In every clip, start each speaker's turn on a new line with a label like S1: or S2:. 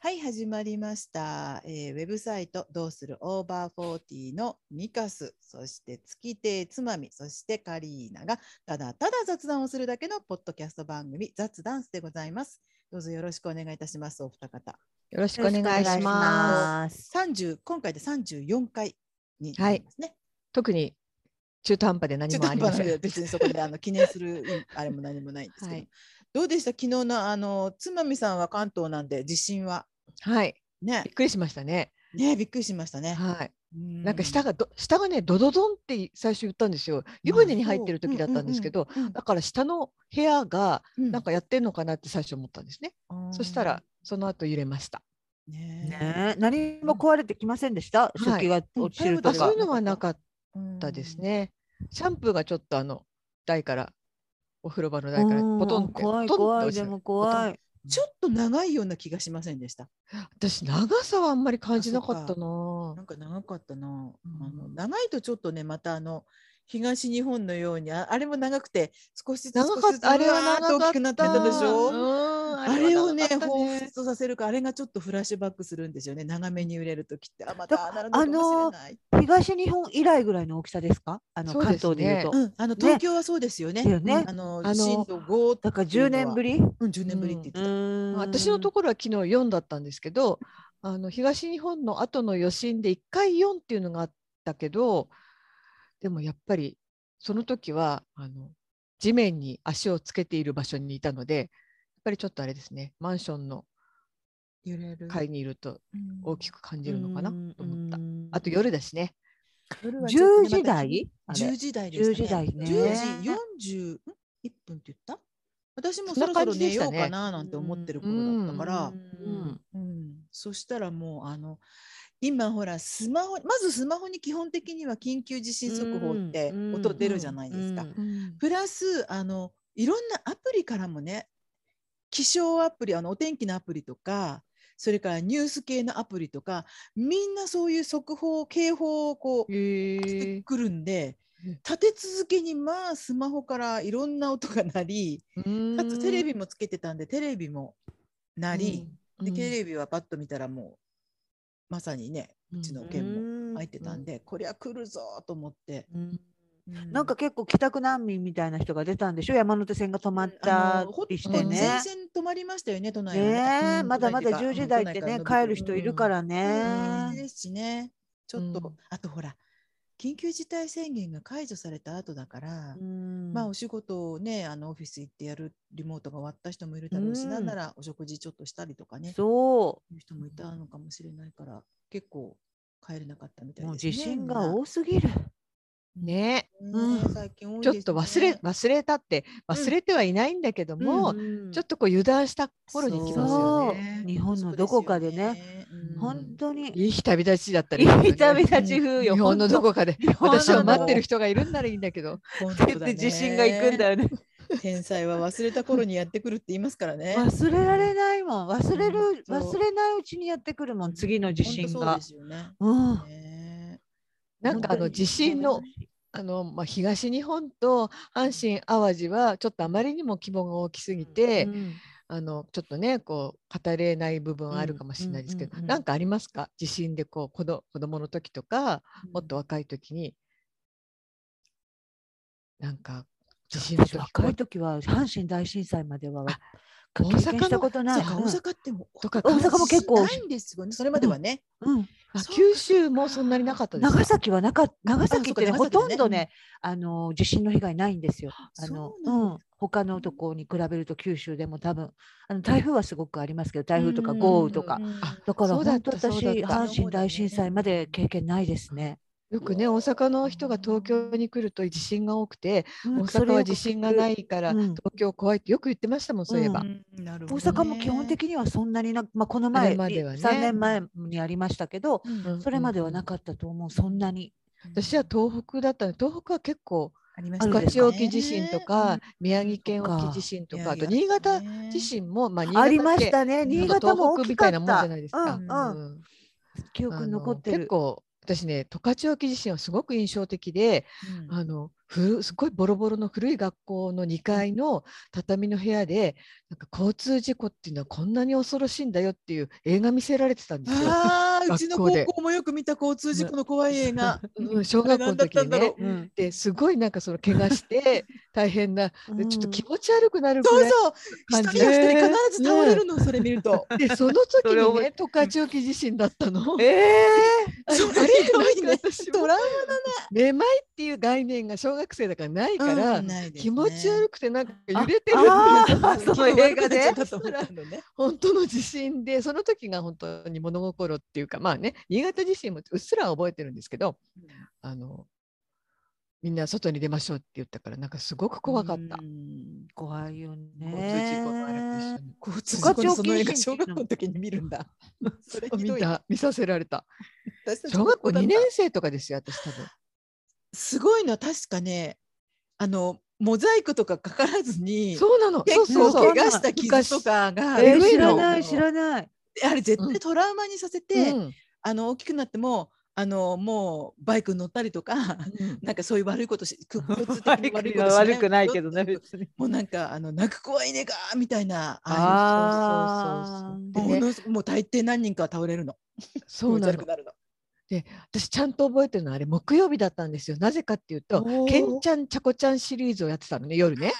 S1: はい、始まりました。えーウェブサイト、どうするオーバーフォーティーのミカス、そして月亭つまみ、そしてカリーナが、ただただ雑談をするだけのポッドキャスト番組、雑談スでございます。どうぞよろしくお願いいたします、お二方。
S2: よろしくお願いします。
S3: す。
S1: 30、今回で34回になりますね。
S2: 特に中途半端で何
S1: ちょっ
S2: も
S1: と
S2: ありません。
S1: 別にそこであの記念するいあれも何もないんですけど、
S2: はい
S1: どうでした昨日のあのつまみさんは関東なんで地震は
S2: はい、
S1: ね
S2: びっくりしましたね。
S1: ねびっくりしましたね。
S2: はい、
S1: な
S2: なんか下がど下がねドドドンって最初言ったんですよ。湯船に入ってる時だったんですけど、、
S1: まあそううんうんうん
S2: だから下の部屋が
S1: うん
S2: なんかやってんのかなって最初思ったんですね。そしたらその後揺れました。
S1: ねえ
S3: ねえ、何も壊れてきませんでした。
S2: い
S3: 食器が落ちる
S1: うん
S3: と
S2: あ
S1: れ
S2: そ
S3: か
S2: ういう。のはなかっ
S1: うん
S2: たですね。シャンプーがちょっとあの台からお風呂場の台からポトンって
S3: 怖い
S2: ポトンっ
S3: 怖
S2: て
S3: い
S2: 落ち
S3: で
S2: た
S3: も怖い。
S1: ちょっと長いような気がしませんでした。
S2: 私長さはあんまり感じなかった
S1: あそっか
S2: な
S1: な。んか長かったな。あの
S2: うん
S1: 長いとちょっとねまたあの東日本のようにああれも長くて少しずつ
S2: 長か
S1: 少し
S2: っ
S1: ずつ
S2: た。あれは長か
S1: う
S2: っ
S1: わーっと大き
S2: た。
S1: くなってたでしょ。
S2: うん
S1: あれをね、
S2: は長かった
S1: 彷彿とさせるか、あれがちょっとフラッシュバックするんですよね、長めに揺れるときって、あ、またああなるのかもしれない。
S3: 東日本以来ぐらいの大きさですか？あの
S2: そうで
S3: 関
S2: すね
S3: 東でいうと。
S1: うん、あの東京はそうですよね。
S3: だよね
S1: うんあの
S2: あの
S1: 震度5
S3: だから10年ぶ
S1: り、
S3: り。
S1: うん、10年ぶりって言ってた。
S2: まあ私のと
S3: こ
S2: ころは昨日4だったんですけど、あの東日本の後の余震で1回4っていうのがあったけど、でもやっぱりその時はあの地面に足をつけている場所にいたので、やっぱりちょっとあれですね、マンションの
S1: 揺れる
S2: 階にいると大き
S1: く。
S2: く感じるのかなと思った。
S3: た
S2: あと夜だしね。
S1: 夜はちょっとねま
S3: 10時
S1: た
S3: 台？あれ
S1: ?10 時台ですね。
S3: 10時台ね
S1: 10時40、ん ?1 分って言った私もそろそろ寝ようかななんて思ってる頃だったから、
S2: うん
S1: うん、そしたらもうあの今ほらスマホまずスマホに基本的には緊急地震速報って
S3: うん
S1: 音出るじゃないですか。
S3: うん
S1: プラスあのいろんなアプリからもね気象アプリあのお天気のアプリとかそれからニュース系のアプリとかみんなそういう速報警報をこう
S2: へ
S1: して
S2: え
S1: くるんで
S2: え
S1: 立て続けにまあスマホからいろんな音が鳴り
S2: うん
S1: かつテレビもつけてたんでテレビも鳴り。
S2: うん
S1: で
S2: うん
S1: テレビはパッと見たらもうまさにねうちの県も
S3: も
S1: 開いてたんで、こりゃ来るぞと思って、う
S3: なんか結構帰宅難民みたいな人が出たんでしょ山手線が止まっ
S1: あ
S3: た
S1: のほ
S3: りして
S1: うん
S3: ね。
S1: 全線止まりましたよね都内はね
S3: ねえ、
S2: うん
S3: まだまだ
S1: 都内
S3: 10
S1: っていうか
S3: 時台って
S1: う
S3: ね
S1: ん都内から
S3: 帰る人いるから
S1: うん
S3: ね。
S1: ですしねちょっと、
S2: うん
S1: あとほら緊急事態宣言が解除された後だから、
S3: うん
S1: まあお仕事をねあのオフィス行ってやるリモートが終わった人もいるだろうし、
S3: うん
S1: なんならお食事ちょっとしたりとかね
S3: そ
S1: いう人もいたのかもしれないから結構帰れなかったみた
S3: う、
S1: い
S3: もう
S1: ですね。
S3: 地震
S1: みん
S3: が
S1: な
S3: 多すぎる。
S1: ね
S2: ね
S3: うん
S1: 最近多い
S2: ちょっ
S1: です
S2: と
S1: ね
S2: 忘れ忘れたって
S1: ん
S2: 忘れてはいないんだけども、
S3: ん
S2: ちょっとこう油断した頃に来ますよ
S3: そ
S2: ね
S3: う。日本のどこかでね、
S2: うん
S3: 本当に
S2: いい日旅立ちだったら
S3: いい旅立
S2: ち
S3: ち風よ。
S2: 日本のど
S3: 本
S2: こかで
S3: 当日本の
S2: 私を待って
S3: ど
S2: る人がいるんならいいんだけど。
S1: 本
S3: こ
S1: 当だ
S3: って
S1: ね
S3: 言って地震が行くんだよね。
S1: 天才は忘れた頃にやってくるって言いますからね。
S3: 忘れられないもん。忘れ
S1: うん
S3: る
S1: そう
S3: 忘れないうちにやってくるもん。次の地震が
S1: 本当そうで。すよね。
S3: うん。
S1: ね
S2: なんかあ
S1: 本
S2: の
S1: 当に
S2: 地震のあの、まあ、東日本と阪神・淡路はちょっとあまりにも規模が大きすぎて、
S3: うん
S2: あのちょっとねこう語れない部分はあるかもしれないですけど、
S3: うんうんうんうん
S2: なんかありますか地震でこう子ど子供の時とかもっと若い時に、なんか地震の時
S3: 私若い時は阪神大震災までは
S2: あ
S3: 経験したこと
S1: そ
S3: な
S1: う
S3: い。
S1: か大
S3: うん
S1: 阪っても
S2: とか
S3: 大阪も結構
S1: ないんですよね。それまではね。
S3: うん、
S2: あ
S1: そうか
S2: 九州もそんなになかったですか
S3: 長崎はなか長崎って、ね
S1: あそう
S3: ほ
S1: か長崎ね
S3: とんどね、あの地震の被害ないんですよ。あの
S1: そう
S3: う
S1: なん
S3: ん、他のとこに比べると九州でも多分あの台風はすごくありますけど台風とか豪雨とか。
S2: あ
S3: だから
S2: そうだっ
S3: 本当
S2: た
S3: 私
S2: そうだった
S3: 阪神大震災まで経験ないですね。
S2: よくね大阪の人が東京に来ると地震が多くて
S3: うん
S2: 大
S3: そ
S2: 阪
S3: れよ
S2: は
S3: く
S2: 地震がないから
S3: うん
S2: 東京怖いってよく言ってましたもんそういえば。
S3: う
S1: うんなるほ
S3: 大
S1: どね
S3: 阪も基本的にはそんなにな、まあ、この
S2: あ
S3: 前
S2: れまではね
S3: 3年前にありましたけど
S1: うん
S2: うん
S3: それまではなかったと思うそんなに。
S2: 私は東北だったので東北は結構
S1: ありました
S3: あ
S1: ね
S3: るん
S2: 十
S3: です
S2: 勝
S3: か
S2: 沖地震とか、宮城県沖地震とかあと新潟地震も、まあ、新潟
S3: あり
S2: っ
S3: ましてたね
S2: ちょ
S3: 新
S2: っと
S3: 潟も
S2: 東
S3: 大
S2: 北み
S3: き
S2: た
S3: か
S2: いな
S3: っ
S2: もんじ
S3: た
S2: ゃないですか。
S3: うんうん、
S2: うん
S3: 記憶に残って
S2: あの
S3: る
S2: 結。構私ね十勝沖地震はすごく印象的で
S1: うん
S2: あの古すごいボロボロの古い学校の2階の畳の部屋でなんか交通事故っていうのはこんなに恐ろしいんだよっていう映画見せられてたんですよ。
S1: ああ、うちの
S2: 学校で
S1: 高校もよく見た交通事故の怖い映画。
S2: うん、小学校の時に
S1: あれ何だ
S2: ね
S1: っ。
S3: うん
S2: ですごいなんかその怪我して大変なでちょっと気持ち悪くなるぐ
S1: そう
S2: らい
S1: そう、一
S2: 感じ
S1: 人
S2: で
S1: や二人必ず倒れるの、それ見ると。
S2: でその時
S3: それ
S2: に
S3: 覚
S2: ね
S3: え
S2: 十勝沖地震だ ったの。
S3: ええ
S2: あ
S1: それ
S2: あ
S1: ひどい
S2: なん
S1: ね
S2: か私。も
S1: トラウ
S2: めまいっていう概念が小学生だからない
S1: マ
S2: か
S1: が
S2: ら、
S1: ないですね
S2: 気持ち悪くてなんか揺れてる
S3: あ
S2: っていう
S3: あーその映画で
S1: 気の悪くなっちゃったと思ったのね。
S2: 本当の地震でその時が本当に物心っていうかまあね新潟地震もうっすら覚えてるんですけどあのみんな外に出ましょうって言ったからなんかすごく怖かった
S1: う。ん。
S3: 怖いよね。
S2: 交通事故のあれと一緒に
S1: 交通事故のその映画、小学校の時に見るんだ。それひど
S2: 見
S1: いな。
S2: た見させられた
S1: 私たち
S2: 小学校
S1: 高だった
S2: 2年生とかですよ私多分
S1: すごいのは確かね、あの、モザイクとかかからずに、
S2: そうなのそう
S1: 結
S2: そう
S1: 構
S2: そう
S1: 怪我した傷とかが、
S2: えー
S3: えー、知ら
S2: 古い
S3: な
S2: の
S3: い知らない。
S1: であれ絶対トラウマにさせて、
S2: うん
S1: あの大きくなってもあのもうバイクに乗ったりとか、
S2: うん
S1: なんかそういう悪いことし く交通的に悪いことしない
S3: 悪くないけどね別 に。
S1: もうなんかあの泣く子はいねえかみたいなあ
S3: あ
S2: あ
S3: あ
S2: ー
S1: あいう
S2: ー
S1: ものすもう大抵何人かは倒れるの
S2: そうな
S1: 気持ち悪
S2: の
S1: くなるの
S2: 私ちゃんと覚えてるのはあれ木曜日だったんですよなぜかっていうと「けんちゃんちゃこちゃん」シリーズをやってたのね夜ね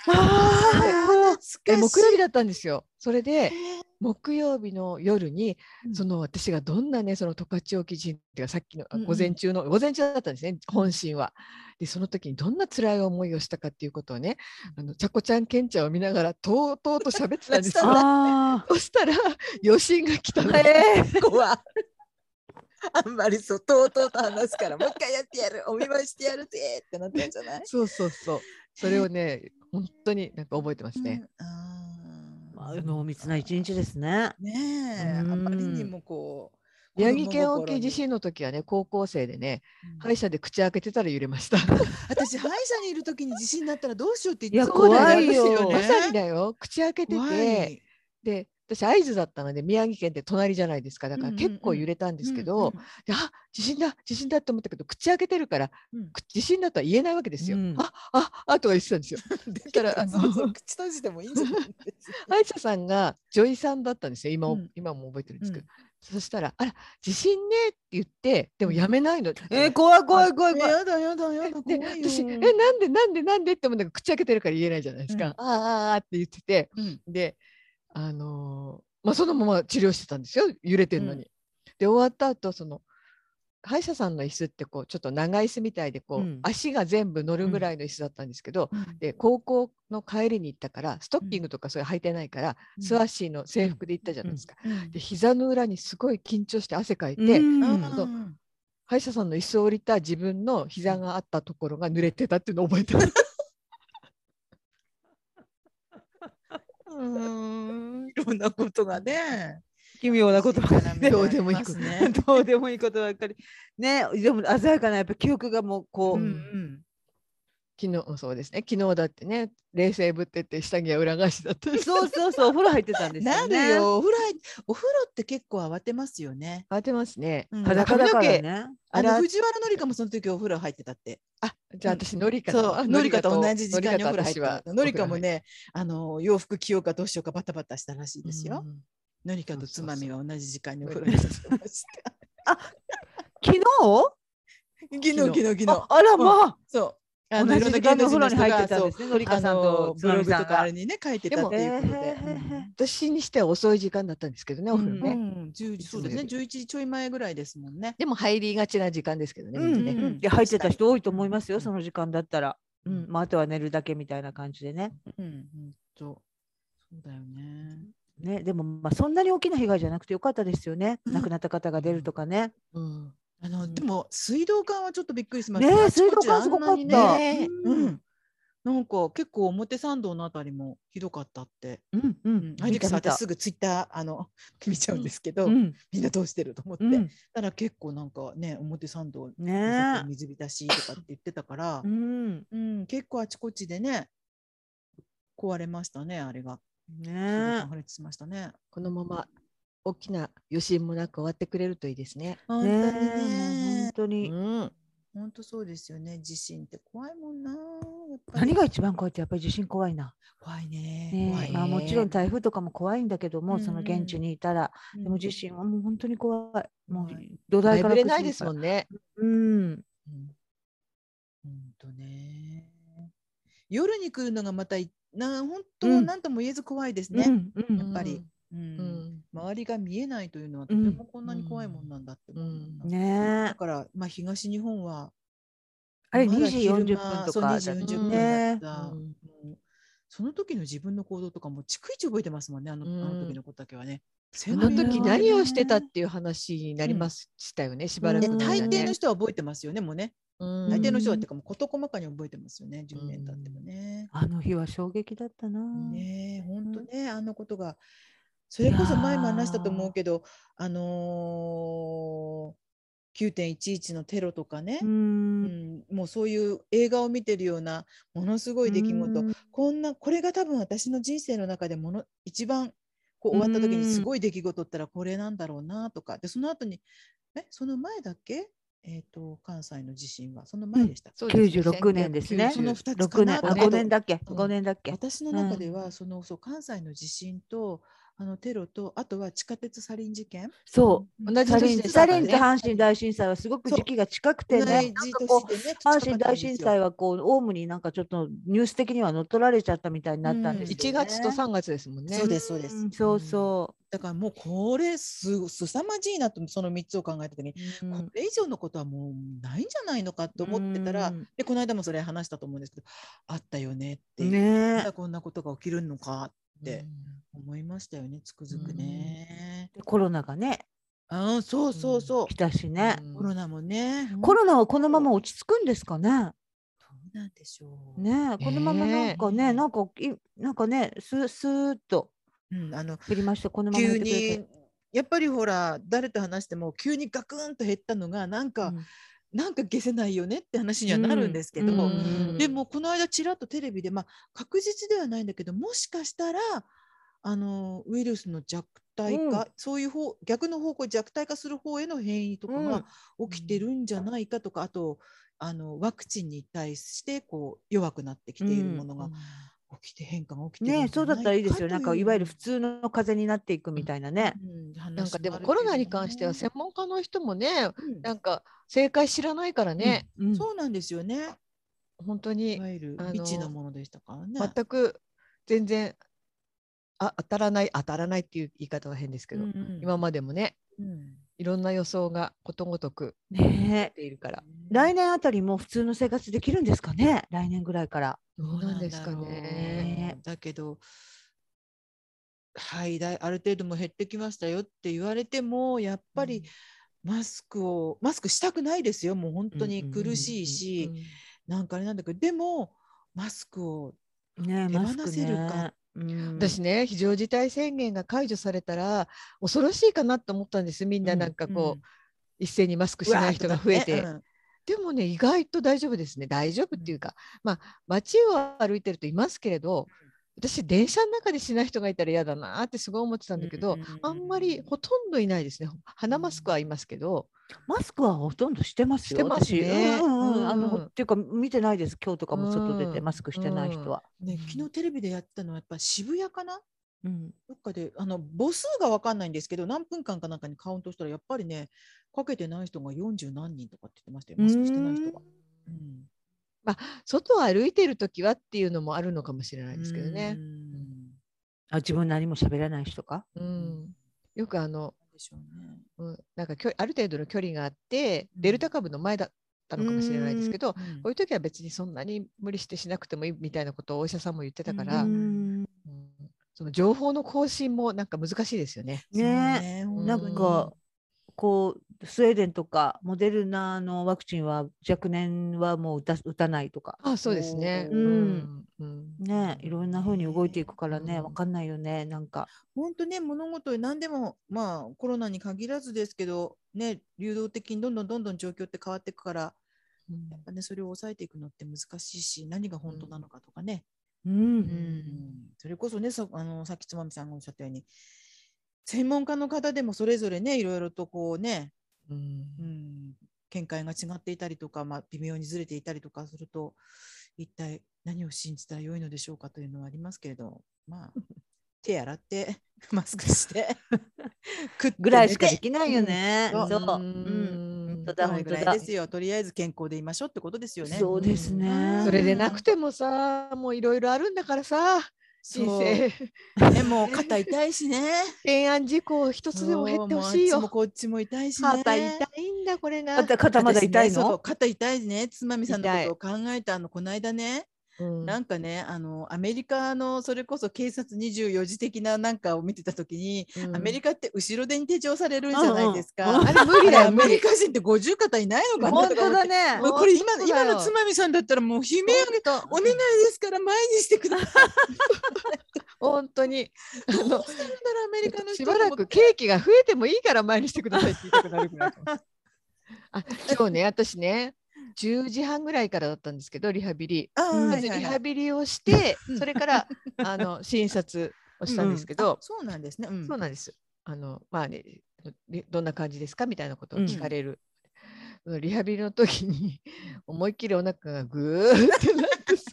S1: あ懐かし
S2: で木
S1: い
S2: 曜日だったんですよそれで
S1: へー
S2: 木曜日の夜に
S1: うん
S2: その私がどんなねその十勝沖人っていうかさっきのあ
S1: うんうん
S2: 午前中の、午前中だったんですね本心は。でその時にどんな辛い思いをしたかっていうことをねあのちゃこちゃんけんちゃんを見ながらとうとうと喋ってたんですよ。
S3: あ
S2: そしたら余震が来たの。
S3: あ。ええ。
S1: 怖いあんまりそうとうとうと話すからもう一回やってやるお見舞いしてやるぜってなったんじゃない
S2: そうそうそう。それをね本当になんか覚えてますね。
S1: うん
S3: ま
S1: あ
S3: あ
S1: ー
S3: 濃密な一日ですね。
S1: ねえ、
S2: うん
S1: あまりにもこう。
S2: 宮城県
S1: 子供心
S2: 沖
S1: に
S2: 地震の時はね高校生でね
S1: うん
S2: 歯医者で口開けてたら揺れ ました。
S1: 私、歯医者にいるときに地震になったらどうしようって言って
S3: いや
S1: そうだ
S3: 怖いよ
S2: まさに
S1: ね。
S2: だよ口開けて
S1: 怖
S2: て。
S1: い
S2: で私会津だったので宮城県って隣じゃないですかだから
S1: うんうん
S2: 結構
S1: うん
S2: 揺れたんですけど、
S1: うんうん
S2: であ地震だ地震だって思ったけど口開けてるから
S1: うん
S2: く地震だとは言えないわけですよ。
S3: うん
S2: あああとか言ってたんですよ。
S1: だ
S2: たらあの
S1: そうそう口閉じてもいいんじゃないですか
S2: 歯医者さんが女医さんだったんですよ今,、
S1: うん
S2: 今も覚えてるんですけど、
S1: う
S2: そしたら「あら地震ね」って言ってでもやめないの。
S3: えー、怖い怖い怖い
S1: え
S3: 怖い。
S1: やだやだやだ
S2: で
S1: 怖いよ。
S2: 私えなんでなんでなんでって思うんだけど口開けてるから言えないじゃないですか、
S1: うん
S2: ああああって言ってて
S1: うん
S2: で、あのーまあ、そのまま治療してたんですよ揺れてるのに。で終わった後その歯医者さんの椅子ってこうちょっと長い椅子みたいでこう、
S3: うん
S2: 足が全部乗るぐらいの椅子だったんですけど、
S1: うん
S2: で高校の帰りに行ったからストッキングとかそれ履いてないから、
S1: うん
S2: 素足の制服で行ったじゃないですか。
S1: うん
S2: で膝の裏にすごい緊張して汗かいて、
S1: うん
S2: そう歯医者さんの椅子を降りた自分の膝があったところが濡れてたっていうのを覚え てます。
S1: うんいろんなことがね。
S3: 奇妙なことばかりね
S2: どうでもいいこと
S1: ありますね
S3: どうでもいいことばっかり。ね、でも鮮やかなやっぱ記憶がもう
S1: う
S3: こう、
S1: んうん
S2: 昨日もそうですね昨日だってね冷静ぶってって下着は裏返しだったり
S3: そうそうそうお風呂入ってたんです
S1: な
S3: よね。
S1: るよお風呂入っお風呂って結構慌てますよね。
S2: 慌てますね。
S1: うん
S3: 裸だから
S2: 髪の
S3: ね。
S1: あ
S2: 洗
S1: の
S2: っ
S1: 藤原紀香もその時お風呂入ってたって。
S2: あ、じゃあ
S1: うん
S2: 私、ノリカだ
S1: そ
S2: わ
S1: う、のりかと同じ時間にお風呂入っ
S2: ノリカと私は
S1: た。のりかもね、あの洋服着ようかどうしようかバタバタしたらしい
S2: お風呂入る、
S1: ですよ。のりかとつまみは同じ時間にお風呂
S2: そう
S1: に
S2: そう
S1: 入ってました。
S3: 昨日？
S1: 昨日昨日昨日。
S3: ああらま
S1: そう。
S3: あ。
S1: あの
S3: 同
S1: い
S3: じ
S1: ろんな
S3: 時間のお
S1: 芸
S3: 風
S1: 能
S3: 呂に
S1: 人
S3: 入
S1: 人が
S3: ってたんですね。のりかさん
S1: そうあの
S3: とつ
S1: ブ
S3: ま
S1: ログ
S3: み
S1: と
S3: さん
S1: かあ
S3: が
S1: れ。にね書いてたっていうことで
S3: でもえー
S2: 私にしては遅い時間だったんですけどね、お風呂
S1: うん。う
S2: ね。
S1: ん10時そうですね11時ちょい前ぐらいですもんね。
S2: でも入りがちな時間ですけどね。
S3: う
S2: み
S3: ん
S2: な
S3: う
S2: ね
S3: んうん、で入ってた人多いと思います
S1: う
S3: よ、
S1: ん
S3: その時間だったら。う
S1: うん
S3: ん、まあ、あとは寝るだけみたいな感じでね。
S1: うんうんとそうだよね。
S3: ね、でも、まあ、そんなに大きな被害じゃなくてよかったですよね。
S1: うん
S3: 亡くなった方が出るとかね。
S2: うん
S1: あの、
S3: うん
S1: でも水道管はちょっとびっくりしまし
S3: ね
S1: た。
S3: え
S1: あちこち
S3: 水道管すごかった
S1: あんなにね
S2: うん
S1: うん。なんか結構表参道のあたりもひどかったって。
S3: うん、う、
S1: うんあい
S3: 見
S1: う時
S3: た
S1: さ
S3: 見た
S1: 私すぐツイッターあの 見ちゃうんですけど、
S3: うん、
S1: みんなどうしてると思って。
S3: うん、
S1: たら結構なんかね表参道
S3: ねえ。
S1: 水浸しとかって言ってたから
S3: う、ん、
S1: うん、結構あちこちでね壊れましたねあれが。水道
S3: ね
S1: 管破裂しましたね。
S2: このまま大きな余震もなく終わってくれるといいですね。
S1: 本
S3: え。
S1: 当に
S3: ねえ、もう
S1: ね
S3: 本。当
S2: う
S3: に。
S2: ん、
S1: 本当そうですよね。地震って怖いもんな。やっぱり
S3: 何が一番怖いってやっぱり地震怖いな。
S1: 怖いね。怖い
S3: ねえ
S1: ね
S3: まあ、もちろん台風とかも怖いんだけども、
S1: うんうん
S3: その現地にいたら、でも地震はもう本当に怖い。もう
S1: 怖い
S3: 土台から
S2: 眠れないですも
S3: ん。
S2: んね。
S3: うん。
S1: うんうんとね。夜に来るのがまたいな本当
S3: うん
S1: 何とも言えず怖いです
S3: う
S1: ね。
S3: んうん
S1: やっぱり、うん
S2: うん。
S1: 周りが見えないというのはとてもこんなに怖いもんなんだって思うな、
S3: ね
S1: だ
S3: え
S1: から、まあ、東日本は
S3: あれ
S1: まだ
S3: 2時40
S1: 昼
S3: 分
S1: 間
S3: と
S1: そう
S3: か
S1: 2時40
S2: だ
S1: 分だ
S3: ね
S1: った、
S2: うん
S1: もうその時の自分の行動とかも逐一覚えてますもんねあの,、あの時のことだけはね。
S2: そ
S1: そ
S2: の時
S3: ね
S2: 何をしてたっていう話になりましたよね、しばらくの
S1: 大
S2: 間
S1: 抵
S2: ね
S1: の。人は覚えてますよねもうね。
S2: うん
S1: 大抵の人は
S3: う
S1: っ
S3: ん
S1: ていうかもう事細かに覚えてますよね10年経ってもね。
S3: あの日は衝撃だったな。
S1: ねえ本当ねあのことがそれこそ前も話したと思うけどあのー、9.11のテロとかね、
S3: う
S1: うん
S3: ん。
S1: もうそういう映画を見てるようなものすごい出来事、
S3: うん
S1: こんなこれが多分私の人生の中でもの一番こう終わった時にすごい出来事ったらこれなんだろうなとかでその後にえその前だっけえっ、と関西の地震はその前でしたっけ、
S2: そうですね
S3: 96年ですね。
S1: その
S2: 1990
S1: 二つか
S3: 6
S1: な
S3: 年、
S1: と思
S3: あ、
S1: って
S3: 5年だっけ
S1: うん
S3: ?5 年だっけ
S1: 私の中では、そのそう関西の地震とあのテロとあとは地下鉄サリン事件
S3: そう。
S2: 同じ
S3: サリ
S2: 年
S3: ン
S2: でした
S3: サリンと
S2: ね。
S3: 阪神大震災はすごく時期が近くて
S1: 同
S3: ね
S1: じ、
S3: なんか
S1: 年
S3: こう
S1: でね
S3: 阪神大震災
S1: は
S3: はこうオウムになんかちょっとニュース的には乗っ取られちゃったみたいになったんですよ、ね
S2: 1月と3月ですもんね。
S1: そうですそうです、
S3: うんそうそ
S1: だからもうこれすすさまじいなとその3つを考えた時に、
S3: う。
S1: これ以上のことはもうないんじゃないのかと思ってたら、
S3: うん
S1: でこの間もそれ話したと思うんですけどあったよねっていう、ま
S3: ねえ
S1: だこんなことが起きるのかって
S2: う
S1: 思いましたよねつくづくね。
S3: でコロナがね
S1: ああそうそうそう
S3: 来、たしね、
S2: ん
S1: コロナもね
S3: コロナはこのまま落ち着くんですかね
S1: そうなんでしょう。
S3: ねえこのままなんか
S1: ね
S3: ね、
S1: え
S3: なんかいなんかねスースーっと
S1: うん、あの
S3: 降りましたこのまま
S1: 急
S3: 降ってくれて
S1: にやっぱりほら誰と話しても急にガクンと減ったのがなんか、
S3: うん
S1: なんか消せないよねって話にはなるんですけど、
S2: うん
S3: うん
S1: でもこの間ちらっとテレビで、まあ、確実ではないんだけどもしかしたらあのウイルスの弱体化、
S3: うん
S1: そういう方逆の方向弱体化する方への変異とかが起きてるんじゃないかとか、あとあのワクチンに対してこう弱くなってきているものが起きて変化が起きてる
S3: ね
S1: ん
S3: え
S1: じ
S3: そ
S1: ゃ
S3: うだったらいいですよなんかいわゆる普
S1: 通
S3: 通の風邪になっていくみたいなね、
S2: なんかでもコロナに関しては専門家の人もね、
S1: 門
S2: なんか正解知らないからね、
S3: うん
S1: そうなんですよね。
S2: 本当
S1: い
S2: に
S1: わゆる
S2: あの
S1: 未知のものでしたからね。
S2: 全く全然あ当たらない当たらないっていう言い方は変ですけど、今までもね、いろんな予想がことごとく
S3: ねえ
S2: 出ているから。
S3: 来年あたりも普通の生活できるんですかね来年ぐらいから。
S2: どうなんですかね。
S3: ね
S1: だけど、はい、だいある程度もう減ってきましたよって言われても、やっぱりマスクを、マスクしたくないですよ、もう本当
S3: うん
S1: に
S3: うんうんうん
S1: 苦しいし、なんかあれなんだけど、でも、マスクを、
S3: ねえ
S1: 手放
S3: マスク
S1: せるか
S3: ね。うん
S2: 私ね非常事態宣言が解除されたら恐ろしいかなと思ったんですみんななんかこう、
S1: うん
S2: 一斉にマスクしない人が増えて、
S1: うわーっとなっ
S2: でもね意外と大丈夫ですね大丈夫っていうか、まあ街を歩いてるといますけれど私電車の中でしない人がいたら嫌だなってすごい思ってたんだけど、
S1: うんうんうんうん
S2: あんまりほとんどいないですね鼻マスクはいますけど、
S3: マスクはほとんどしてます
S2: し
S3: よ。
S2: てますね
S3: 私うんうんうんあ
S2: うん
S3: のっていうか見てないです。今日とかも外出
S2: う
S3: て
S2: ん
S3: マスクしてない人は。
S1: うんね、昨日テレビでやってたのは、やっぱ渋谷かな
S3: うん
S1: どっかであの母数が分かんないんですけど何分間かなんかにカウントしたらやっぱりねかけてない人が40何人とかって言ってましたよマスクしてない人が。うん
S2: 外を歩いてる時はっていうのもあるのかもしれないですけどね
S1: う。ん
S3: あ自分何も喋らない人か。
S2: うんよくあの
S1: でしょうね。
S2: うん、なんか距離ある程度の距離があって、
S1: うん
S2: デルタ株の前だったのかもしれないですけど、こ
S1: うん
S2: ういう時は別にそんなに無理してしなくてもいいみたいなことをお医者さんも言ってたから、
S1: う
S3: うん
S2: う
S3: ん
S2: んその情報の更新もなんか難しいですよね。
S1: そう
S3: ね
S1: 本
S3: え
S2: ん
S1: 当
S3: な
S1: に
S3: んかこうスウェーデンとかモデルナのワクチンは若年はもう打た打たないとか。
S2: あそうですね。
S1: うん
S2: うん
S3: ねえいろんな風に動いていくから
S2: う
S3: ね
S2: ん
S3: わかんないよねなんか。
S1: 本当ね物事何でもまあコロナに限らずですけどね流動的にどんどんどんどん状況って変わっていくから
S2: うん
S1: やっぱねそれを抑えていくのって難しいし何が本当なのかとかね
S3: うん
S1: うんそれこそねさあのさっきつまみさんがおっしゃったように専門家の方でもそれぞれねいろいろとこうね、
S2: うん
S1: うん、見解が違っていたりとか、まあ、微妙にずれていたりとかすると一体何を信じたらよいのでしょうかというのはありますけれど まあ手洗って マスクして食って
S3: ぐらいしか
S1: 寝て
S3: できないよね。
S1: うん
S3: そう。
S2: う
S3: うんん。本当だ、
S1: それ
S3: 本
S1: ぐ
S3: 当
S1: ら
S3: だ
S1: いで。すよとりあえず健康でいましょうってことですよね。
S3: そうですね。
S2: それでなくてもさもういろいろあるんだからさ人 生
S1: でもう肩痛いしね。
S2: 懸案事項一つでも減ってほしい
S1: もうあっちも
S2: よ。
S1: こっちも痛いしね。
S2: 肩痛いんだこれが。
S3: 肩肩まだ痛い
S1: 私ねそう
S3: の
S1: 肩痛いね。つまみさんの
S2: 痛い
S1: ことを考えたあのこの間ね、
S2: うん
S1: なんかねあのアメリカのそれこそ警察24時的ななんかを見てた時に、
S2: うん
S1: アメリカって後ろ手に手錠されるんじゃないですか。
S3: うんうん
S2: あれ無理
S1: あれ
S2: だ
S1: ア
S2: よ無
S1: メ
S2: 理
S1: リ。カ人って50肩いないのかな
S3: 本
S1: と
S3: 当
S1: か思っ
S3: だ
S1: て。
S3: ね。
S1: もうこれ今
S2: 本当だ
S1: 今
S2: よ
S1: のつまみさんだったらもう悲鳴上げ
S2: 本
S1: お願いです から前にしてください。
S2: 当本当にあ
S1: どうしたんだろ
S2: の
S1: うアメリカの人
S2: しばらくケーキが増えてもいいから前にしてくださいって言いたくなるぐらい かも。あ今日ね私ね10時半ぐらいからだったんですけどリハビリ。
S1: あー、
S3: うん
S1: はい
S2: まず
S1: はい
S2: リ
S1: は
S2: ハ
S1: い、
S2: ビリをして
S1: うん
S2: それからあの診察をしたんですけど。
S1: あそうなんですね。うん
S2: そうなんです。あのまあね、りどんな感じですかみたいなことを聞かれる。リハビリの時 に思いっきりお腹がぐーってなってさ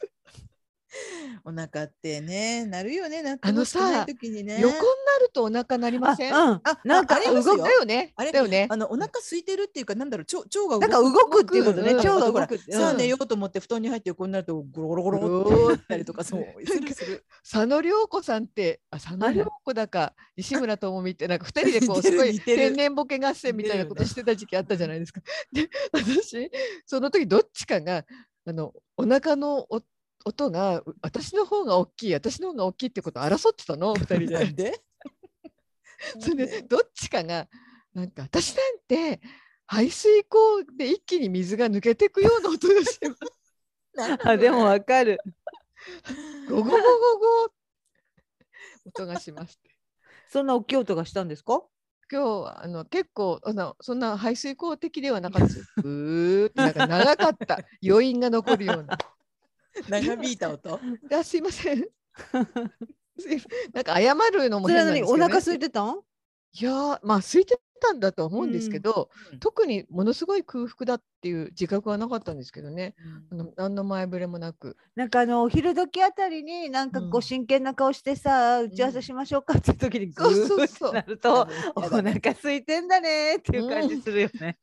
S1: お腹ってね、なるよね、なって
S2: あの
S1: ほしくない
S2: さ
S1: 時にね。
S2: 横になるとお腹なりません
S3: あうん。
S1: あ
S3: なんか
S1: ああります
S2: 動
S1: よ
S2: くよね。
S1: あれ
S2: だよね
S1: あ。のお腹空いてるっていうか、なんだろう、腸腸が
S3: なんか動くっていうことね。
S2: うん
S3: 腸が動
S1: ほら
S3: くって。
S1: さあ
S3: うん
S1: 寝ようと思って布団に入って横になるとゴロゴロゴロゴ
S2: ゴ
S1: ロ
S2: ロ
S1: ってたりとかそうするする
S2: 佐野涼子さんってあ佐野涼子だか西村智美ってなんか2人でこう
S1: 似て
S2: す
S1: る
S2: ごい
S1: 似てる
S2: 天然ボケ合戦みたいなことしてた時期あったじゃないですか。で私その時どっちかがあのお腹のお音がう私の方が大きい私の方が大きいってことを争ってたの2人
S1: な
S2: で
S1: ん。で
S2: それでどっちかがなんか私なんて排水口で一気に水が抜けてくような音がして
S1: なんで
S3: あ、でもわかる。
S2: ゴゴゴゴゴ音がします。
S3: そんな大きい音がしたんです か
S2: 今日はあの結構あのそんな排水口的ではなかったですよ。うーってなんか長かった余韻が残るような。
S1: 長引いた音
S2: であすいません。すいませんなんか謝るのも
S3: それ
S2: 変
S3: は
S2: なんで
S3: 何
S2: すけど、
S3: お腹
S2: ね。
S3: 空いてたん
S2: いやーまあ空いてたんだと思うんですけど、
S1: うん
S2: 特にものすごい空腹だっていう自覚はなかったんですけどね。あの何の前触れもなく。
S3: なんかあのお昼時あたりになんかこ
S2: う
S3: うん真剣な顔してさ、打ち合わせしましょうかって時にグ
S2: そう
S3: ー
S2: そう
S3: って
S2: そう
S3: なるとお
S1: やだ
S3: 腹空いてんだねーっていう感じするよね。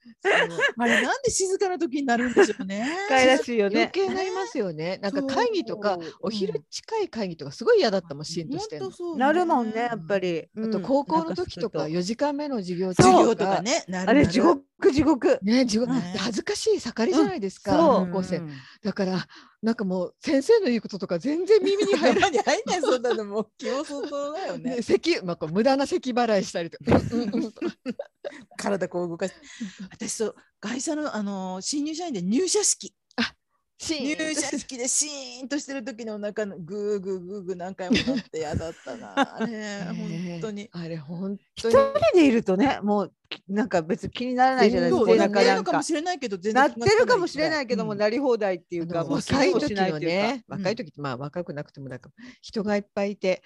S1: あれなんで静かな時になるんでしょうね
S3: かいらしいよ
S2: 余
S3: ね。
S2: 計なりますよね。なんか会議とか
S1: そう
S2: お昼近い会議とかすごい嫌だったもんシーンとしてん
S1: ほ
S2: の
S1: んと。そうね
S3: なるもんねやっぱり。
S2: あ
S3: う
S2: と
S3: ん
S2: 高校
S3: お
S2: の
S3: 腹空い
S2: 時と
S3: た
S2: か4時間目の授業中
S3: そう
S1: 授業とかねなる
S3: あ
S1: な
S3: れ
S1: る
S3: 地獄地獄。
S2: ね、自分
S1: ね
S2: 恥ずかしい盛りじゃないですか、
S3: うんそう
S2: 高校生
S1: うん
S2: だからなんかもう先生の言うこととか全然耳に 入ら
S1: 頭に入んないそうなのもう気を相当だよ
S2: な
S1: ね
S2: い咳、まあ、こう無駄な咳払いしたりとかうんうんうん
S1: 体こう動 かして私そう会社のあのー新入社員で入社式
S2: シーン
S1: 入社式でシーンとしてる時のお腹のグーグーグーグー何回もなって嫌だった なあれ本当に
S2: あれ本当
S3: 一
S2: に
S3: 人でいるとねもうきなんか別に気にならないじゃないです
S2: そう
S3: か。お
S1: な
S2: なん
S1: ってるの
S3: 腹なん
S1: か
S3: か
S1: も。しれないけど全
S3: な
S1: 然
S3: ってるかもしれないけども、
S1: うん
S3: なり放題っていう
S2: あ
S3: か、
S2: の
S3: もう
S2: 若い
S3: 機能し
S2: 時
S3: ない
S2: の
S3: というか
S2: ね、
S1: うん
S2: 若い時ってまあ若くなくてもなんか人がいっぱいいて、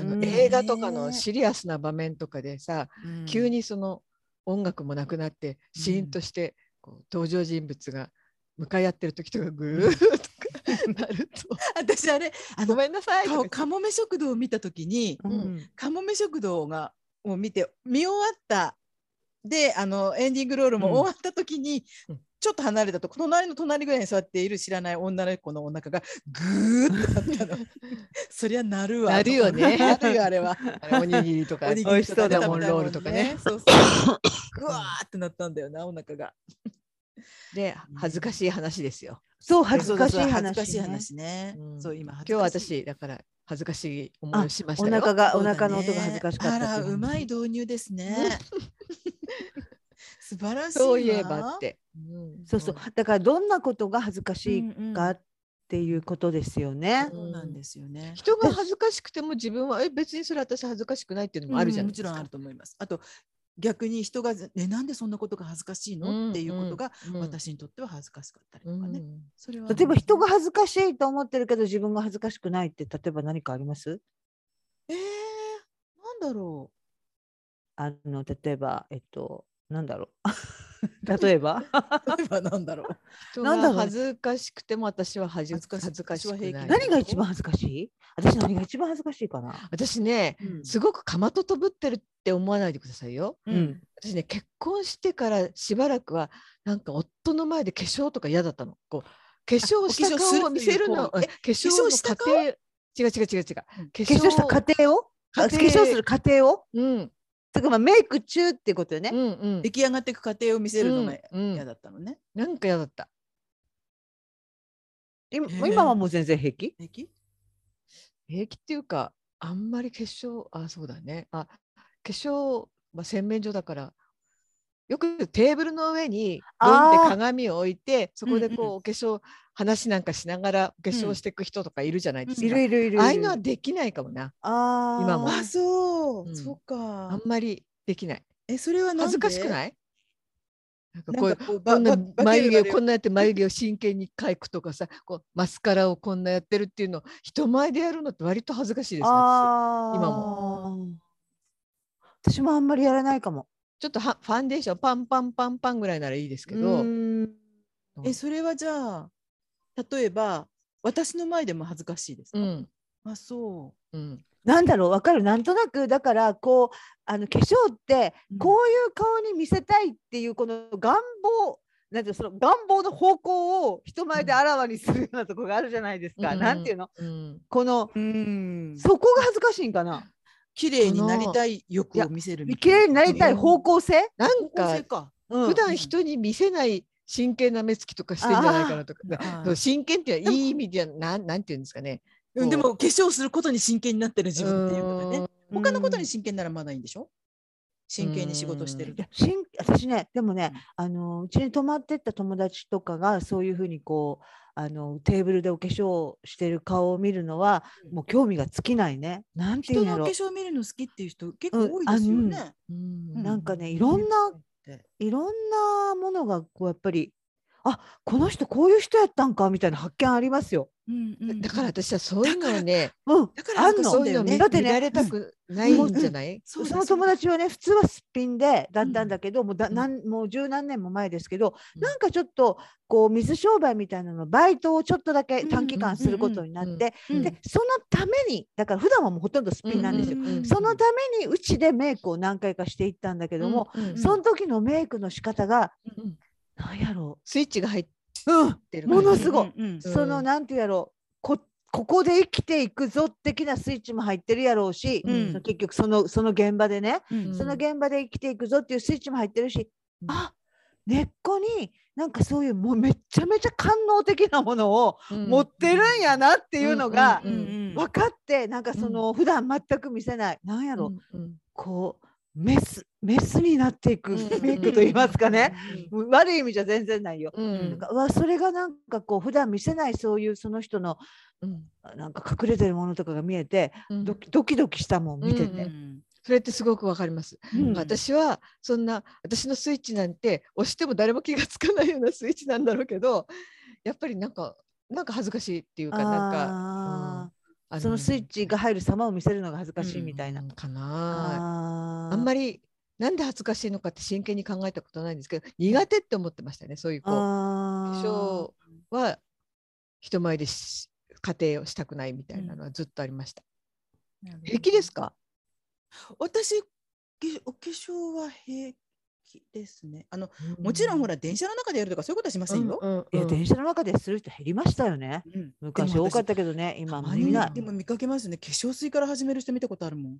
S2: あ
S3: う
S2: の
S3: ん
S2: 映画とかのシリアスな場面とかでさ、
S1: うん
S2: 急にその音楽もなくなってシーンとしてこう登場人物が向かい合ってる時とかグーッと かなると
S1: 私あれあ
S2: 「ご
S1: の
S2: めんなさい」と
S1: か
S2: か
S1: かもめ食堂を見た時に
S3: うん
S1: かもめ食堂がを見て見終わったであのエンディングロールも
S2: うん
S1: 終わった時に、
S2: うん
S1: ちょっと離れたとこ隣の隣ぐらいに座っている知らない女の子のお腹がぐーってな ったのそりゃなるわ
S2: なるよね
S1: なるよ あれ は
S2: あれおにぎりと か
S1: おに
S3: ぎりとかね
S2: レモンロールとかね。
S1: そうそう。ぐわーってなったんだよな、お腹が。
S2: で恥ずかしい話ですよ。
S3: そう恥ずかしい話、ね。
S1: 恥ずかしい話ね。
S2: うん
S1: そう、今。
S2: 今日は。私だから恥ずかしい思いをしまし
S3: お
S2: たよ。
S3: 腹が、
S1: そう
S3: お
S1: だね
S3: 腹の音が恥ずかしかった
S1: あ
S3: ってい
S1: ら、うまい
S3: 話。
S1: 導入ですね。素晴らしいわ。
S2: そういえばって。うん
S3: そうそう。だからどんなことが恥ずかしい
S1: うんうん
S3: かっていうことですよね。
S1: そうなんですよね。
S2: 人が恥ずかしくても自分はえ別にそれ私恥ずかしくないっていうのもあるじゃないですか。
S1: うんもちろんあると思います。あと、逆に人が、ね、なんでそんなことが恥ずかしいのっていうことが、
S2: うん
S1: 私にとっては恥ずかしかったりとか
S2: う
S1: ね。
S2: ん
S1: それは。
S3: 例えば人が恥ずかしいと思ってるけど自分が恥ずかしくないって例えば何かあります
S1: えー、なんだろう。
S3: あの例えばえっとなんだろう 例えば
S1: 例えばなんだろう。
S2: 人
S3: なんだろ
S2: が
S3: うね
S2: 恥ずかしくても私は恥
S1: 恥ずか
S2: ず
S1: し
S2: 恥ずかしく
S1: 私は平
S2: ない
S1: 気。
S3: 何が一番恥ずかしい私何が一番恥ずかしいかな
S2: 私ね、すごくかまととぶってるって思わないでくださいよ。
S1: う
S3: うんん
S2: 私ね結婚してからしばらくはなんか夫の前で化粧とか嫌だったの。こう化粧し
S1: あ
S2: た
S1: お化粧する
S2: 顔を見せるの。
S1: え
S2: うん化粧
S1: 化
S2: の
S1: 粧した
S2: 過
S1: 顔
S2: 程。違う違う違う違う。化
S3: 化粧した過程をあ化
S2: 家
S3: 粧
S2: 庭
S3: する過程を
S2: うん
S3: てかまあメイク中ってことよね、
S2: うんうん
S1: 出来上がっていく過程を見せるのが
S2: うんうん
S1: 嫌だったのね。
S2: なんか嫌だった。
S3: 今
S1: へえ
S3: 今はもう全然平気
S1: 平気
S2: 平気っていうかあんまり化粧あそうだねあ化粧、まあ、洗面所だからよくテーブルの上にドン
S3: あ
S2: っ
S3: ー
S2: て鏡を置いてそこでこう、
S1: うんうん
S2: お化粧話なんかしながらお化
S1: う
S2: 粧
S1: ん
S2: していく人とかいるじゃないです
S1: うん
S2: か、
S3: いるいるいるいる
S2: ああいうのはできないかもな
S3: あー
S2: 今も
S1: あ、そうう。
S2: ん
S1: そっ
S2: あ
S1: か
S2: ん。まりできない
S1: え、それはなんで
S2: 恥ずかしく
S1: い
S2: ないなんか
S1: な
S2: こうんいう
S1: かこうば
S2: こんな
S1: ば
S2: 眉毛を
S1: 化ける
S2: こんなやって眉毛を真剣に描くとかさこうマスカラをこんなやってるっていうのを人前でやるのって割と恥ずかしいですね私
S3: あー
S2: 今
S3: 私もあんまりやらないかも
S2: ちょっとはファンデーションパンパンパンパンぐらいならいいですけ
S3: う
S2: ど、
S3: ーん
S1: え、それはじゃあ、例えば、私の前でも恥ずかしいです
S2: う
S1: か、
S2: ん
S1: あ、そ
S2: うん、
S3: なんだろうわかるなんとなくだからこうあの化粧って
S1: うん
S3: こういう顔に見せたいっていうこの願望なんていうのその願望の方向を人前であらわにするようなとこがあるじゃないですか、
S2: うん
S3: なんていうの
S2: うん、
S3: この
S1: う。うん
S3: そこが恥ずかしいんかな
S1: 綺麗になりたい欲を見せるみ
S3: 綺
S1: た
S3: 麗
S1: い
S3: になりたい方向性、
S2: なん
S1: 方向性
S2: か
S1: か。
S3: うん
S2: 普段人に見せない真剣な目つきとかしてんじゃないかなとか
S1: あー
S2: そう真剣っていうのはいい意味ではなんなんていうんですかね
S1: うん、でも化粧することに真剣になってる自分っていうか
S2: う
S1: ね
S2: ん。
S1: 他のことに真剣ならまだいいんでしょ真剣に仕事してる
S3: いやしん私ねでもね
S1: うん
S3: あのうちに泊まってった友達とかがそういうふうにこうあのテーブルでお化粧してる顔を見るのは、
S1: うん
S3: もう興味が尽きないね。なんてい
S1: 人
S3: うんや
S1: のお
S3: ろ
S1: 化粧見るの好きっていう人結
S3: うん
S1: 構多いですよ
S3: あ
S1: ね。
S2: うん
S3: なんかねいろんな
S1: って
S3: いろんなものがこうやっぱりあこの人こういう人やったんかみたいな発見ありますよ。
S1: うんうん
S2: だから私はそういうのをね
S3: うん、
S1: だから
S3: あん
S1: ら
S3: の
S1: そ
S2: そうう
S1: だ
S2: い
S1: よ
S2: うのを
S1: ね
S2: 見
S3: だってね
S2: られたくないんじゃない、
S1: そうだ
S3: その友達はね普通はすっぴんでだったんだけど、もうだ
S2: うん
S3: なんもう十何年も前ですけど、
S2: うん
S3: なんかちょっとこう水商売みたいなのバイトをちょっとだけ
S1: うん
S3: 短期間することになって、
S2: うん
S1: うん
S3: でそのためにだから普段はもうほとんどすっぴんなんですよ、
S1: うんうんうん
S3: そのためにうちでメイクを何回かしていったんだけども、
S2: うんうん
S3: その時のメイクの仕方が、
S2: うん
S3: なんやろ
S2: スイッチが入っ
S3: う、うん、
S2: てる
S3: もの
S2: 感じ
S3: すごい
S1: うんうんうん
S2: うん
S3: そのなんていうやろうこここで生きていくぞ的なスイッチも入ってるやろうし、
S1: うん
S3: その結局そのその現場でね、
S1: うん
S2: うん
S3: その現場で生きていくぞっていうスイッチも入ってるし、
S2: うん
S3: あ根っこになんかそういうもうめちゃめちゃ官能的なものを
S2: うん
S3: 持ってるんやなっていうのが
S2: うんうん
S3: 分かってなんかその普段全く見せないなんやろ
S2: うん
S3: こうメスメスになっていく
S2: うんうん
S3: メイクと言いますかね
S2: うん
S3: もう悪い意味じゃ全然ないよ。
S2: うんう
S3: なん
S2: ん
S3: かうわそれがなんかこう普段見せないそういうその人の
S2: うん
S3: なんか隠れてるものとかが見えて
S2: うん
S3: ドキドキドキしたもん見て
S2: うんう
S3: て。
S1: ん
S2: それってすごくわかります
S1: うん
S3: うん
S2: 私はそんな私のスイッチなんて押しても誰も気がつかないようなスイッチなんだろうけどやっぱりなんかなんか恥ずかしいっていうかなんか
S3: あー
S2: うんあ
S3: そのスイッチが入る様を見せるのが恥ずかしいみたいな。
S2: うんかな
S3: あ
S2: あんま
S3: り
S2: りなんで恥ずかしいのかって真剣に考えたことないんですけど苦手って思ってましたねそういう子化
S3: 化
S2: 粧は人前でし家庭をしたくないみたいなのはずっとありました、平気ですか
S1: 私お化粧は平気ですね。あのもちろんほら電車の中でやるとかそういうことはしませんよ。
S2: うんうん
S3: いや、
S2: うん
S3: 電車の中でする人減りましたよね。
S1: うん
S3: 昔
S1: でも
S3: 多
S1: 私
S3: かったけどね、
S2: た
S3: 今も
S2: ま
S3: う
S2: に
S3: 見ない。
S1: でも見かけますよね。化粧水から始める人見たことあるもん。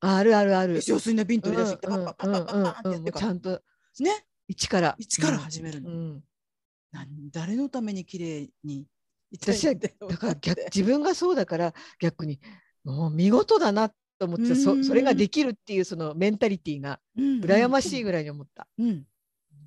S2: あるあるあ
S1: 化
S2: る
S1: 粧水の瓶取り出してきて
S2: う
S1: パ
S2: ん
S1: ッパッパッパッパッパッって
S2: うんうんう
S1: やって
S2: んもう
S1: か
S2: ちゃ
S1: ら
S2: んと
S1: ね
S2: 一から
S1: 一から始める
S2: う
S1: の。
S2: ん
S1: なん誰のために綺麗に
S2: 私はだから逆自分がそうだから逆にもう見事だなと思って
S1: うん
S2: そそれができるっていうそのメンタリティーが羨ましいぐらいに思った。
S1: い。うん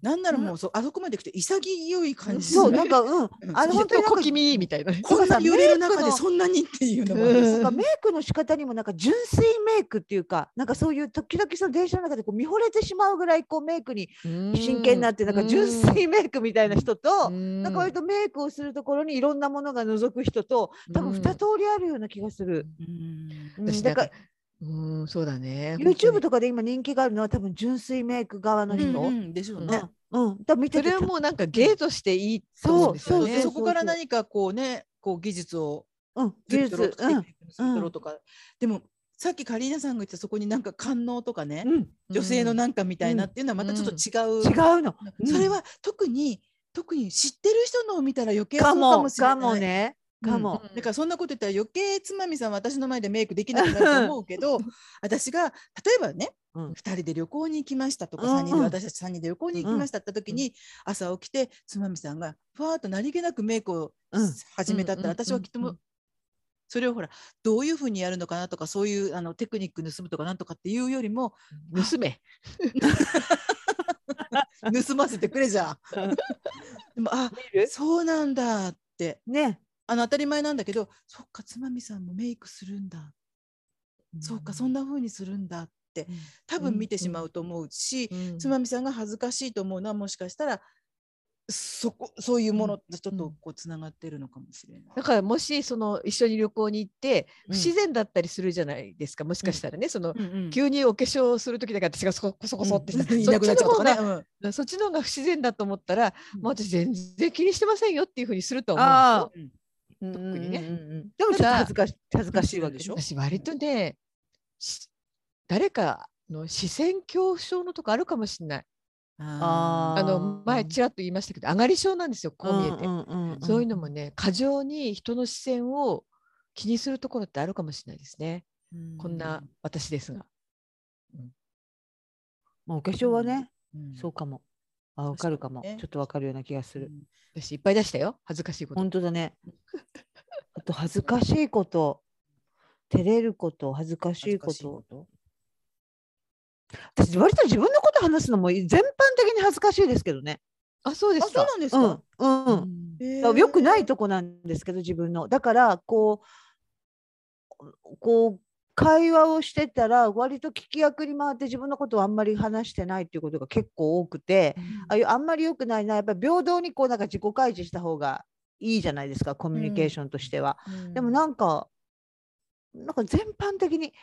S1: なんならもうそうあそこまで来て潔い感じする。
S3: そう、なんか、うん、あ
S1: う
S3: の、
S1: ん
S2: 本
S3: 本
S2: 当
S3: 当に
S2: に
S3: なん
S2: 小
S3: か
S2: 気味いいみたいなね。
S1: こんなに揺れる中
S3: なん
S1: で
S3: かさ
S1: そんなにっていうのもあ
S2: メイ
S1: る
S2: クの
S1: し
S3: なんかメイクの仕方にもなんか純粋メイクっていうかなんかそういう時々その電車の中でこう見惚れてしまうぐらいこうメイクに真剣になってなんか純粋メイクみたいな人と
S2: な
S3: なんか割とメイクをするところにいろんなものが覗く人と多
S2: う
S3: 分
S2: ん
S3: 二通りあるような気がする。
S1: うん
S3: うん
S2: 私
S3: だ
S2: だ
S3: か
S2: かららうんそうだね。
S3: YouTube
S2: と
S3: とかで今人気があるのは多分純粋メイク側の人、
S1: うんうんでしょう
S3: ね
S1: ね。
S3: うん、だから見て
S2: そ
S3: て
S2: れ
S3: た
S2: はもうなんか芸としていいって思んですよ
S3: そう
S1: で
S2: ね
S1: そこから何かこうねこう技術を
S3: うん、技
S1: 作ってろと、
S3: 術
S1: か
S3: う
S1: テ
S3: ん
S1: クニック作ってろとか、でもさっきカリーナさんが言ったそこになんか官能とかね、
S3: うん、
S1: 女性のなんかみたいなっていうのはまたちょっと違う、
S3: 違うの。うん
S1: それは特に特に知ってる人のを見たら余計そう
S3: か
S1: か
S3: も
S1: もしれない
S3: かもね。かも。
S1: だからそんなこと言ったら余計つまみさんは私の前でメイクできなくなると思うけど私が例えばね、
S3: う
S1: 二
S3: ん
S1: 2人で旅行に行きましたとか
S3: うんうん
S1: 三人で、私たち3人で旅行に行きましたって時に、朝起きてつまみさんがふわーっと何気なくメイクを
S3: うん
S1: 始めたったら、
S2: うんうんうん
S1: 私はきっともうそれをほらどういうふうにやるのかなとかそういうあのテクニック盗むとかなんとかっていうよりも
S2: 娘
S1: 盗ませてくれじ ゃん。でもあそうなんだって
S3: ね。
S1: あの当たり前なんだけどそっかつまみさんもメイクするんだそうか、そんな風にするんだって
S2: うん、
S1: 多分見てしまうと思うし、つまみさんが恥ずかしいと思うのは、もしかしたら、そこ、そういうものとちょっとこうつながってるのかもしれない。
S2: だからもしその一緒に旅行に行って
S1: うん
S2: 不自然だったりするじゃないですか、もしかしたらねその、
S1: うんうん
S2: 急にお化粧する時だから私がそこそこそってしたら、
S1: うんい
S2: そ
S1: な
S2: っ
S1: く
S2: ち
S1: なっちゃ
S2: の
S1: うと
S2: 方
S1: か
S2: が
S1: ね。うん
S2: そっちの方が不自然だと思ったら、まあ、私全然気にしてませんよっていうふうにすると思
S3: ああ
S2: う。
S1: うん
S3: 特
S2: にね
S3: でもちょっと
S2: ただ
S3: 恥ずかし恥ずかしいわけ
S1: で
S3: で
S1: し
S3: し
S1: ょ
S3: ょ。
S2: んですよ私割とねし誰かの視線恐怖症のとこあるかもしれない
S1: あ
S3: あ
S2: あ
S3: ー
S2: の前ちらっと言いましたけど上がり症なんですよこう見えて、
S3: んうんんん
S2: そういうのもね過剰に人の視線を気にするところってあるかもしれないですね、
S1: ー
S2: こんな、私ですが。
S3: まあお化粧はね、
S1: うん
S3: そうかも。あ、わかるかも。
S1: 確かにね
S3: ちょっとわかるような気がする。
S1: うん
S2: 私いっぱい出したよ恥ずかしいこと。
S3: 本当だね。あと恥ずかしいこと、照れること、恥ずかしいこ
S1: 恥ずかしい
S3: と。私割と自分のこと話すのも全般的に恥ずかしいですけどね。
S2: あそうで
S1: あ、
S2: す
S1: そう
S2: か。
S1: なんです
S3: う
S1: か
S3: ん、うん、うん。よくない
S1: と。
S3: とこなんですけど自分のだからこうこう会話をしてたら割と聞き役に回って自分のことをあんまり話してないっていうことが結構多くてああいうあんまり良くないなやっぱり平等にこうなんか自己開示した方がいいじゃないですかコミュニケーションとしては。でもなんかなんか全般的に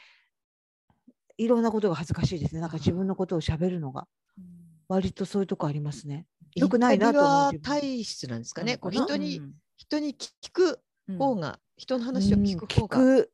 S3: いろんなことが恥ずかしいですねなんか自分のことをしゃべるのが割とそういうとこありますね。良くないなと思う
S2: インタビュアー体質なんですかね。こう
S1: なのか
S2: 人
S1: な
S2: に、人に聞く
S1: うん
S2: 方が、人の話を聞く方が、
S3: うん聞く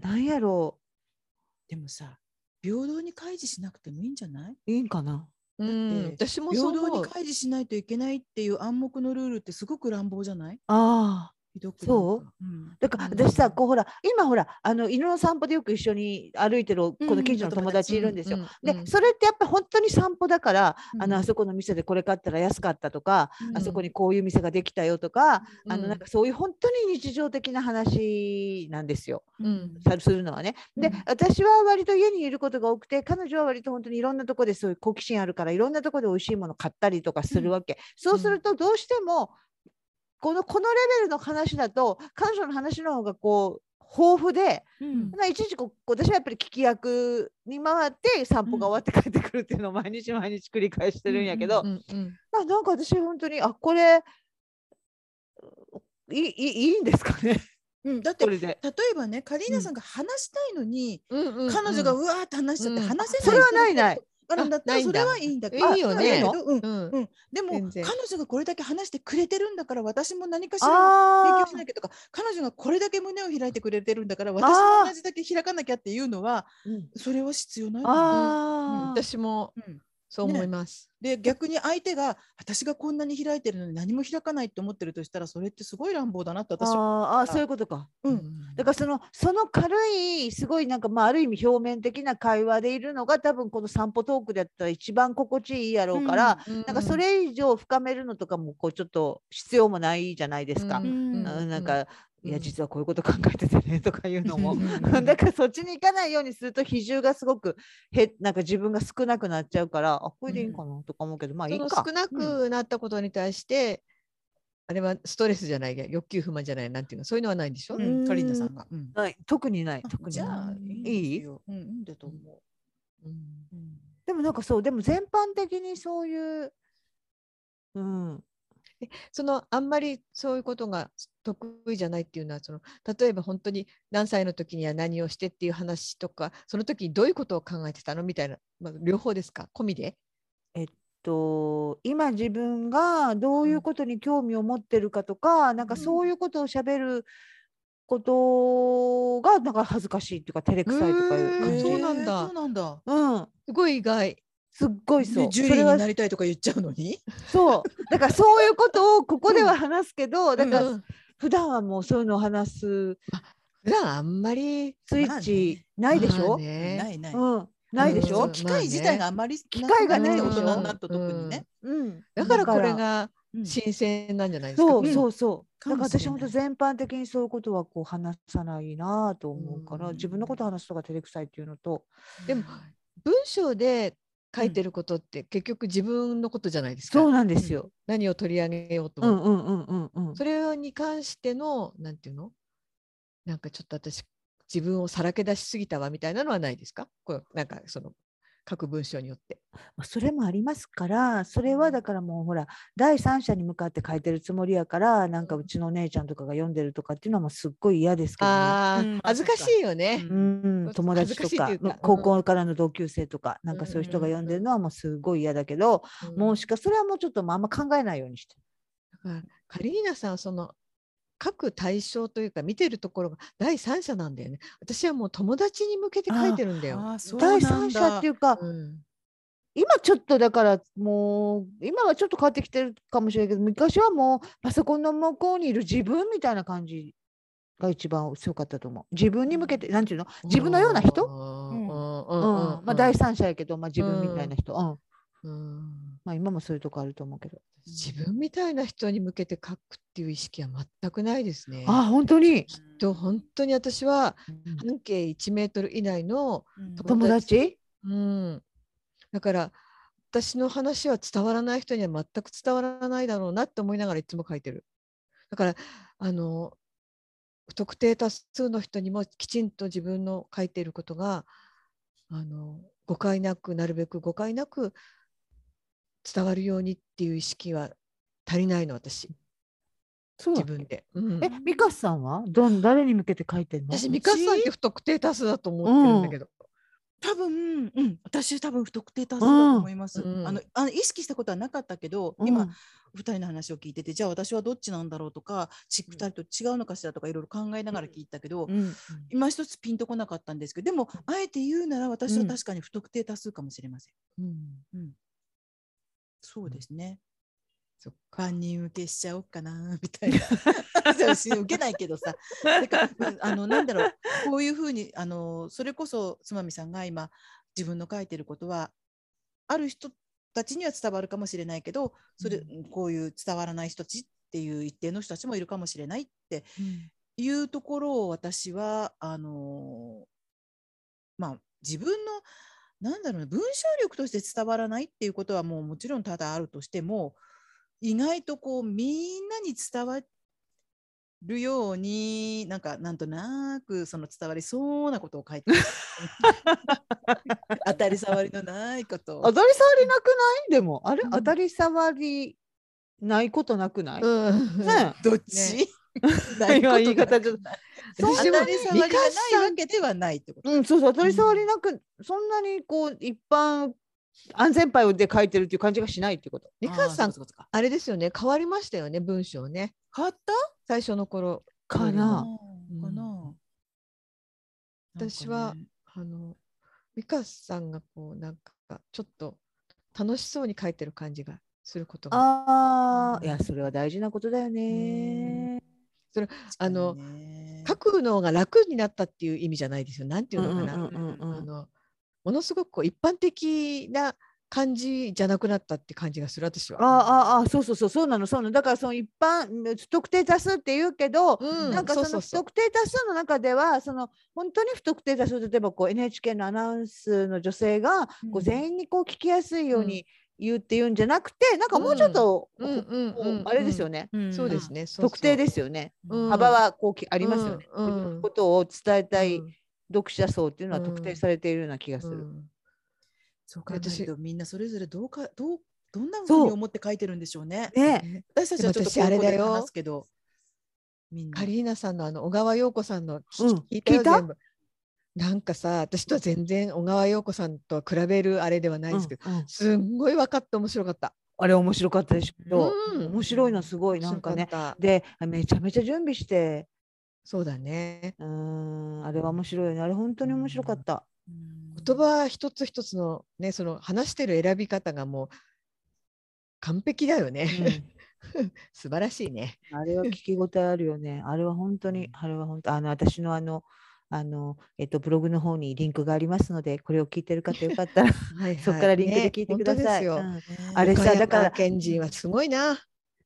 S3: なんやろう
S1: でもさ、平等に開示しなくてもいいんじゃない
S3: いいんかな。
S2: うん
S1: だって
S2: 私もそ
S1: 平
S2: う
S1: 等
S2: 思
S1: に
S2: う。
S1: 開示しないといけないっていう暗黙のルールってすごく乱暴じゃない
S3: ああ。
S1: ひどくなんか
S3: そう
S1: うん
S3: だから
S2: うん
S3: 私さ、こうほら、今ほら、あの犬の散歩でよく一緒に歩いてる、こ
S1: うん
S3: の近所の友達いるんですよ。で、
S2: うん
S3: それってやっぱり本当に散歩だから、あ
S1: う
S3: の
S1: ん
S3: あそこの店でこれ買ったら安かったとか、
S1: うん
S3: あそこにこういう店ができたよとか、あのなん、かそういう本当に日常的な話なんですよ。
S1: うん
S2: うん
S3: さするのはね。で、
S2: うん
S3: 私は割と家にいることが多くて彼女は割と本当にいろんなとこでそういう好奇心あるからいろんなとこで美味しいもの買ったりとかするわけ。そうするとどうしてもこのこのレベルの話だと彼女の話の方がこう豊富で
S1: うん
S3: だからいちいちこう私はやっぱり聞き役に回って散歩が終わって帰ってくるっていうのを毎日毎日繰り返してるんやけど、
S1: うん
S2: うんうん
S3: あなんか私本当にあこれいいいいいんですか ね
S1: うんだって
S3: こ
S1: 例
S3: れで。
S1: えばねカリーナさんが話したいのに、
S2: うんうん
S1: 彼女がうわーって話しちゃって
S2: うん
S1: 話せない、
S3: それはないない。
S1: あるんだったら
S2: あないん
S1: そ
S2: だ
S1: れはいいんだけ
S2: あ
S1: ど
S2: いいよね
S1: あいいんだけどうん
S2: うん
S1: うんでも
S2: 全
S1: 彼
S2: 然
S1: 女がこれだけ話してくれてるんだから私も何かしら提
S3: あ
S1: 供しなきゃとか彼女がこれだけ胸を開いてくれてるんだから私も同じだけ開かなきゃっていうのは
S3: ーうん
S1: それは必要ないよね
S3: あー
S2: 私も
S1: うん
S2: そう思います。
S1: で逆に相手が私がこんなに開いてるのに何も開かないって思ってるとしたらそれってすごい乱暴だなって私は
S3: あーあーそういうことか。
S1: うん
S3: だからそのその軽いすごいなんかまあある意味表面的な会話でいるのが多分この散歩トークだったら一番心地いいやろうから、
S2: うん
S3: なんかそれ以上深めるのとかもこうちょっと必要もないじゃないですか。
S2: う
S3: うん
S1: うん
S3: んなん
S2: う
S3: か、いや
S2: うん
S3: 実はこういうこと考えててねとかいうの も。
S1: うん
S3: だからそっちに行かないようにすると比重がすごくへなんか自分が少なくなっちゃうからあこれでいいんかなとか思うけど、まあいい
S2: その
S3: か
S2: 少。なくなったことに対して、あれはストレスじゃないや欲求不満じゃないなんていうのそういうのはないんでしょ、
S1: う、
S3: うんん
S1: カリーナさんが、うん
S3: ない特にない特に
S1: じ
S3: ない
S1: ゃあいいですようん、いいんだと思
S2: うん
S1: う、うん
S3: でもなんかそうでも全般的にそういう、うん、
S2: そのあんまりそういうことが得意じゃないっていうのはその例えば本当に何歳の時には何をしてっていう話とかその時にどういうことを考えてたのみたいな、まあ、両方ですか込みで。
S3: と今自分がどういうことに興味を持ってるかとか、なんか
S1: うん
S3: そういうことをしゃべることがなんか恥ずかしいっていうか照れくさいとかいう感
S2: へ
S3: じ、
S2: ーそうなんだ
S1: そうなんだ。
S3: うん、
S2: すごい意外。
S3: すっごいそ
S1: で
S3: う
S1: ジュ
S3: そ
S1: リ
S3: れ
S1: ー
S3: は
S1: になりたいとか言っちゃうのに。
S3: そうだからそういうことをここでは話すけど、だから
S2: うん
S3: 普段はもうそういうのを話す
S2: 普段あんまり
S3: スイッチないでし
S2: まあ
S3: ょ、
S2: ね
S1: ないない。
S3: うん、ないでし
S1: う
S3: ょ
S1: ん、機会自体があんまり
S3: 機会がないでしょ
S1: 大人になった特にね。
S3: うん、
S2: だからこれ
S3: だか
S2: が
S1: うん
S2: 新鮮なんじゃないですか。
S3: そう
S2: うん
S3: そうそう、
S1: か
S3: だか
S1: も
S3: ら
S1: しれない
S3: 私本当全般的にそういうことはこう話さないなと思うから、
S1: うん
S3: 自分のこと話すとか照れくさいっていうのと、
S2: でも文章で書いてることって結局自分のことじゃないですか。
S3: そうなんですよ。
S2: 何を取り上げようと
S3: う
S2: 思って
S3: んうんうんうんうん。
S2: それに関しての、なんていうのなんかちょっと私、自分をさらけ出しすぎたわみたいなのはないですかこうなんかその、各文章によって。
S3: まあそれもありますから、それ
S1: う
S3: は
S1: ん
S3: だからもうほら第三者に向かって書いてるつもりやから、なんかうちのお姉ちゃんとかが読んでるとかっていうのはもうすっごい嫌ですけどね。
S2: ああ、
S1: うん
S2: 恥ずかしいよね。
S1: う
S3: うん
S2: ん、
S3: 友達と
S2: 恥ずか
S3: か
S2: しいっていうか
S3: 高校からの同級生とか、なんかそういう人が
S2: うん
S3: 読んでるのはもうすごい嫌だけど、もうしかそれはもうちょっともうあんま考えないようにして
S2: うんだからカリーナさんはその、各対象というか見てるところが第三者なんだよね。私はもう友達に向けて書いてるんだよ。
S1: あーそう
S3: る。
S1: なん
S3: 第
S1: だ
S3: 三者っていうか、
S2: うん
S3: 今ちょっとだからもう今はちょっと変わってきてるかもしれないけど昔はもうパソコンの向こうにいる自分みたいな感じが一番強かったと思う自分に向けてなんていうの自分のような人、
S2: うんうんんうんう
S3: う
S2: ん
S3: まあ、第三者やけど、まあ、自分みたいな人、う
S2: う
S3: ん
S2: ん
S3: まあ、今もそういうとこあると思うけど、
S2: 自分みたいな人に向けて書くっていう意識は全くないですね。
S3: あ本当に、
S2: と本当に私は
S3: うん
S2: 半径1メートル以内の、
S1: うん
S2: と
S3: 友達
S2: うん、だから私の話は伝わらない人には全く伝わらないだろうなって思いながらいつも書いてる。だからあの不特定多数の人にもきちんと自分の書いていることがあの誤解なくなるべく誤解なく伝わるようにっていう意識は足りないの私
S3: そう
S2: 自分で。うん
S3: えミカさんはどん誰に向けて書いてんの
S2: 私ミカさんって不特定多数だと思ってるんだけど、
S1: 多分、うん、私多分不特定多数だと思います。
S2: うん
S1: あの、あの意識したことはなかったけど、
S3: うん
S1: 今二人の話を聞いてて、じゃあ私はどっちなんだろうとか、ち
S2: うん
S1: 二人と違うのかしらとかいろいろ考えながら聞いたけど、
S3: うん
S1: 今一つピンとこなかったんですけど、でもあえて言うなら私は確かに不特定多数かもしれません。
S2: うん
S1: そうですね。
S2: そっか
S1: 万人受けしちゃおうかな みたいな そうし受けないけどさだからうんあのなんだろうこういうふうにあのそれこそつまみさんが今自分の書いてることはある人たちには伝わるかもしれないけどそれ、
S2: う
S1: こういう伝わらない人たちっていう一定の人たちもいるかもしれないっていうところを私はあのまあ自分のなんだろうな文章力として伝わらないっていうことはもうもちろんただあるとしても意外とこうみんなに伝わるようになんかなんとなくその伝わりそうなことを書いてる当たり障りのないことを
S3: 当たり障りなくないでもあれ、
S1: うん
S3: 当たり障りないことなくない、
S2: うん
S3: ね
S1: どっち、
S2: ね
S1: ないことが
S3: 言い方ちょっと
S1: 当
S2: 私も
S1: たり障りがないわけではないってこと。
S3: うん、そうそう当たり障りなく、そんなにこう一般安全牌で書いてるっていう感じがしないってこと。
S2: ミカさ
S1: あー
S2: ん
S1: そうかそうか
S2: あれですよね変わりましたよね文章ね
S1: 変わった
S2: 最初の頃
S3: か
S2: あ
S1: か
S3: な。
S1: ななんかね
S2: 私はあのミカさんがこうなんかちょっと楽しそうに書いてる感じがすることがあ
S3: あ
S2: う
S3: あ、
S2: ん
S3: いや、それは大事なことだよね。
S2: あの
S1: 確かにね
S2: 書くのが楽になったっていう意味じゃないですよなんていうのかな、
S3: うんうんうんうん
S2: あのものすごくこう一般的な感じじゃなくなったって感じがする私
S3: あ
S2: は。
S3: ーあー、あーそうそうそう、そうなの、そうなの、だから、その一般、不特定多数って言うけど。
S2: うん、
S3: なんかその不特定多数の中ではその本当に不特定多数例えばこう NHK のアナウンスの女性がこ
S1: う
S3: うん全員にこう聞きやすいよう
S2: うん
S3: に言うっていうんじゃなくてなんかもうちょっと
S2: うんうん
S3: こ
S2: う
S3: うんあれですよね
S1: うん
S2: そうですね。そうそう
S3: 特定ですよね
S2: うん
S3: 幅はこうきありますよね。
S2: うん
S3: 自分
S2: う
S3: の
S2: ん
S3: ことを伝えたい
S2: うん
S3: 読者層っていうのは特
S2: う
S3: 定
S2: ん
S3: されているような気がす
S2: う
S3: る。
S2: ん
S1: そう考えるとみんなそれぞれどうかどうどんなふ
S3: そう
S1: うに思って書いてるんでしょうね。
S3: ね
S2: ね
S1: 私たちはちょっと
S2: でも私あれだ
S1: こういうこ
S2: よ
S1: とで話すけど、みんな
S2: カリーナさんのあの小川陽子さんの聞,、
S3: うん
S2: 聞いたよ
S3: 聞いた
S2: 全部なんかさ私とは全然小川陽子さんとは比べるあれではないですけど、
S3: うんうん
S2: すんごい分かって面白かった。
S3: あれ面白かったですけど、
S2: うん
S3: 面白いのすごいなんかね
S2: 面白った
S3: でめちゃめちゃ準備して
S2: そうだね
S3: うーんあれは面白いよねあれ本当に面白かった、
S2: 言葉一つ一つのねその話してる選び方がもう完璧だよね、 素晴らしいね。
S3: あれは聞き応えあるよねあれは本当にあれは本当あの私のあのあのえっとブログの方にリンクがありますのでこれを聞いてる方よか ったらそこからリンクで聞いてください、
S2: ね
S3: う
S2: 本当
S3: ん
S2: ですよ
S3: あれさ
S2: 岡山
S3: だから
S2: 県人はすごいな。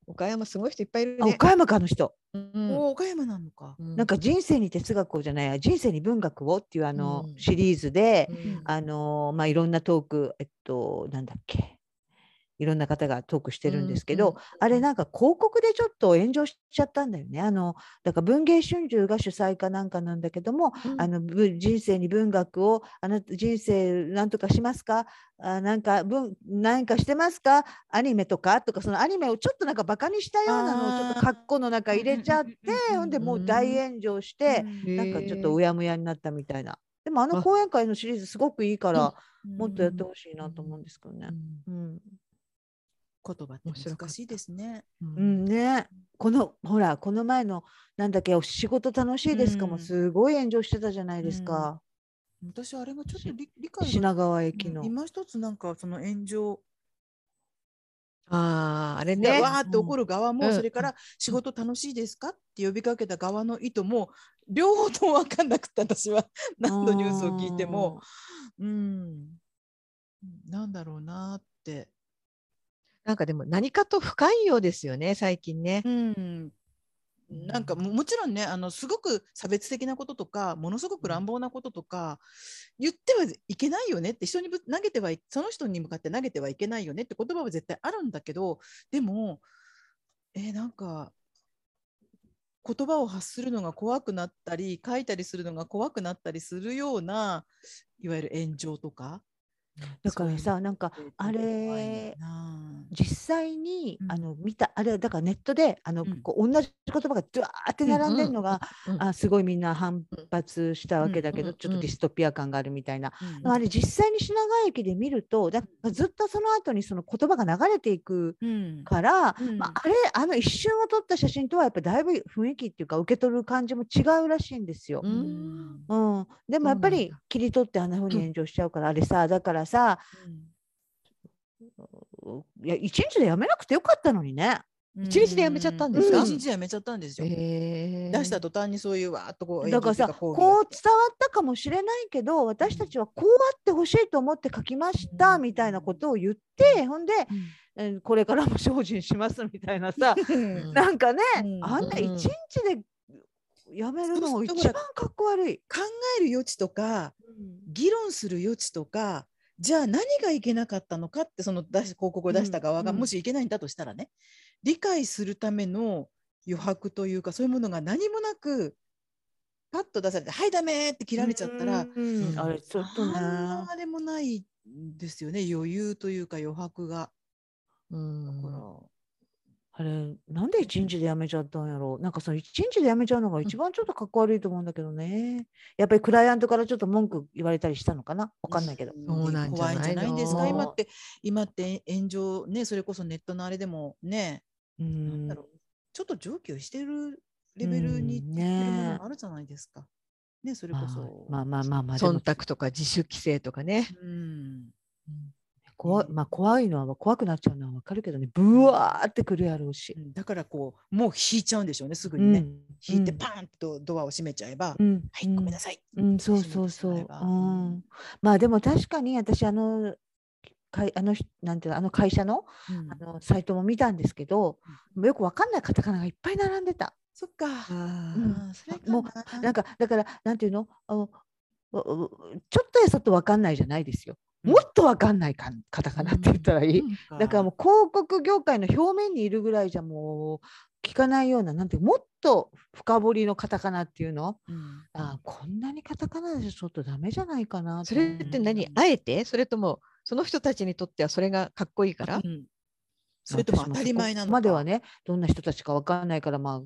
S2: 岡山すごい人いっぱいいる
S3: あ
S2: ね。
S3: 岡山かの人、
S2: うん
S1: お岡山なのか。
S3: なんか人生に哲学をじゃないや人生に文学をっていうあの、
S2: うん
S3: シリーズで、
S2: うん
S3: あのーまあいろんなトークえっとなんだっけいろんな方がトークしてるんですけど、
S2: うんうん
S3: あれなんか広告でちょっと炎上しちゃったんだよねあのだから文藝春秋が主催かなんかなんだけども、
S2: うん
S3: あのぶ人生に文学をあなた人生なんとかしますかあなんか文何かしてますかアニメとかとかそのアニメをちょっとなんかバカにしたようなのをちょっと
S1: あー
S3: 括弧の中入れちゃって
S1: うんうんうんうん
S3: ほんでもう大炎上して、なんかちょっとうやむやになったみたいな。でもあの
S2: あ
S3: 講演会のシリーズすごくいいから、
S1: うん
S3: もっとやってほしいなと思うんですけどね
S2: う。ん
S3: うん、
S1: 言葉って難しいですね。
S2: うん
S3: うん、ね、このほら、この前のなんだっけ、お仕事楽しいですかも、
S1: うん
S3: すごい炎上してたじゃないですか。
S1: 私あれがちょっと理理解が
S3: 品川駅の。
S1: 今一つなんかその炎上
S2: あああれ
S1: で
S2: ね。
S1: わーって怒る側も、
S2: うん
S1: それから仕事楽しいですかって呼びかけた側の意図も両方とも分かんなくて私は 何度ニュースを聞いてもうんなんだろうなって、
S2: なんかでも何かと不寛容ですよね最近ね。
S1: うん、なんかももちろんねあのすごく差別的なこととかものすごく乱暴なこととか言ってはいけないよねって人にぶ投げてはいその人に向かって投げてはいけないよねって言葉は絶対あるんだけどでもえーなんか言葉を発するのが怖くなったり書いたりするのが怖くなったりするようないわゆる炎上とか
S3: だからさ、なんかあれ
S1: 怖いな
S3: 実際に、
S1: うん
S3: あの見たあれだからネットであの、
S1: うん
S3: こう同じ言葉がドゥワーって並んでるのが、
S2: うんうん
S3: あすごいみんな反発したわけだけど、
S2: うん
S3: ちょっとディストピア感があるみたいな
S1: うん
S3: あれ実際に品川駅で見るとだからずっとその後にその言葉が流れていく
S1: うん
S3: から、
S1: うん
S3: まあ、あれあの一瞬を撮った写真とはやっぱだいぶ雰囲気っていうか受け取る感じも違うらしいんですよ。
S2: う
S3: うん
S2: ん
S3: でもやっぱ
S2: そうなん
S3: り
S2: だ
S3: 切り取ってあんな風に炎上しちゃうから、あれさだからさいや一日でやめなくてよかったのにね。
S2: 一日でやめちゃったんです
S1: う
S3: か
S1: 一日でやめちゃったんですよ。
S2: え
S1: 出した途端にそういうわーっとこう
S3: だからさ
S1: 炎上
S3: こう伝
S1: とい
S3: わ
S1: う
S3: っ
S1: か
S3: たかもしれないけど私たちはこうあってほしいと思って書きました、
S1: うん
S3: みたいなことを言って、ほんで、
S1: 抗議
S3: えーこれからも精進しますみたいなさ
S1: うん
S2: うん
S3: なんかね、
S1: うん
S3: あんな
S2: うん
S3: 一日でやめるのも
S1: そうす
S3: 一
S1: ると
S3: 番かっこ悪い。
S1: 考える余地とか議論する余地とかじゃあ何がいけなかったのかってその出し広告を出した側が
S3: うん
S1: もしいけないんだとしたらね、理解するための余白というかそういうものが何もなくパッと出されて「はいダメ!」って切られちゃったら、
S3: うん
S2: うん
S3: あれちょっとね。
S1: 何のあれもないんですよね余裕というか余白が。
S2: うん
S1: だから
S3: あれなんで一日でやめちゃったんやろうなんかその一日でやめちゃうのが一番ちょっとかっこ悪いと思うんだけどねやっぱりクライアントからちょっと文句言われたりしたのかなわかんないけど
S2: そうなんじゃな
S1: 怖
S2: いの
S1: いんじゃないんですか今って今って炎上ねそれこそネットのあれでもね
S3: う
S1: なん
S3: ん
S1: だろうちょっと上級してるレベルにいっ
S3: うん
S1: てるもの
S3: ね
S1: もあるじゃないですかねそれこ
S3: ま
S1: そ
S3: あまあまあまあまあで
S2: 忖
S3: も
S2: 度とか自主規制とかね。
S1: うん
S3: 怖いまあ怖いのは怖くなっちゃうのはわかるけどねブワーってくるやろうし
S1: う、んだからこうもう引いちゃうんでしょうねすぐ
S3: う
S1: に
S3: ん
S1: ね引いて
S3: うん
S1: パーンとドアを閉めちゃえば
S3: うん、
S1: はいごめんなさい
S3: うん、そうそうそう。う
S1: 閉めてしまえば
S3: ん、まあでも確かに私あのかいあのひなんていうのあの会社の
S1: うん
S3: あのサイトも見たんですけど、よくわかんないカタカナがいっぱい並んでた。
S1: そっか
S2: あ
S3: ー
S1: あーそれか
S3: も
S1: な
S3: なんかだからなんていうのあおおおちょっとやそっとわかんないじゃないですよ。
S1: うん
S3: もっとわかんないかんカタカナって言ったらいい。だからもう広告業界の表面にいるぐらいじゃもう聞かないようななんていうもっと深掘りのカタカナっていうの
S1: うん
S3: あーこんなにカタカナでちょっとダメじゃないかなと
S2: そ
S3: 思
S2: れ
S3: う
S2: って
S1: う
S2: 何
S1: ん
S2: あえてそれともその人たちにとってはそれがかっこいいから
S1: うんそれとも当たり前なのか
S3: まあ私もそこまではねどんな人たちかわかんないからま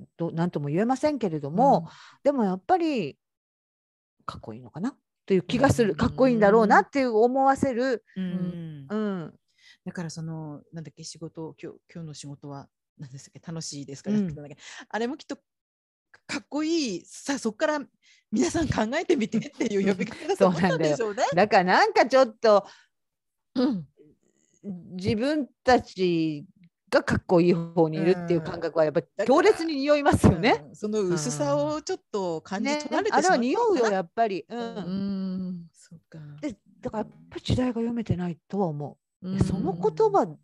S3: あどなんとも言えませんけれども、でもやっぱりかっこいいのかなという気がするかっこいいんだろうなっていう思わせる、
S1: うん
S3: うん、
S1: だからそのなんだっけ仕事今日今日の仕事は何でしたっけ楽しいですから、
S3: うん
S1: なんだっけあれもきっとかかっこいいさあそこから皆さん考えてみてっていう呼び方だと思ったんでしょうね。
S3: だからなんかちょっと
S2: うん
S3: 自分たちがかっこいい方にいるっていう感覚はやっぱり強烈に匂いますよね。
S1: うんその薄さをちょっと感じ
S3: ね
S1: 取られてしま
S3: あれは匂うよ
S1: っ
S3: やっぱり、う
S1: うん
S3: ん、
S2: ん
S1: そうか
S3: でだからやっぱり時代が読めてないとは思う、
S2: うん
S3: その言葉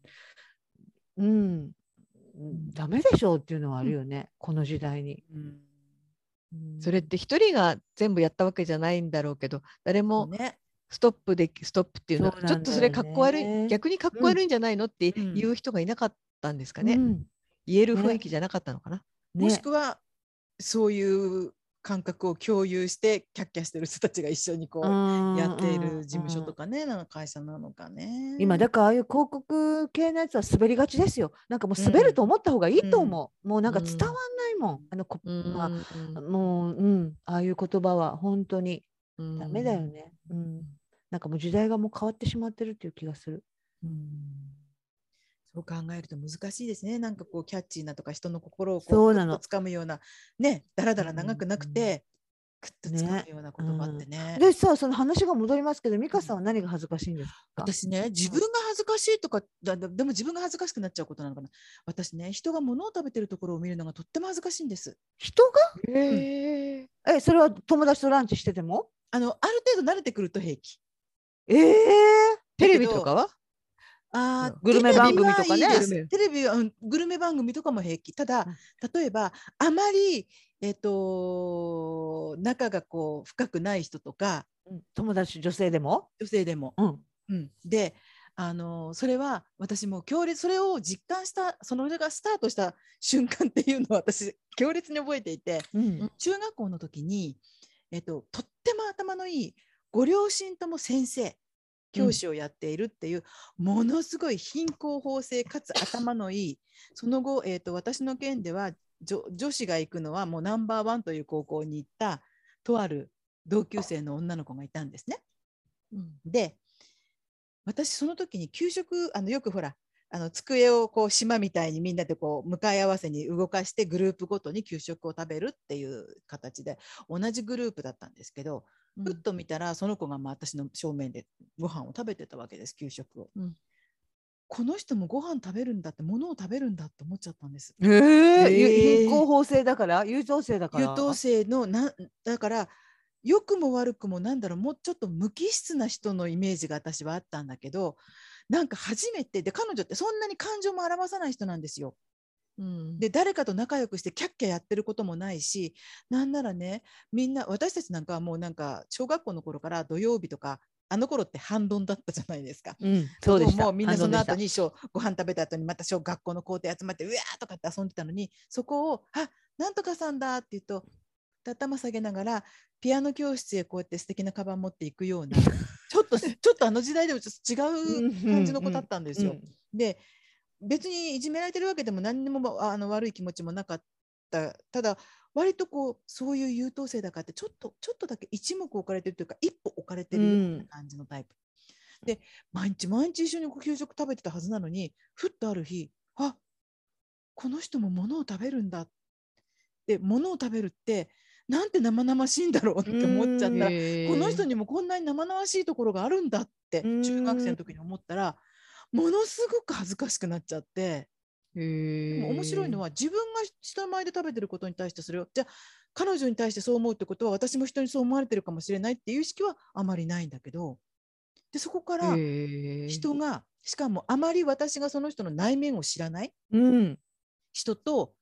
S3: うんダメでしょうっていうのはあるよね、この時代に。
S1: うん
S2: それって一人が全部やったわけじゃないんだろうけど誰も
S1: ね、
S2: ストップできストップっていうのは
S3: そうなん
S2: ち
S3: だ
S2: ょっと
S3: よね
S2: それかっこ悪い逆にかっこ悪いんじゃないのって
S1: うん
S2: 言う人がいなかったんですかね、
S3: うん
S2: 言える雰囲気じゃなかったのかな、
S1: もし
S3: ね
S1: くはそういう感覚を共有してキャッキャしてる人たちが一緒にこうやっている事務所とかね、なんか会社なのかね。
S3: 今だからああいう広告系のやつは滑りがちですよなんかもう滑ると思った方がいいと思う、もうなんか伝わんないもん、あのこ、まあ、もううんああいう言葉は本当にダメだよね、うんなんかもう時代がもう変わってしまってるっていう気がする、
S1: うんそう考えると難しいですね。なんかこうキャッチーなとか人の心を
S3: そ
S1: こ
S3: う
S1: う
S3: な
S1: な
S3: の
S1: の掴むようなね、だらだら長くなくて、くっと
S3: ね
S1: 掴むような言葉ってね。
S3: でさその話が戻りますけど美香さんは何が恥ずかしいんですか、
S1: 私ね、自分が恥ずかしいとかだだでも自分が恥ずかしくなっちゃうことなのかな。私ね、人が物を食べてるところを見るのがとっても恥ずかしいんです。
S3: 人
S2: へえ
S3: がえそれは友達とランチしてても
S1: あのある程度慣れてくると平気。
S3: ええ
S2: テレビとかは
S1: あ
S3: グルメ番組とかね
S1: ね。テレビは、うん、グルメ番組とかも平気。ただ
S3: うん、
S1: 例えば、あまり、えっ、と、仲がこう、深くない人とか、
S3: うん友達女性でも
S1: 女性でも。
S3: うん
S1: うん、で、あのそれは私も強烈それを実感したそのれがスタートした瞬間っていうのを私強烈に覚えていて
S3: うん
S1: 中学校の時に、えっと、とっても頭のいいご両親とも先生教師をやっているっていう、ものすごい貧困法制かつ頭のいいその後、えっと、私の県では女女子が行くのはもうナンバーワンという高校に行ったとある同級生の女の子がいたんですね。で私その時に給食あのよくほらあの机をこう島みたいにみんなでこう向かい合わせに動かしてグループごとに給食を食べるっていう形で同じグループだったんですけど、ふっと見たらその子がまあ私の正面でご飯を食べてたわけです給食を、
S2: うん
S1: この人もご飯食べるんだって物を食べるんだって思っちゃったんです
S3: ええ
S2: ええ
S3: 貧困法制だから優等生だから
S1: 優等生のなだから良くも悪くもなんだろうもうちょっと無機質な人のイメージが私はあったんだけどなんか初めてで彼女ってそんなに感情も表さない人なんですよ。
S2: うん
S1: で誰かと仲良くしてキャッキャやってることもないしなんならねみんな私たちなんかはもうなんか小学校の頃から土曜日とかあの頃って反論だったじゃないですか。
S3: うん、そうでした
S1: もうみんなその後
S3: 反応で
S1: に小ご飯食べた後にまた小学校の校庭集まってうわーとかって遊んでたのにそこを「あなんとかさんだ」って言うと頭下げながらピアノ教室へこうやって素敵なカバン持っていくよう なちょっとちょっとあの時代でもちょっと違う感じの子だったんです
S3: した
S1: よ。で別にいじめられてるわけでも何にもああの悪い気持ちもなかったただ割とこうそういう優等生だからってちょっとちょっとだけ一目置かれてるというか一歩置かれてるよう
S3: う
S1: なん感じのタイプ、で毎日毎日一緒に給食食べてたはずなのにふっとある日あこの人も物を食べるんだって物を食べるってなんて生々しいんだろうって思っちゃったらこの人
S2: に
S1: にもこんなに生々しいところがあるんだって
S3: うん
S1: 中学生の時に思ったらものすごく恥ずかしくなっちゃってでも面白いのは自分が人前で食べてることに対してそれをじゃあ彼女に対してそう思うってことは私も人にそう思われてるかもしれないっていう意識はあまりないんだけどでそこから人がしかもあまり私がその人の内面を知らない
S3: うん
S1: 人と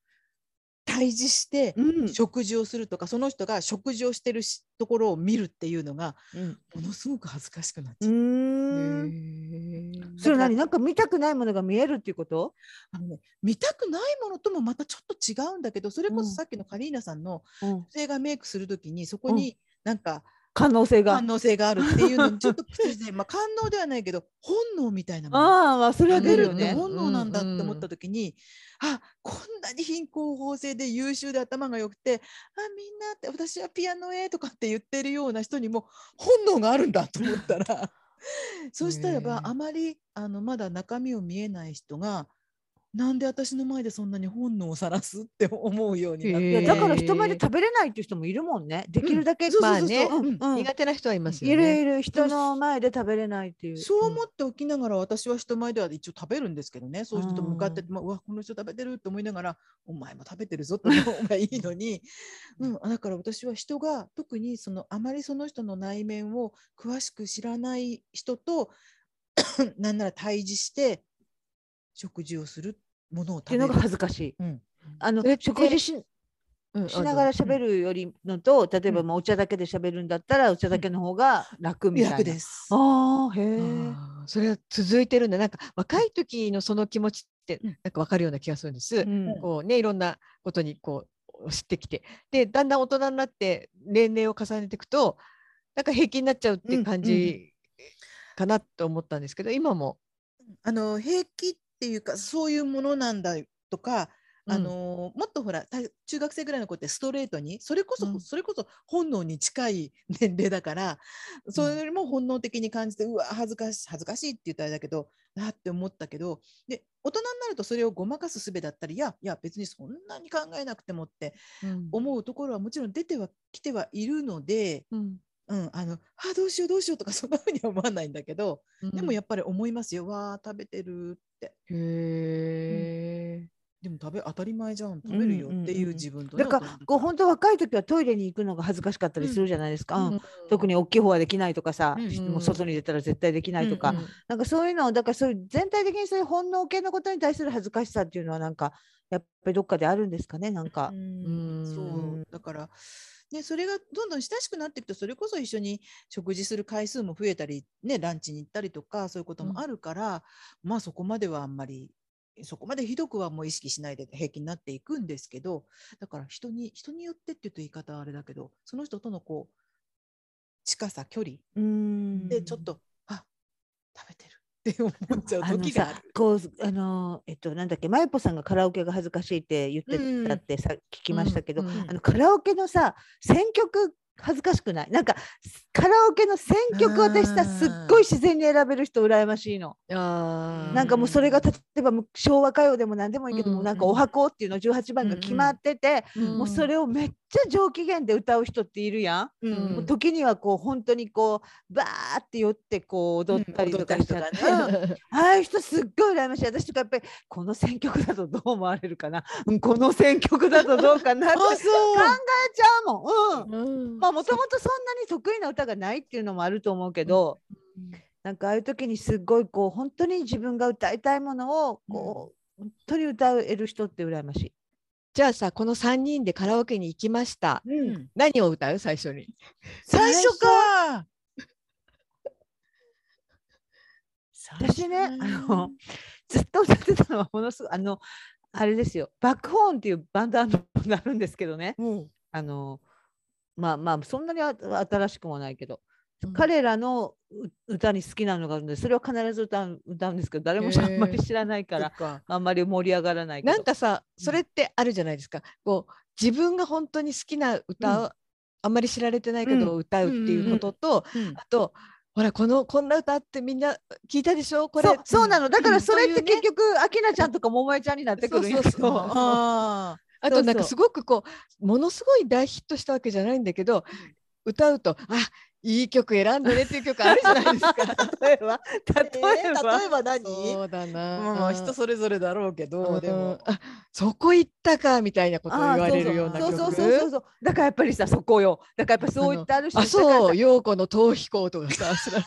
S1: 対峙して
S3: うん
S1: 食事をするとかその人が食事をしてるしところを見るっていうのが
S3: うん
S1: ものすごく恥ずかしくなっ
S3: う
S1: ちゃう。
S3: ーんそれは何なんか見たくないものが見えるっていうこと
S1: あのね、見たくないものともまたちょっと違うんだけどそれこ
S3: うん
S1: そさっきのカリーナさんの
S3: うん
S1: 女性がメイクするときにそこになんか
S3: 可能性が。
S1: 反応性があるっていうの にちょっと口で、まあ、感能ではないけど本能みたいなもの
S3: ああ、まあ、それは
S1: 食
S3: 出
S1: べ
S3: る
S1: るっ
S3: よ
S2: 食
S1: て
S2: べ
S3: ね。
S1: 本能なんだっ
S2: うんうん
S1: て思った時に、あこんなに貧困法制で優秀で頭が良くてあみんなって私はピアノへとかって言ってるような人にも本能があるんだと思った らそうしたらば
S2: ねえ
S1: あまりあのまだ中身を見えない人がなんで私の前でそんなに本能をさらすって思うようになっ
S2: へ
S1: て。
S2: え
S3: いやだから人前で食べれないっていう人もいるもんね。できるだけ、
S1: そう
S2: ま
S1: そうそ
S2: あ
S1: う
S2: ね
S1: そううん
S3: うん
S2: 苦手な人はいます
S3: い
S2: よ
S3: るい
S2: ね。
S3: る人の前で食べれないっていう。
S1: そう思っておきながら私は人前では一応食べるんですけどねそういう人と向かってて、まあ、うわこの人食べてると思いながらお前も食べてるぞって思う方がいいの に、うん、だから私は人が特にそのあまりその人の内面を詳しく知らない人と なんなら対峙して食事をするものを
S3: っ
S1: 食
S3: てい
S1: べる
S3: うのが恥ずかしい。
S1: うん
S3: あの
S2: それって
S3: 食事し
S2: うん
S3: しながら喋るよりのと、例えばまあお茶だけで喋るんだったらお茶だけの方が楽みたいな。
S1: 役です。
S3: ああへ
S2: あ
S3: え。
S2: ーそれは続いてるんだなんか若い時のその気持ちって
S1: うん
S2: なんか分かるような気がするんです。
S3: うん
S2: こうね、いろんなことにこう知ってきてでだんだん大人になって年齢を重ねていくとなんか平気になっちゃうっていう感じかなと思ったんですけど、今も、
S1: あの平気っていうかそういうものなんだとか、
S2: うん
S1: あのもっとほらた中学生ぐらいの子ってストレートにそれこそ、
S2: うん
S1: それこそ本能に近い年齢だからそれよりも本能的に感じて、うわ恥ずかしい恥ずかしいって言ったらあれだけどなって思ったけどで大人になるとそれをごまかす術だったりいやいや別にそんなに考えなくてもって思うところはもちろん出てはきてはいるので、
S2: うん
S1: うん、あのあどうしようどうしようとか そんなふうには思わないんだけど。でもや
S2: っ
S1: っぱり思いますよ。わあ、食べてるって。
S2: ぱへ
S1: でも食べ当たり前じゃん。食べるよ
S3: うんうんうん
S1: っていう自分とね、
S3: だからこう本当若い時はトイレに行くのが恥ずかしかったりするじゃないですか。
S1: うん
S3: うん
S1: う
S3: 特に大きい方はできないとかさ、
S1: うんうん
S3: もう外に出たら絶対できないとか、
S1: うんうん
S3: なんかそういうのをだからそういう全体的にそういう本能系のことに対する恥ずかしさっていうのはなんかやっぱりどっかであるんですかねなんか。
S1: ん
S2: うん
S1: そうだから、ね、それがどんどん親しくなっていくとそれこそ一緒に食事する回数も増えたり、ね、ランチに行ったりとかそういうこともあるから、まあそこまではあんまりそこまでひどくはもう意識しないで平気になっていくんですけどだから人に人によってって言うと言い方はあれだけどその人とのこう近さ距離
S3: うん
S1: でちょっと、あ食べてるって思っちゃう
S3: あの
S1: 時があ
S3: さ
S1: る。
S3: こうあのえっとなんだっけまゆぽさんがカラオケが恥ずかしいって言
S1: うんう
S3: っ
S1: ん
S3: てたってさ、聞きましたけど、
S2: うんうん
S3: あのカラオケのさ選曲恥ずかしくないなんかカラオケの選曲私
S1: あー
S3: さすっごい自然に選べる人羨ましいの。
S2: あー
S3: な んかもうそれが例えばむ昭和歌謡でも何でもいいけども、
S2: うん
S3: なんかお箱っていうの18番が決まってて、
S2: うん
S3: もうそれをめっちゃ上機嫌で歌う人っているやん。
S1: うん
S2: うん
S3: もう時にはこう本当にこうバーって寄ってこう踊ったりとかしちゃって、
S1: うん踊ったりとか
S3: うんああいう人すっごい羨ましい私とかやっぱりこの選曲だとどう思われるかな、うん、この選曲だとどうかなって考
S1: あそう
S3: えちゃうもん。うん
S2: うん
S3: まあもともとそんなに得意な歌がないっていうのもあると思うけど、なんかああいう時にすごいこう本当に自分が歌いたいものをこう、本当に歌える人って羨ましい。
S2: じゃあさこの3人でカラオケに行きました
S1: うん
S2: 何を歌う最初に
S1: 最初か
S3: 私ねあのずっと歌ってたのはものすごいあのあれですよバックホーンっていうバンドアンドがあるんですけどね
S1: うん
S3: あのまあまあそんなにあ新しくもないけど、
S2: うん
S3: 彼らのう歌に好きなのがあるんでそれは必ず歌う歌うんですけど誰もし
S2: へ
S3: あ
S2: え
S3: んまり知らないから、あんまり盛り上がらないけど。
S2: なんかさそれってあるじゃないですか、こう自分が本当に好きな歌を、あんまり知られてないけど歌うっていうことと、
S1: うん
S2: あとほらこのこんな歌ってみんな聞いたでしょこれ
S3: そうそうなのだから
S2: うん
S3: それって
S2: そういう
S3: 結
S2: ね
S3: 局明菜ちゃんとか桃江ちゃんになってくるんやけ
S2: そうそう
S3: ど
S2: そう
S1: あ
S2: あ
S3: そうそ
S2: と
S3: う
S2: なんかすごくこうものすごい大ヒットしたわけじゃないんだけど、歌うとあいい曲選んだねっていう曲あるじゃないです か。
S3: 例えば
S1: あ
S3: 例えば、
S1: ば何
S2: そうだな、
S1: まあまあ人それぞれだろうけど、
S2: うん
S1: でも
S2: あそこ行ったかみたいなことを言われるような
S3: あー
S2: 曲
S3: そうそうそうそうそうそうだからやっぱりさそこよだからやっぱそういったある人
S2: あそう陽子の逃避行とかさ知らん
S1: ど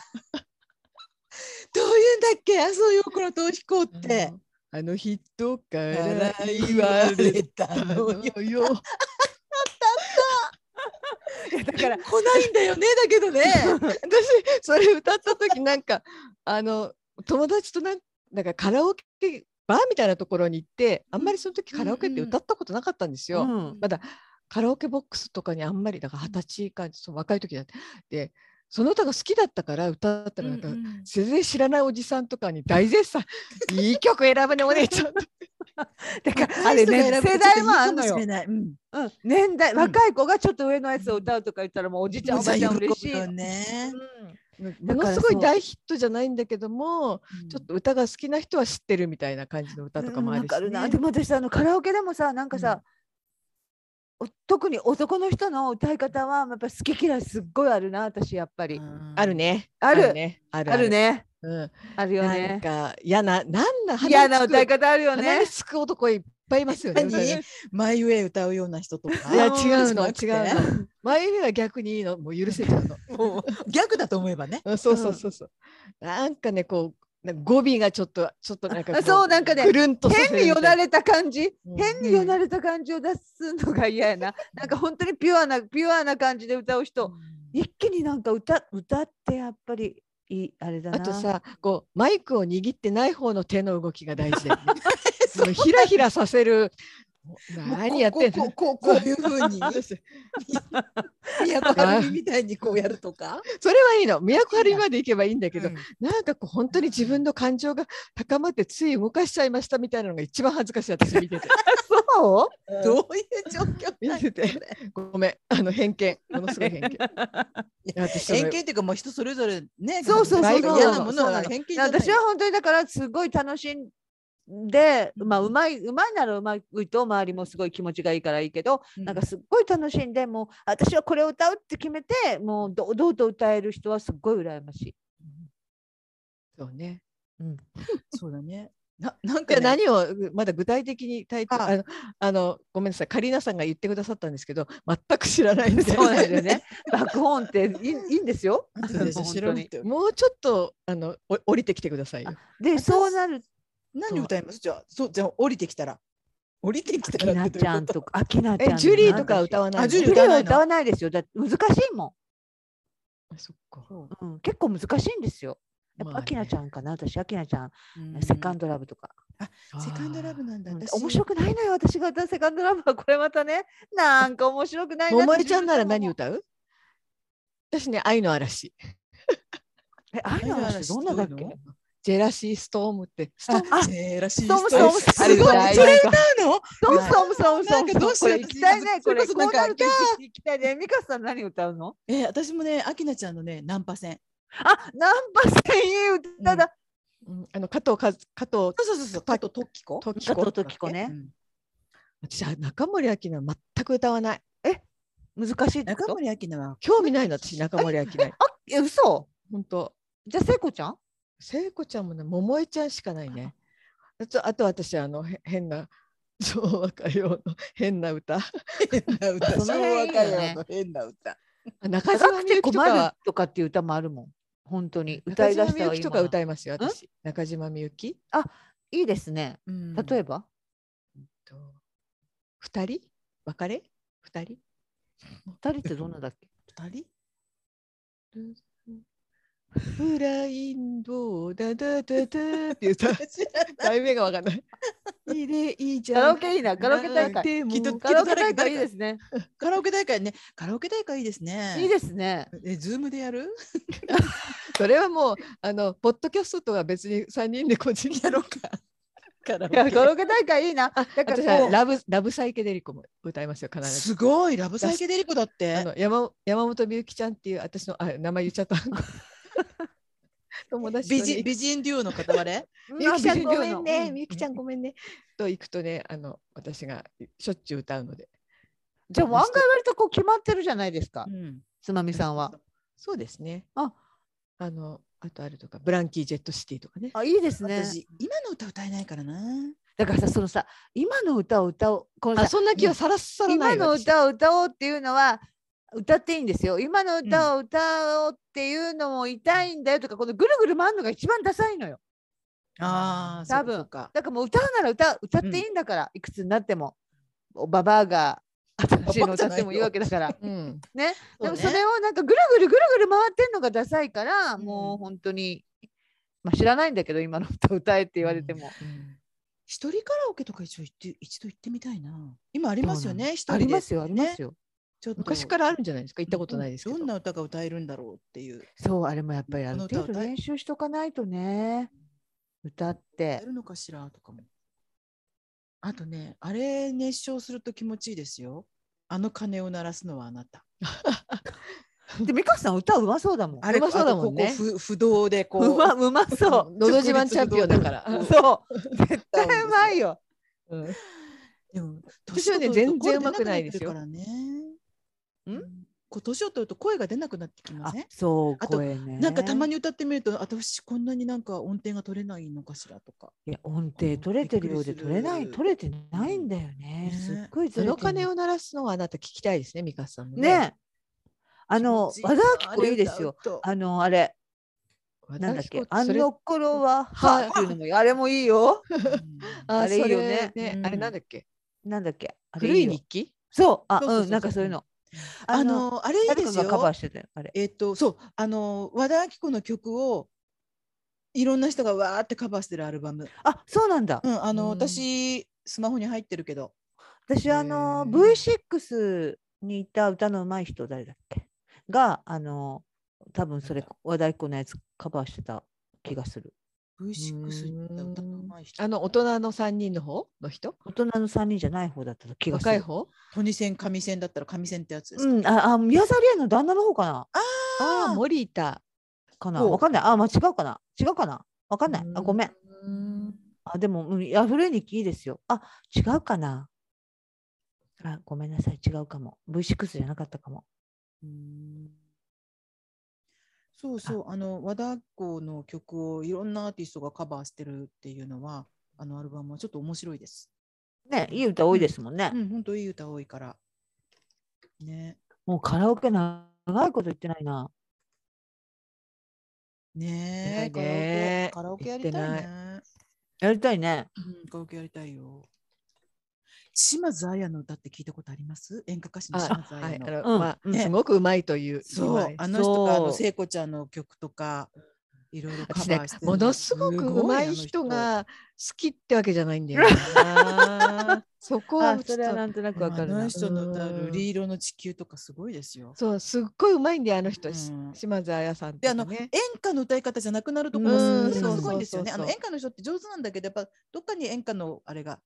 S1: ういうんだっけあそういうこの逃避行って。
S2: あの人から言
S1: 言
S2: わ
S1: わ
S2: れ
S1: れた
S2: た
S1: の
S2: の
S1: よ。
S2: よ。
S3: だか
S1: 来な
S3: ら
S1: いんだよねだけどね。
S2: 私それ歌った時なんかあの友達となんなんかカラオケバーみたいなところに行ってあんまりその時カラオケって歌ったことなかったんですよ。
S3: うん
S2: まだカラオケボックスとかにあんまりだから二十歳かその若い時だってでその歌が好きだったから歌ったらなんか、
S1: うんうん
S2: 全然知らないおじさんとかに大絶賛「いい曲選ぶねお姉 ちゃん」
S3: だから
S1: 若
S3: あ
S1: い
S3: れ
S1: 人が
S3: ね
S1: 選ぶと
S3: 世代もあんの
S1: ちょ
S3: よ
S1: っといいかもしれないうん
S3: うん、年代、
S1: うん
S3: 若い子がちょっと上のやつを歌うとか言ったらもうおじちゃんお
S1: おじ
S3: ば
S1: さん
S3: ちゃん嬉し
S1: 喜
S3: い
S1: ぶよね。
S2: ものすごい大ヒットじゃないんだけどもちょっと歌が好きな人は知ってるみたいな感じの歌とかもあるし、
S3: わかるなでも私あのカラオケでもさなんかさ、お特に男の人の歌い方はやっぱ好き嫌いすっごいあるな私やっぱり、
S2: ある。ね。
S3: ある
S2: ね。ある
S3: ある。ね
S2: うん。
S3: あるよ
S2: なん
S3: ね
S2: か嫌な、なんな
S3: 嫌な歌い
S2: が
S3: 方あるよ
S2: 鼻
S3: ね
S2: につく男いっぱいいますよね。
S1: 何
S2: 歌ね
S1: マイウェイ歌うような人とか。
S2: いや違
S3: うん
S2: うの違う
S1: の。
S2: の。前には逆にいいのもう許せちゃう の。
S1: もう逆だと思えばね。
S2: うんそうそうそうそう。なんかねこうなんか語尾がちょっとちょっとなんかこ
S3: あそうなんかね
S2: ぐるんとさせ
S3: 変
S2: る
S3: に
S2: み
S3: よ
S2: た
S3: だ
S2: いな
S3: れた感じ、
S2: うん
S3: 変によだれた感じを出すのが嫌やな、なんか本当にピュアなピュアな感じで歌う人、一気になんか歌歌ってやっぱりいいあれだな
S2: あとさこうマイクを握ってない方の手の動きが大事だよね。 そのひらひらさせる。何やってん
S1: こう
S2: の
S1: こうこうこういう風 に宮古晴美みたいにこうやるとか。
S2: それはいいの都張りまで行けばいいんだけど、
S1: うん
S2: なんかこう本当に自分の感情が高まってつい動かしちゃいましたみたいなのが一番恥ずかしい私見てて
S3: そう
S2: どう
S1: どういう状況な
S2: 見
S1: んだ
S2: ててごめんあの偏見ものすごい偏 見いや私それ
S1: 偏見っていうかもう人それぞれね。
S3: そうそうそう
S1: 嫌なものは偏見じゃない。
S3: 私は本当にだからすごい楽しんで、まあ
S1: うん
S3: うまいうまいならうまいと周りもすごい気持ちがいいからいいけど、なんかすっごい楽しんでもう私はこれを歌うって決めてもう堂々と歌える人はすっごい羨ましい。
S2: そうね
S1: そうだね。ななん
S2: じゃ
S1: か
S2: あ
S1: ね
S2: 何をまだ具体的にタイトル
S1: あ
S2: あのあのごめんなさいカリーナさんが言ってくださったんですけど全く知らないんで
S3: そうなんですよね。 爆音っていいいいんですよ。
S1: そうでしょ
S3: 本
S1: 知
S3: 当
S1: らな
S3: に
S1: くて
S2: もうちょっとあのお降りてきてくださいよ。
S3: でそうなる
S1: 何歌いますじゃあそうじゃあ降りてきたら降りてきた
S3: き
S1: ら
S3: な
S1: って
S3: ち
S1: どう
S3: ゃ
S1: い
S3: ん
S1: うこと
S3: かあきなちゃん
S2: えジュリーとか歌
S3: わ
S2: わないの
S1: あジュ
S3: ジ
S1: リー
S3: ュリ
S1: 歌わ
S3: ー
S1: ない
S3: は
S1: の
S3: 歌わないですよ。だって難しいも
S2: あそっか。
S3: ん、うん。結構難しいんですよ。やっ
S2: ま
S3: ぱ
S2: あ
S3: あきなちゃんかな私あきなちゃん、
S1: うん
S3: セカンドラブとか。
S2: ね
S1: セカンドラブなんだ。
S3: うん
S1: 私
S3: 面白くないのよ私が歌うセカンドラブはこれまたねなんか面白くないなって
S2: 桃江ちゃんなら何
S3: 自
S2: 歌う私ね、愛の嵐。
S3: 分でもえ愛の嵐どんなだっけ
S1: 愛の
S2: ジェラシーストームって。ストーム
S1: あ、えー、らしい
S3: ス
S1: 人。
S3: トームストーム
S1: す
S3: あ
S1: ごい。
S3: れ
S1: それ
S3: 歌
S1: な
S3: え
S1: の？
S3: トム
S2: はい
S3: ストムストムスト
S1: なん
S3: ム
S1: か
S3: スト
S1: ど
S3: ム
S1: うし
S3: こ
S1: よう
S3: れ行きたいね
S1: そ
S3: こ
S1: れこ
S3: れ
S1: そ
S3: こ
S1: なん
S3: う
S1: か
S3: なると行きたいねミカさん何歌うの
S1: えー、私もね、アキナちゃんのね、ナンパ戦。
S3: あナンパ戦いい歌だ、
S2: うんあの加藤和加藤
S1: そうそうそうそう。あとトッキコ。
S2: 時
S3: 加藤
S2: 子。
S3: 登紀子
S1: う
S3: ね、
S1: ん
S2: 私は中森明菜全く歌わない。
S3: 難しいってこ
S1: 中
S3: と
S1: 森明菜 は。
S2: 興味ないの私中森明菜。
S3: え嘘
S2: 本当。
S3: じゃあ聖子ちゃん
S2: 聖子ちゃんもね、桃江ちゃんしかないね。あとあと私あのへ変な 昭和歌謡の変な歌。
S1: 変な歌。
S3: その
S1: 昭
S3: 辺
S1: 和
S3: いいよ
S1: 歌謡
S3: ね
S1: の変な歌。
S2: あ 中
S3: 高
S2: 島
S3: く
S2: みゆ
S3: て
S2: きと
S3: 困る
S2: か
S3: とかっていう歌もあるもん本当に
S2: 中
S3: 歌い出
S2: 島
S3: し
S2: み
S3: た
S2: ゆ
S3: らい
S2: き
S3: い
S2: とか歌いますよ私。中島みゆき。
S3: いいですね例え
S1: ば。
S3: ば、
S2: と二人別れ二人
S3: 二人ってどんなだっけ
S1: 二人。
S2: フラインドダダダダっていう歌
S1: 知らない
S2: 題名がわかん ない。いいねいいじ
S3: カ
S2: ゃ
S3: ラオ
S2: ん。
S3: ケいいなカラオケ大会
S2: でも
S1: きっと
S3: カラオケ大会いいですね。
S1: カラオケ大会ね。カラオケ大会いいですね。
S3: いいですね。
S1: え、ズームでやる？
S2: それはもうあのポッドキャストとは別に三人で個人
S1: やろうか。カラ
S3: いやカラ
S1: オ
S3: オケ大会いいな。だか
S2: 私
S3: らこ
S2: は
S3: う
S2: ラブラブサイケデリコも歌いますよ
S1: ケ。
S2: 必ず。
S1: すごいラブサイケデリコだっ
S2: あ
S1: て。
S2: の山山本美幸ちゃんっていう私のあ名前言っちゃった 友達とね
S1: 美人美人デュオの片割れ。
S3: うん
S2: みゆきちゃんごめ
S3: あ
S2: んね、
S3: うん
S2: みゆきちゃんごめんね。と行くとね、あの私がしょっちゅう歌うので。
S3: じゃあもう案外割とこう決まってるじゃないですか。
S1: うん。
S3: つまみさんは。
S2: そうですね。
S3: あ、
S2: あのあとあるとか、ブランキージェットシティとかね。
S3: あいいですね。
S1: 私今の歌歌えないからな。
S3: だからさそのさ今の歌を歌おうこの
S2: あ、
S3: さ
S2: そんな気はさらっさらな
S3: 今
S2: い
S3: の
S2: よ。私
S3: 歌を歌おうっていうのは歌っていいんですよ。今の歌を歌おうっていうのも痛いんだよとか、このぐるぐる回るのが一番ダサいのよ。
S1: ああ、
S3: 多分
S1: そうか。
S3: だからもう歌うなら歌歌っていいんだから、いくつになっても。おババアが新しいの歌ってもいいわけだから。
S2: うん。
S3: ね、でも
S1: うね
S3: それをなんかぐるぐるぐるぐる回ってんのがダサいから、
S1: うん
S3: もう本当に、まあ、知らないんだけど今の歌歌えって言われても、
S2: うん
S1: 一人カラオケとか一応行って一度行ってみたいな。今ありますよね。一人
S2: ありますよ、
S1: で
S2: ありますよ。
S1: ちょっと
S2: 昔からあるんじゃないですか行ったことないですけど。
S1: どんな歌が歌えるんだろうっていう。
S3: そうあれもやっぱりあ
S1: こ
S3: る
S1: の歌
S3: 程度
S1: 歌え
S3: 練習しとかないとね歌っ
S1: や
S3: て
S1: るのかしらとかも。あとね、あれ熱唱すると気持ちいいですよ。あの鐘を鳴らすのはあなた。
S3: で美香さん歌うまそうだもん
S1: あれ
S2: うまそうだもんね
S1: あとここ不不動でこう。
S3: うまうまそう
S2: のど自慢チャンピオンだから。
S1: うん
S3: そう絶対うまいよ
S2: うん
S1: でも
S2: 私は
S1: 年を取
S2: ね
S1: る
S2: 全然
S1: と
S2: 上手くないです
S1: 声出
S2: よ
S1: なくなってるからね。
S3: ん
S1: こう年を取ると声が出なくなってきま
S3: あ
S1: せん。
S3: そう
S1: あと
S3: 声ね
S1: なんかたまに歌ってみると、私こんなになんか音程が取れないのかしらとか。
S3: いや音程取れてるようで
S1: びっく
S3: 取
S1: りする
S3: れない取れてないんだよね
S1: ね
S3: すっごいず
S2: そ
S3: れて
S2: の
S3: る
S2: 鐘を鳴らすのはあなた聞きたいですね、ミカさんもね。
S3: ねあの
S1: 気持ちいい
S3: 和
S1: な
S3: 田アキ子いいですよ。
S1: あれ歌うと
S3: あのあれ
S2: 和田
S3: なんだっ
S2: アキ
S3: け
S2: 子
S3: あ
S2: それ
S3: の頃は
S2: は
S3: はっていうのもあれもいいよ
S2: あ
S3: あれいいよ
S2: そ
S3: ね
S1: うん
S2: あれなんだっけ
S3: なんだっけあれ
S2: 古
S3: い
S2: い
S3: いよ
S2: 日記
S3: そうあ
S1: そうそうそう
S3: うんなんかそういうの
S1: あのあれいい
S3: 誰
S1: で
S3: か
S1: す
S3: がカ
S1: よ
S3: バー。してたよあれ
S1: えっとそうあの和田アキ子の曲をいろんな人がわーってカバーしてるアルバム。
S3: あそうなんだ
S1: うんあの、
S2: うん
S1: 私スマホに入ってるけど。
S3: 私あの
S2: へ
S3: V6 にいた歌の上手い人誰だっけがあの多分それ和田アキ子のやつカバーしてた気がする
S1: V6 に歌ったのうまい人。
S2: あの大人の三人の方の人
S3: 大人の3人じゃない方だった気がする
S2: 若い方
S1: トニセン上線だったら上線ってやつですか。
S3: うんああ宮沢りえの旦那の方かな
S2: あ
S1: あ
S2: あ、森田。
S3: かな
S1: そう
S3: わかんないあ間違うかな違うかなわかんないあごめん
S2: ん。
S3: あでも、うん、いや古い日記いいですよあ違うかなあごめんなさい違うかも V6 じゃなかったかも
S1: うんそうそうあの和田アキ子の曲をいろんなアーティストがカバーしてるっていうのはあのアルバムはちょっと面白いです。
S3: ねいい歌多いですもんね、
S1: うん本当いい歌多いから。ね
S3: もうカラオケ長いこと言ってないな
S1: ねえ
S2: 行きたいね
S1: カラオケカラオケやりたい
S2: 行っ
S1: ね
S2: て。
S3: やりたいね
S1: うんカラオケやりたいよ。島津亜矢の歌って聞いたことあります演歌歌手の島
S2: あ
S1: 津
S2: あ、
S1: 亜
S2: はい、
S1: 矢の
S2: あ。の、
S3: うん
S2: まあ、
S3: ね
S2: すごくうまいという。
S1: そう、あ
S2: あ
S1: の人があの
S3: そう
S1: 聖子ちゃんの曲とかいろいろカ
S2: 私ね
S1: バーして、る
S2: ものすごく
S1: ご
S2: うま
S1: あ
S2: い
S1: の
S2: 人が好きってわけじゃないんだよ な。そこは
S3: あ
S2: ちょっと
S3: それはなんとなくわ
S1: あ
S3: かる
S1: の
S3: な
S1: 人の歌う
S2: うん
S1: 瑠璃色の地球とかすごいですよ。
S2: そう、すっごいうまいんだよ、あの人。し
S1: うん
S2: 島津彩さんと
S1: で
S2: か
S1: あの
S2: ね。
S1: 演歌の歌い方じゃなくなるとこ
S2: う
S1: が
S2: ん
S1: すごいんですよね。
S2: そ
S1: あ
S2: うそうそうそう
S1: の演歌の人って上手なんだけどやっぱどっかに演歌のあれが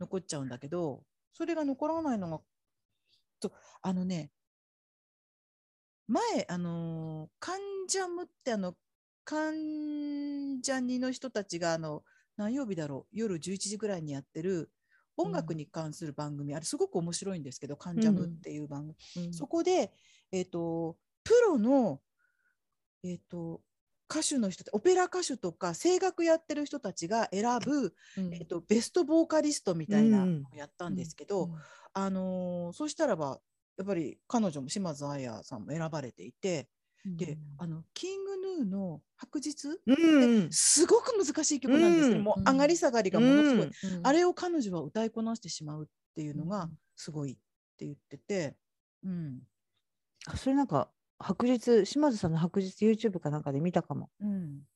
S1: 残っちゃうんだけどそれが残らないのがとあのね前あのー関ジャムってあの関ジャニの人たちがあの何曜日だろう夜11時ぐらいにやってる音楽に関する番組、あれすごく面白いんですけど関ジャムっていう番組、
S2: うん
S1: そこで、えっとプロの、えっと歌手の人たオペラ歌手とか声楽やってる人たちが選ぶ、
S2: うん
S1: えっとベストボーカリストみたいな
S3: うん
S1: のをやったんですけど、
S2: うん
S1: あのーそうしたらばやっぱり彼女も島津亜矢さんも選ばれていて、であのキングヌーの「白日」
S3: うん
S1: すごく難しい曲なんですけど、
S3: うん
S1: もう上がり下がりがものすごい、
S3: うん
S1: あれを彼女は歌いこなしてしまうっていうの
S2: う
S1: が
S2: ん
S1: すごいって言ってて、うん
S3: あそれなんか白日島津さんの白日 YouTube かなんかで見たかも
S1: うん、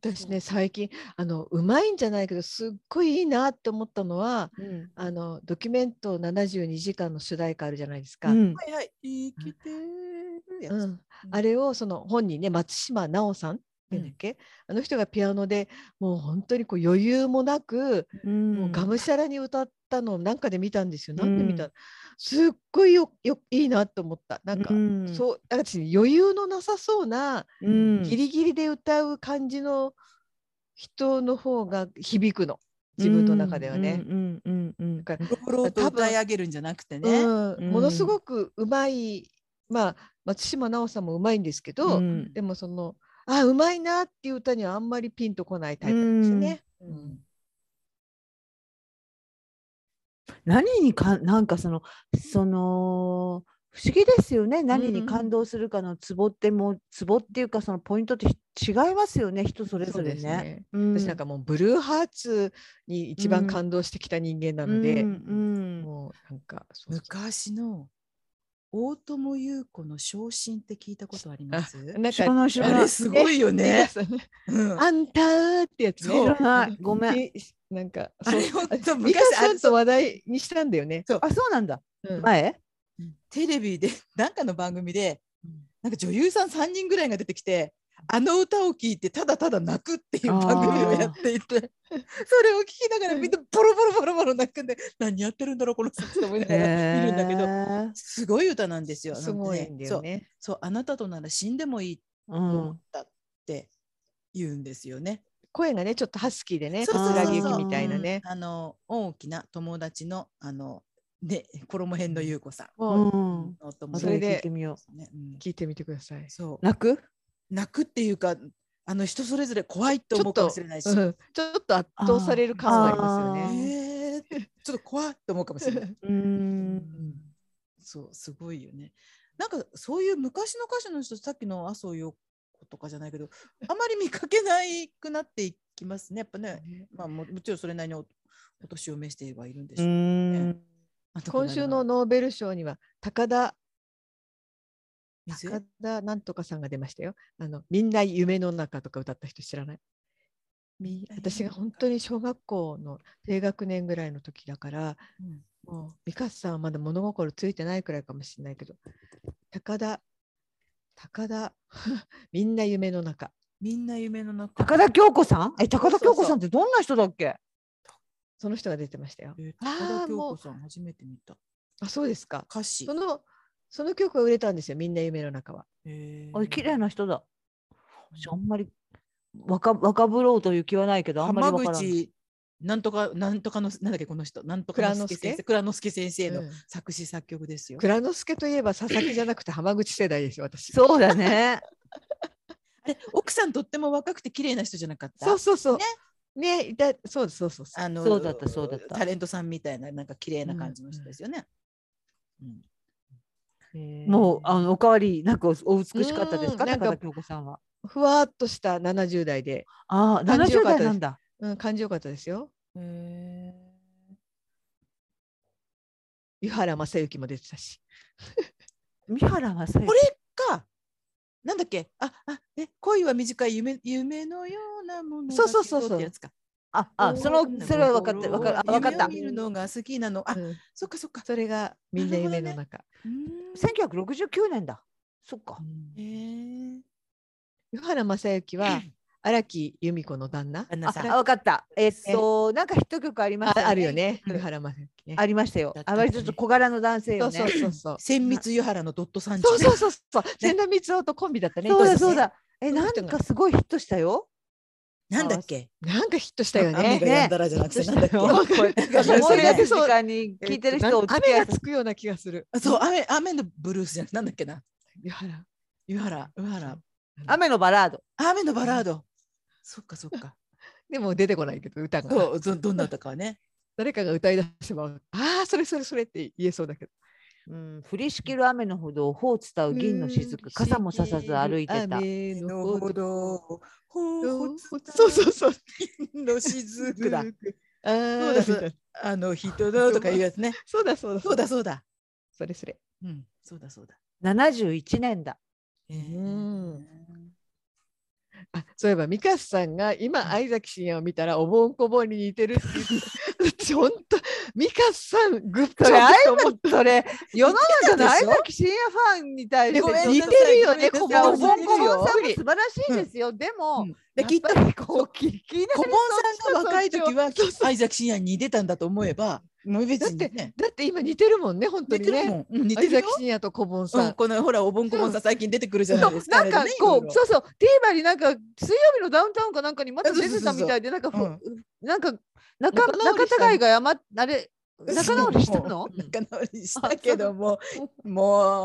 S2: 私ね最近あのうまいんじゃないけどすっごいいいなって思ったのは
S3: うん
S2: あのドキュメント72時間の主題歌あるじゃないですか、
S3: うん
S1: はいはい生きてるやつ、
S2: うんあれをその本人ね松島奈緒さんっていうんだっけ、あの人がピアノでもう本当にこう余裕もなく、もうがむしゃらに歌ったのをなんかで見たんですよなんで見た、
S3: うん
S2: すっごいよよいいなと思ったなんか、
S3: うん
S2: そう私余裕のなさそうな
S3: うん
S2: ギリギリで歌う感じの人の方が響くの自分の中ではね。
S3: うんうんうんうん
S2: だから
S1: ロロと歌い上げるんじゃなくてね、
S2: うん
S3: うん
S2: ものすごくうまい、まあ、松島奈緒さんもうまいんですけど、
S3: うん
S2: でもそのあうまいなっていう歌にはあんまりピンとこないタイプなんですね。
S1: うん
S3: 何にかなんかそのその不思議ですよね何
S2: う
S3: に
S2: ん
S3: 感動するかのツボってもうツボっていうかそのポイントって違いますよね人それぞれ
S2: うです
S3: ね。
S2: ね
S3: う
S2: 私なんかもうブルーハーツに一番感動してきた人間なので、
S3: うんうん
S2: もうなんかそうそう
S1: 昔の大友優子の昇進って聞いたことあり ます
S2: なん
S3: 知らない知ら
S1: あ
S3: ない
S1: れすごいよね。うん
S2: あんたーってやつね。
S1: そう
S3: 知らないごめん
S2: ん。なんか、
S1: あ
S2: そう
S1: れ本当
S2: ミ
S1: 昔
S2: カ
S1: あ
S2: さ
S1: れ
S2: んと話題にしたんだよね。
S3: あそうなんだ
S2: うん
S3: 前
S1: テレビでなんかの番組でなんか女優さん3人ぐらいが出てきてあの歌を聴いてただただ泣くっていう番組をやって いてそれを聴きながらみんなボロボロボロボロ泣くんで何やってるんだろうこの人って思いながら見るんだけど、
S3: へ
S1: すごい歌なんですよ。
S2: すごいんだよね。
S1: そうそうあなたとなら死んでもいい
S3: ーう
S1: と思
S3: ん
S1: ったって言うんですよね。
S2: 声がね、ちょっとハスキーでね、
S1: そう
S3: そうそう
S2: 桜木ゆきみたいなね。
S1: あの大きな友達のあのね衣編の優子さん
S2: もう
S3: うん
S1: の
S3: あ
S1: 友達
S2: そ
S3: そ
S2: れ
S3: れ
S2: で
S3: で聞いてみよ
S1: ね。うん
S2: 聞いてみてください。
S1: そう
S3: う泣く
S1: 泣くっていうかあの人それぞれ怖いって
S2: ちょ
S1: 思
S2: っ
S1: うかも
S2: と、
S1: しれないし、
S2: うんちょっと圧倒される感はありますよ
S3: あ
S2: ね。
S1: えーちょっと怖いって思うかもしれない。
S3: うーん
S1: そうすごいよね。なんかそういう昔の歌手の人さっきの麻生陽子とかじゃないけどあまり見かけないくなっていきますねやっぱね、まあ、ももちろんそれなりにおお年を召してはいるんでし
S3: う
S1: ょう。
S3: ーん
S1: あと
S2: 今週のノーベル賞には高田
S1: 水
S2: 高田なんとかさんが出ましたよ。あのみんな夢の中とか歌った人知らない。み
S1: な夢の中
S2: 私が本当に小学校の低学年ぐらいの時だから、
S1: うん
S2: もう美香さんはまだ物心ついてないくらいかもしれないけど、高田高田 みんな夢の中。
S1: みんな夢の中
S3: 高田京子さんえ高田
S2: そうそう
S3: 京子さんってどんな人だっけ
S2: その人が出てましたよ。
S1: えー
S2: あ
S1: 高
S2: あ
S1: 田京
S2: も
S1: 子
S2: う
S1: さん初めて見た
S2: あそうですか。
S1: 歌詞
S2: そ。のその曲が売れたんですよ。みんな夢の中は。
S1: え
S3: あ綺麗な人だ私あんまり若若ぶろうという気はないけどあんまりわ
S1: 浜
S3: からない
S1: 口なんとかなんとかのなんだっけこの人なんとか
S2: 蔵
S1: の
S2: 之
S1: 輔
S2: 介
S1: 先生倉之介先生
S2: う
S1: の
S2: ん
S1: 作詞作曲ですよ。
S2: 蔵之介といえば佐々木じゃなくて浜口世代ですよ私。
S3: そうだね
S1: あれ奥さんとっても若くて綺麗な人じゃなかった。
S2: そうそうそう。ね、いた、そうです、そうそうそう。
S1: あの
S3: そうだったそうだった
S1: タレントさんみたいななんか綺麗な感じの人ですよね。うん
S3: もうあのおかわりなくおお美しかったですか
S2: うんなん
S3: 高
S2: か
S3: 田京子さんは
S2: ふわっとした70代で、
S3: ああ
S2: 感じよ
S3: 70
S2: かったで
S3: 代
S2: す
S3: なんだ
S2: うん、感じよかったですよ。
S1: へ
S2: 湯原正幸も出てたし。
S3: 三原正幸
S1: これかなんだっけああえ恋は短い夢夢のようなものだけど
S2: そうそうそうそ
S1: っ
S2: う
S1: てやつか。
S3: ああそ
S1: こん
S3: の
S1: な
S3: それは分かった分かるあ分かっ
S1: 夢を
S3: た
S1: 見るのが好きなのあ、
S2: うん
S1: そっかそっか。
S2: それがみんな夢の
S1: な
S2: 中。
S1: うーん
S3: 1969年だそっか
S1: へー
S2: 湯原正幸は荒木由美子の旦那。
S1: 旦
S3: あ
S1: 那さん
S3: あ分かったえっとなんかヒット曲ありま
S2: あ
S3: した
S2: あるよね。
S1: うん
S2: 湯原正幸ね。
S3: ありましたよ
S1: だった
S3: あまりちょっと小柄の男性
S2: そ
S3: よ
S2: う
S3: ね
S2: そうそうそう。
S1: 千光湯原のドット三十。
S2: そうそうそうそう。千田光夫とコンビだったね。
S3: そうだ
S2: 一時ね
S3: そう。だえ
S2: その
S3: なん
S2: 人が
S3: かすごいヒットしたよ
S1: なんだっけ。
S2: なんかヒットしたよ
S1: 雨が
S2: ね。
S1: やんだらじゃなくてなんだっけ。
S2: そう
S3: これ
S1: だから
S3: 思
S1: そ
S3: い
S1: れ
S3: 出す時間に聞いてる人お
S2: えっとな
S3: 付
S2: ん
S3: き合
S2: 雨が
S3: い
S2: つくような気がする。
S1: そう雨雨のブルースじゃなくなんだっけな。
S2: 湯原。
S1: 湯原湯原
S3: 雨のバラード
S1: 雨のバラード。そっかそっか。
S2: でも出てこないけど歌が。
S1: そうどどんな歌かはね。
S2: 誰かが歌い出せば、ああ、それそれそれって言えそうだけど。
S3: うん降りしきる雨のほどを頬伝う銀の雫傘もささず歩いてた
S2: 雨のほど。
S1: ほ
S2: そうそうそう。
S1: のしずくだ。
S2: あ
S1: う
S2: あ、
S1: だ
S2: そ
S1: そうう
S2: だ
S1: だ、あの人だとかいうやつね。
S2: そうだ、そうだ、
S1: そうだ。そうだ。
S2: それそれ。
S1: うんそうだそうだ。
S3: 71年だ
S1: えー
S2: うんあ、そういえば、ミカスさんが今、相崎真也を見たら、おぼんこぼんに似てるって言って。私本当、ミカスさん、グッと
S3: それ
S2: や
S3: 相崎それ世の中の
S1: でしょ
S3: 相崎真也ファンに対して
S1: ごめん
S3: 似
S1: な
S3: て
S1: さい
S3: るよね
S1: ごめ
S3: 小
S1: んなさい
S3: 盆小
S1: ご
S3: 盆
S1: めんなさい
S3: さんも素晴らしいですよでも
S1: うんできっと
S3: やぱりこう気気にな
S1: 小
S3: る
S1: 盆さんが若い時は相崎真也に出たんだと思えば、もう別にね。
S2: だって今似てるもんね、本当
S1: 似
S2: に
S1: てるも
S2: ね。
S1: ん。うん似て
S2: 相
S1: るよ
S2: 崎。真也と小盆
S1: う
S2: さ
S1: ん、
S2: ん。
S1: このほらおぼんこぼんさん最近出てくるじゃないですか。
S3: なんか
S1: あれでね
S3: こ
S1: いろいうろ
S3: そうそう TVer になんか水曜日のダウンタウンかなんかにまた出てたみたいでなんかふ
S1: うん
S3: なんか中
S2: 仲直
S3: 中
S2: りした
S3: 高いがやまあれ仲直りしたの
S1: そう仲直りしたけどももう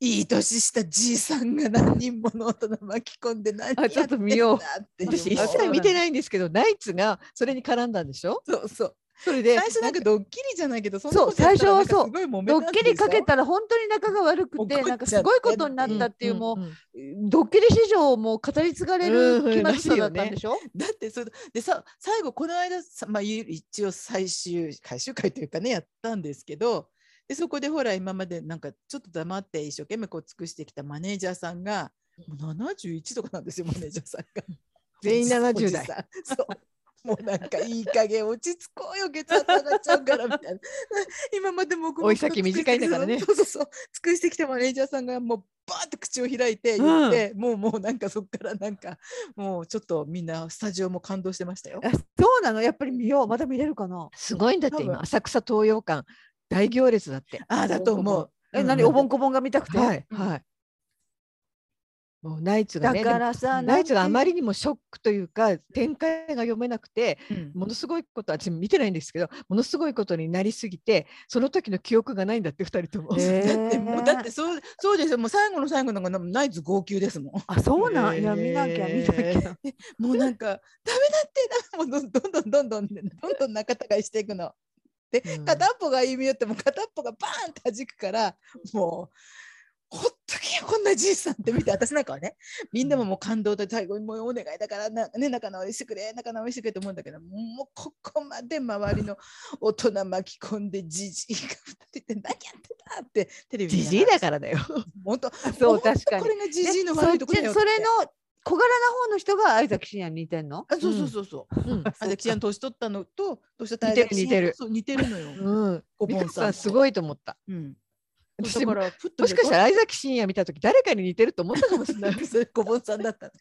S1: いい年したじいさんが何人もの大人巻き込んで何や
S3: あちょっと見
S1: よ
S3: よ
S1: う
S3: う
S1: っていう
S2: 私一
S1: もう
S2: 切見てないんですけど、ナイツがそれに絡んだんでしょ
S1: そうそう
S2: それで
S1: 最初なんかドッキリじゃないけどそんな
S3: そう
S1: ことやったら
S3: 最初はそう
S1: なんかすごい揉めた
S3: ド
S1: ん
S3: ッ
S1: でし
S3: キ
S1: ょ
S3: リかけたら本当に仲が悪く
S1: 怒っちゃって
S3: てなんかすごいことになったっていうも
S2: んんん
S3: うドッキリ史上もう語り継がれる
S2: うん
S3: 気まずさだったんでしょ
S1: だってそれでさ最後この間さ、まあ、ゆ一応最終最終回というかねやったんですけどでそこでほら今までなんかちょっと黙って一生懸命こう尽くしてきたマネージャーさんがもう71とかなんですよマネージャーさんが。
S2: 全員70
S1: お
S2: 代
S1: じさん。そうもうなんかいい加減落ち着こうよ血圧上がっちゃうからみたいな今までも
S2: 老い先短いんだからね
S1: そうそうそう尽くしてきたマネージャーさんがもうバーッと口を開いて言って、もうもうなんかそっからなんかもうちょっとみんなスタジオも感動してましたよ
S3: あそうなのやっぱり見ようまた見れるかな
S2: すごいんだって
S1: 多分
S2: 今浅草東洋館大行列だって。
S1: ああだと思う
S3: え
S1: うん
S3: 何、おぼんこぼんが見たくて、
S2: はいはい。もうナイツが
S3: だ
S2: ね。
S3: からさ
S2: でもナイツがあま
S3: り
S2: りにもショックというか展開が読めなくて
S1: うん
S2: ものすごいこと私見てないんですけどものすごいことになりすぎてその時の記憶がないんだって2人とも。
S1: だ ってもうだ ってそうそうですよもう最後の最後なんかナイツ号泣ですもん。
S3: あそうなん、いや見なきゃ
S2: へー
S3: 見なきゃ
S1: もうなんか「ダメだってなもうどんどんどんどんどんどんどん仲違いしていくの。で
S2: うん
S1: 片っぽが歩み寄っても片っぽがバーンって弾くからもう。ほっとけよこんなじいさんって見て私なんかはねみんなももう感動で最後にもうお願いだからな、ね、仲直りしてくれ仲直りしてくれと思うんだけどもうここまで周りの大人巻き込んでじじいが2人で何やってたってテレビ
S2: じじいだ
S1: ら
S2: から だよ。
S1: 本当
S3: そう
S1: 本当
S3: 確かに
S1: これがじ
S3: ね
S1: じ いの悪いところだよ
S3: そっちそれの小柄な方の人が相崎真也に似てんの
S1: あそうそうそうそう
S2: うん
S1: あ崎ちゃん年取ったのと年取った
S2: 似てる似てる
S1: そう似てるのよ。
S2: うん、
S1: ごぼ
S2: 美
S1: ん
S2: 香
S1: さ
S2: さ
S1: ん
S2: んすごいと思った。
S1: うん。
S2: 私
S1: だからふっと
S2: もしかした
S1: ら
S2: ら相崎真也見た時誰かに似てると思ったかもし
S1: 。
S2: れない
S1: それごぼんさんだったの。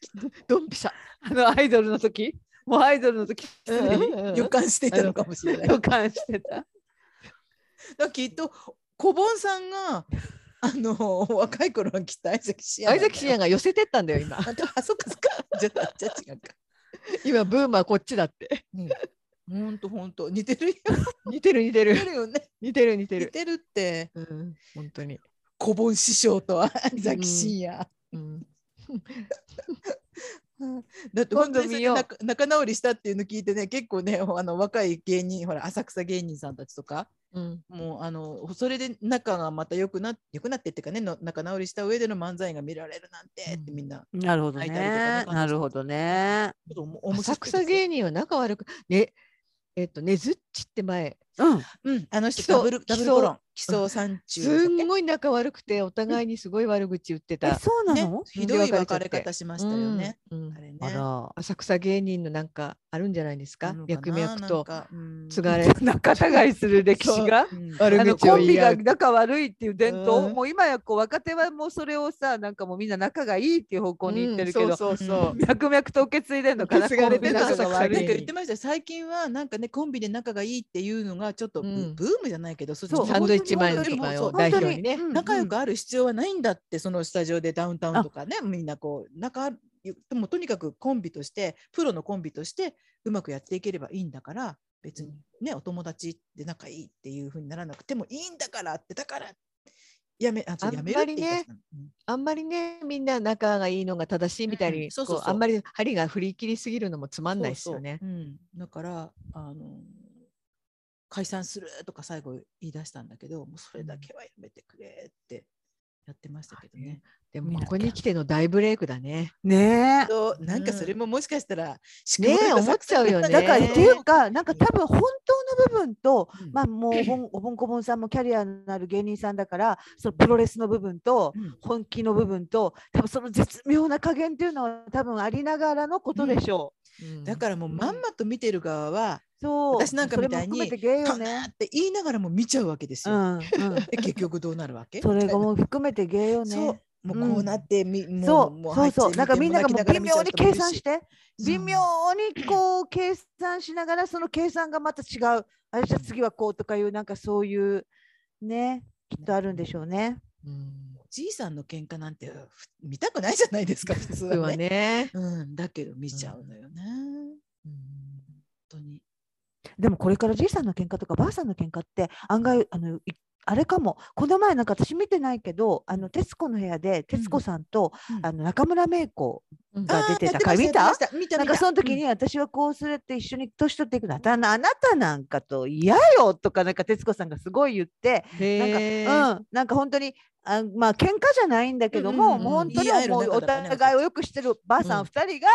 S2: ドンピシャ。
S3: あのアイドルの時もうアイドルの時
S2: うん
S1: すでに
S2: うんうん
S1: 予感していたのかもしれない。だか
S3: 予感してた
S1: らきっとごぼんさんがあの 若い頃はきっと相崎シ
S2: 相崎真也が寄せてったんだよ今。
S1: あそっかそっか。じゃあじゃあ違うか。
S2: 今ブームはこっちだって。
S1: 本当本当似てるよ。
S2: 似てる似て
S1: 似
S2: る
S1: てるよね。
S2: 似てる似て
S1: 似
S2: る。
S1: てるって
S2: うん、本当に。
S1: ごぼん師匠と相崎真也。
S2: うん、
S1: だって本
S2: 今
S1: 当に
S2: 度
S1: それ
S2: 見
S1: で
S2: よう
S1: 仲仲直りしたっていうの聞いてね結構ねあの若い芸人ほら浅草芸人さんたちとか
S2: うん、
S1: もうあのそれで仲がまた良くな良くなってっていうかねの仲直りした上での漫才が見られるなんてって
S2: うん
S1: みんな、ち
S3: なるほど
S1: ね
S3: ねなるほどね
S1: ょっとおも面白
S2: 浅
S1: くてで
S2: 草
S1: すね
S2: 芸人は仲悪くねえっとねずっちって前
S3: うん
S1: うんあの人
S2: 基礎
S1: ダブルダブル
S2: 基礎
S1: コロン基礎三中
S2: すん
S1: だっ
S2: ごい仲悪くてお互いにすごい悪口言って
S3: え
S2: た。
S3: そうな
S1: けね
S3: の、
S1: ひどい別
S2: 別れ
S1: れ
S2: ちゃって
S1: 方しましたよね、
S2: うんうん
S1: あれね
S3: あら
S2: 浅草芸人のなんかあるんじゃないです
S1: な
S2: か
S1: のかな
S2: 脈々
S1: なん
S2: と
S1: かうん
S2: 継がれ
S3: 仲違いする歴史が
S1: そううん
S2: 悪
S3: あの
S2: 口を
S3: コン
S2: 言
S3: ビ
S2: い合
S3: が
S2: う。
S3: 仲悪いっていう伝統、
S2: うん
S3: もう今やこう若手はもうそれをさなんかもうみんな仲がいいっていう方向に行ってるけど、
S2: うんそうそうそう。
S3: 脈々と受け継いでんのかな
S2: 受け継がれて
S1: る
S3: コンビの仲が悪
S1: なん
S3: い
S1: か言ってましたよ最近はなんかねコンビで仲がいいっていうのがちょっとブ
S2: うん
S1: ブームじゃないけど、そっち
S3: そう
S2: サンドイッチ前の
S1: で
S2: 時
S1: も
S2: 前
S1: そ
S2: を
S1: う
S2: 代表にね。
S3: 本当
S1: 仲良くある必要はないんだって、そのスタジオでダウンタウンとかねみんなこう仲あるでもとにかくコンビとしてプロのコンビとしてうまくやっていければいいんだから別にね、お友達で仲いいっていうふうにならなくてもいいんだからってだからやめあそう
S2: あん
S1: や
S2: ま
S1: めるっ
S2: りね
S1: て言い方したのうん
S2: あんまりねみんな仲がいいのが正しいみたい
S1: うん
S2: に
S1: そうそう
S2: こ
S1: そう
S2: あんまり針が振り切りすぎるのもつまんないですよね。
S1: そうそううん、だからあの解散するとか最後言い出したんだけどもうそれだけはやめてくれってやってましたけどね。
S2: でもここに来ての大ブレイクだね。
S3: ね
S1: となんかそれももしかしたら、宿
S2: ねえ
S1: 題が
S2: 思っちゃうよね
S1: サクサク
S2: ね
S3: えだからっていうかなんか多分本当の部分と、
S1: うん
S3: まあもうおぼんおぼんこぼんさんもキャリアのある芸人さんだからそのプロレスの部分と
S1: うん
S3: 本気の部分と多分その絶妙な加減っていうのは多分ありながらのことでしょ
S1: だからもうまんまと見てる側は、
S3: う。そう
S1: 私なんかみたいに
S3: それも含めて芸
S1: か
S3: よ
S1: な
S3: ね。
S1: って言いながらも見ちゃうわけです
S3: う
S1: よ。
S3: んうん、
S1: で結局どうなるわけ
S3: それがもう含めて芸よ
S1: み
S3: ね。
S1: たいなそうもうこうなってみ、もう
S3: そう
S1: も
S3: そう
S1: 配置
S3: そう
S1: 見て
S3: なんかみんながもう微妙に計算してて
S1: も泣
S3: 微
S1: き
S3: 妙
S1: なが
S3: にこう計算しながらその計算がまた違うあれじゃ次はこうとかいうなんかそういうねきっとあるんでしょうね。
S2: うん。
S1: ら見ちゃう人もいるしおじいさんの喧嘩なんてふ見たくないじゃないですか普通
S2: う
S1: は
S2: は
S1: ね。
S2: ね。
S1: うん、だけど見ちゃうのよね。本当に。
S3: でもこれからじいさんの喧嘩とかばあさんの喧嘩って案外あのいあれかもこの前なんか私見てないけど「あの徹子の部屋」で徹子さんと、
S1: うん
S3: あの中村芽衣子
S2: うん
S3: が出てたから
S1: あー
S3: 見た
S1: やってまし見た
S3: な
S1: 見
S3: ん
S1: た
S3: かその時に私はこうするって一緒に年取っていくの、あなあなたなんかと嫌よとかなんか徹子さんがすごい言って、
S2: へ
S3: なんか、うん、なんか本当にあまあ喧嘩じゃないんだけども、
S1: うんうんうん
S3: もう本当に
S1: 言い合える
S3: もう
S1: 仲
S3: お
S1: だからね
S3: 互いをよくしてるばあさ
S2: うん
S3: ん二人が、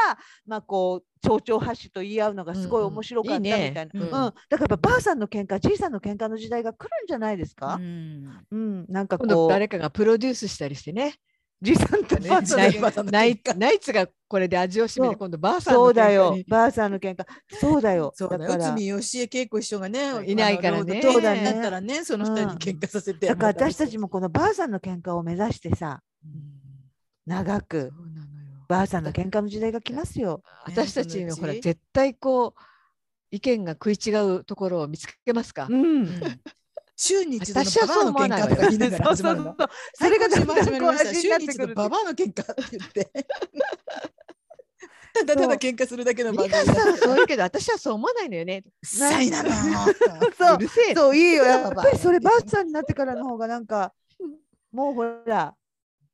S3: まあこう蝶々発しと言い合うのがすごい
S2: うんうん
S3: 面白かった
S2: いい
S3: み
S2: ね
S3: たいな、
S2: うん
S3: うんだからやっぱばあさんの喧嘩じいさんの喧嘩の時代が来るんじゃないですか
S1: う、ん
S3: うんなんか
S2: 今度
S3: こう
S2: 誰かがプロデュースしたりしてね。
S3: じいさんと
S1: ね
S3: ばあさん
S2: ナ
S3: の
S2: イ
S1: ばあさんの喧嘩
S2: ナイナイツがこれで味を占め
S3: そ
S2: て
S3: う
S2: 今度ばあさん
S3: そ
S2: の
S3: うだ
S2: 喧嘩
S3: よ
S2: に
S3: ばあさんの喧嘩そうだよ
S1: そうだよ
S3: だから
S1: 内海義恵恵子師匠がね
S2: いないからね
S1: あの
S3: そうだね
S1: だったらねその二人に喧嘩させて、
S3: だから私たちもこのばあさんの喧嘩を目指してさ
S2: うん
S3: 長
S2: そ
S3: く
S2: うなのよ
S3: ばあさんの喧嘩の時代が来ますよ。
S2: 私たちの
S1: そ
S2: ほ
S1: のう
S2: ら
S1: ち
S2: 絶対こう意見が食い違うところを見つけますか
S3: う。ん
S1: うん週に一度
S2: 私はそう
S1: の
S2: 思
S1: バ
S2: わ
S1: バ
S2: ない
S1: アの喧嘩とか言いながら始まるの。
S3: そうそうそうそれがだん
S1: はい今週も始ま
S3: だん
S1: り
S3: こう
S1: ました。
S3: 味に
S1: 週
S3: なっ
S1: に
S3: て
S1: 一
S3: く
S1: 度
S3: る
S1: ババアの喧嘩って言って。 ただただ喧嘩するだけの
S2: 美
S1: 番
S2: 香
S1: 組だ
S2: さんはそう言うけど私はそう思わないのよね。
S1: うっさいなもう
S3: そう
S2: うるせえ。
S3: そういいよ
S1: ババ
S3: や
S1: ア
S3: っぱりそればあさんになってからの方がなんかもうほら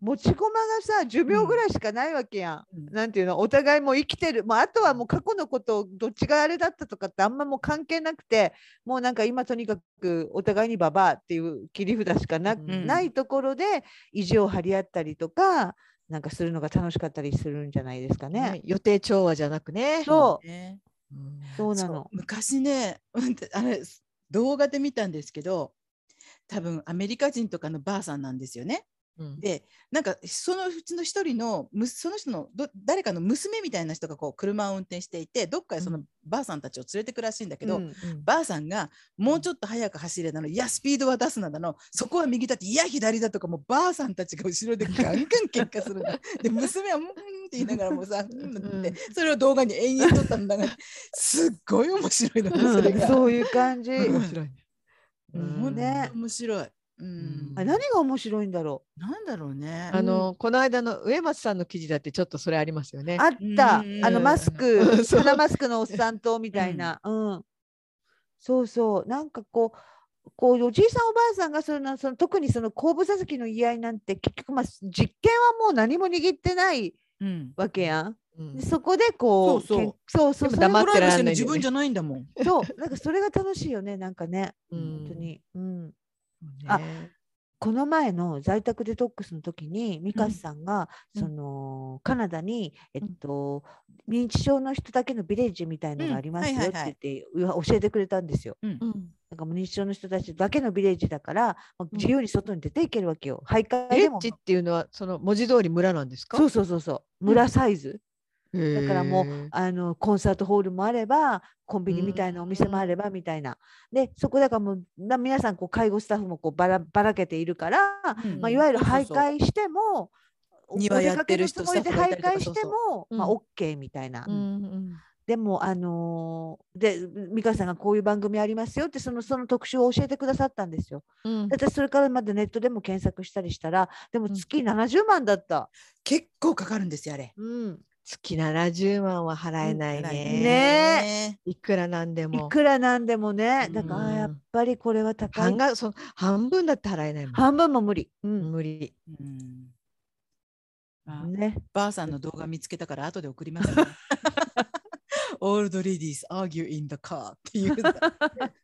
S3: 持ち駒がさ寿命ぐらいしかないわけやん、
S1: うん
S3: なんていうのお互いもう生きてるもうあとはもう過去のことをどっちがあれだったとかってあんまもう関係なくてもうなんか今とにかくお互いにババアっていう切り札しかな,、
S1: ん
S3: ないところで意地を張り合ったりとかなんかするのが楽しかったりするんじゃないですかね。
S2: ね予定調和じゃなくね。
S3: そう
S1: ね
S2: うん
S3: そうな
S1: そう
S3: の。
S1: 昔ね、 うんあれ動画で見たんですけど、多分アメリカ人とかのばあさんなんですよね。
S2: うん
S1: でなんかそのうちの一人のむその人のど誰かの娘みたいな人がこう車を運転していてどっかへそうのばあさんたちを連れてくらしいんだけど、
S3: うん
S2: うん
S1: ばあさんがもうちょっと早く走れなのいやスピードは出すなだのそこは右だっていや左だとかもうばあさんたちが後ろ でガンガン喧嘩するので娘は「うん」って言いながらもうさ、 うんって
S2: うん
S1: それを動画に延々撮ったんだがすっごい面白いのね
S3: う
S1: それ
S3: ん
S1: が。
S3: そういう感じ。
S2: 面白いね。
S1: うん本当
S3: ね
S1: に面白い、うん
S2: うん
S3: あ何が面白いんだろ
S1: なんだろうね。
S2: あのこの間の上松さんの記事だってちょっとそれありますよね
S3: う。。あった、
S1: うん
S3: あのマス
S2: う
S3: ク
S2: んそう
S3: 鼻マスクのおっさんとみたいな、うんそうそうなんかこうこうおじいさんおばあさんがそのその特にその後部座席の言い合いなんて結局まあ実験はもう何も握ってない
S1: うん
S3: わけやん、
S2: うん
S3: でそこでこう
S1: そうそう
S3: けんそうそう
S2: でも黙っ
S3: それも
S1: プライ
S2: て
S1: バ
S2: ら
S1: シーの
S2: んないんだよね
S1: 自分じゃないんだもん。
S3: そうなんかそれが楽しいよねなんかね
S2: うん
S3: 本当に、うん、
S2: あ
S3: あこの前の在宅デトックスの時にミカスさんが、
S2: うん
S3: そのカナダに、えっ
S2: うん
S3: と、認知症の人だけのビレッジみたいの
S1: うん
S3: がありますよ
S1: はいは
S3: って
S1: いはい
S3: 言ってうわ教えてくれたんですよ。
S2: うん
S3: なんかもう認知症の人たちだけのビレッジだからもう
S2: うん
S3: 自由に外に出ていけるわけよ。徘徊
S2: ビレ
S3: で
S2: ッ
S3: も
S2: ジっていうのはその文字通り村なんですか
S3: そうそうそうそう村サイズ、
S2: だ
S3: だからもうあのコンサートホールもあればコンビニみたいなお店もあればみたいな。でそこだからもうな皆さんこう介護スタッフもこうばらばらけているから、
S1: うん
S3: まあ、いわゆる
S1: そう
S3: 徘
S1: そうそう
S3: 徊しても、お
S1: 庭やってる人
S3: お出かけのつもりで
S1: スタッフがいたり
S3: 徘
S1: と
S3: 徊し
S1: か
S3: て
S1: そう
S3: も、
S2: うん
S3: まあ、OK みたいな。
S2: うん
S3: でも、あのーで、美香さんがこういう番組ありますよって、その、その特集を教えてくださったんですよ。
S2: うん
S3: で私、それからまだネットでも検索したりしたら、でも
S2: うん
S3: 月70万だった。
S1: 結構かかるんですよあれ。
S3: うん。
S2: 月70万は払えないね。
S3: ね
S2: いくらなんで
S3: い
S2: も。
S3: くらなんでもね、だから、あーや
S2: うん
S3: っぱりこれは高い
S2: 半。がその半分だって払えないもん。
S3: 半分も無理。うん。
S2: 無理。
S1: え。うん。あ
S3: ね。
S1: ばあさんの動画見つけたから後で送ります、 ね。Old ladies argue in the car っていう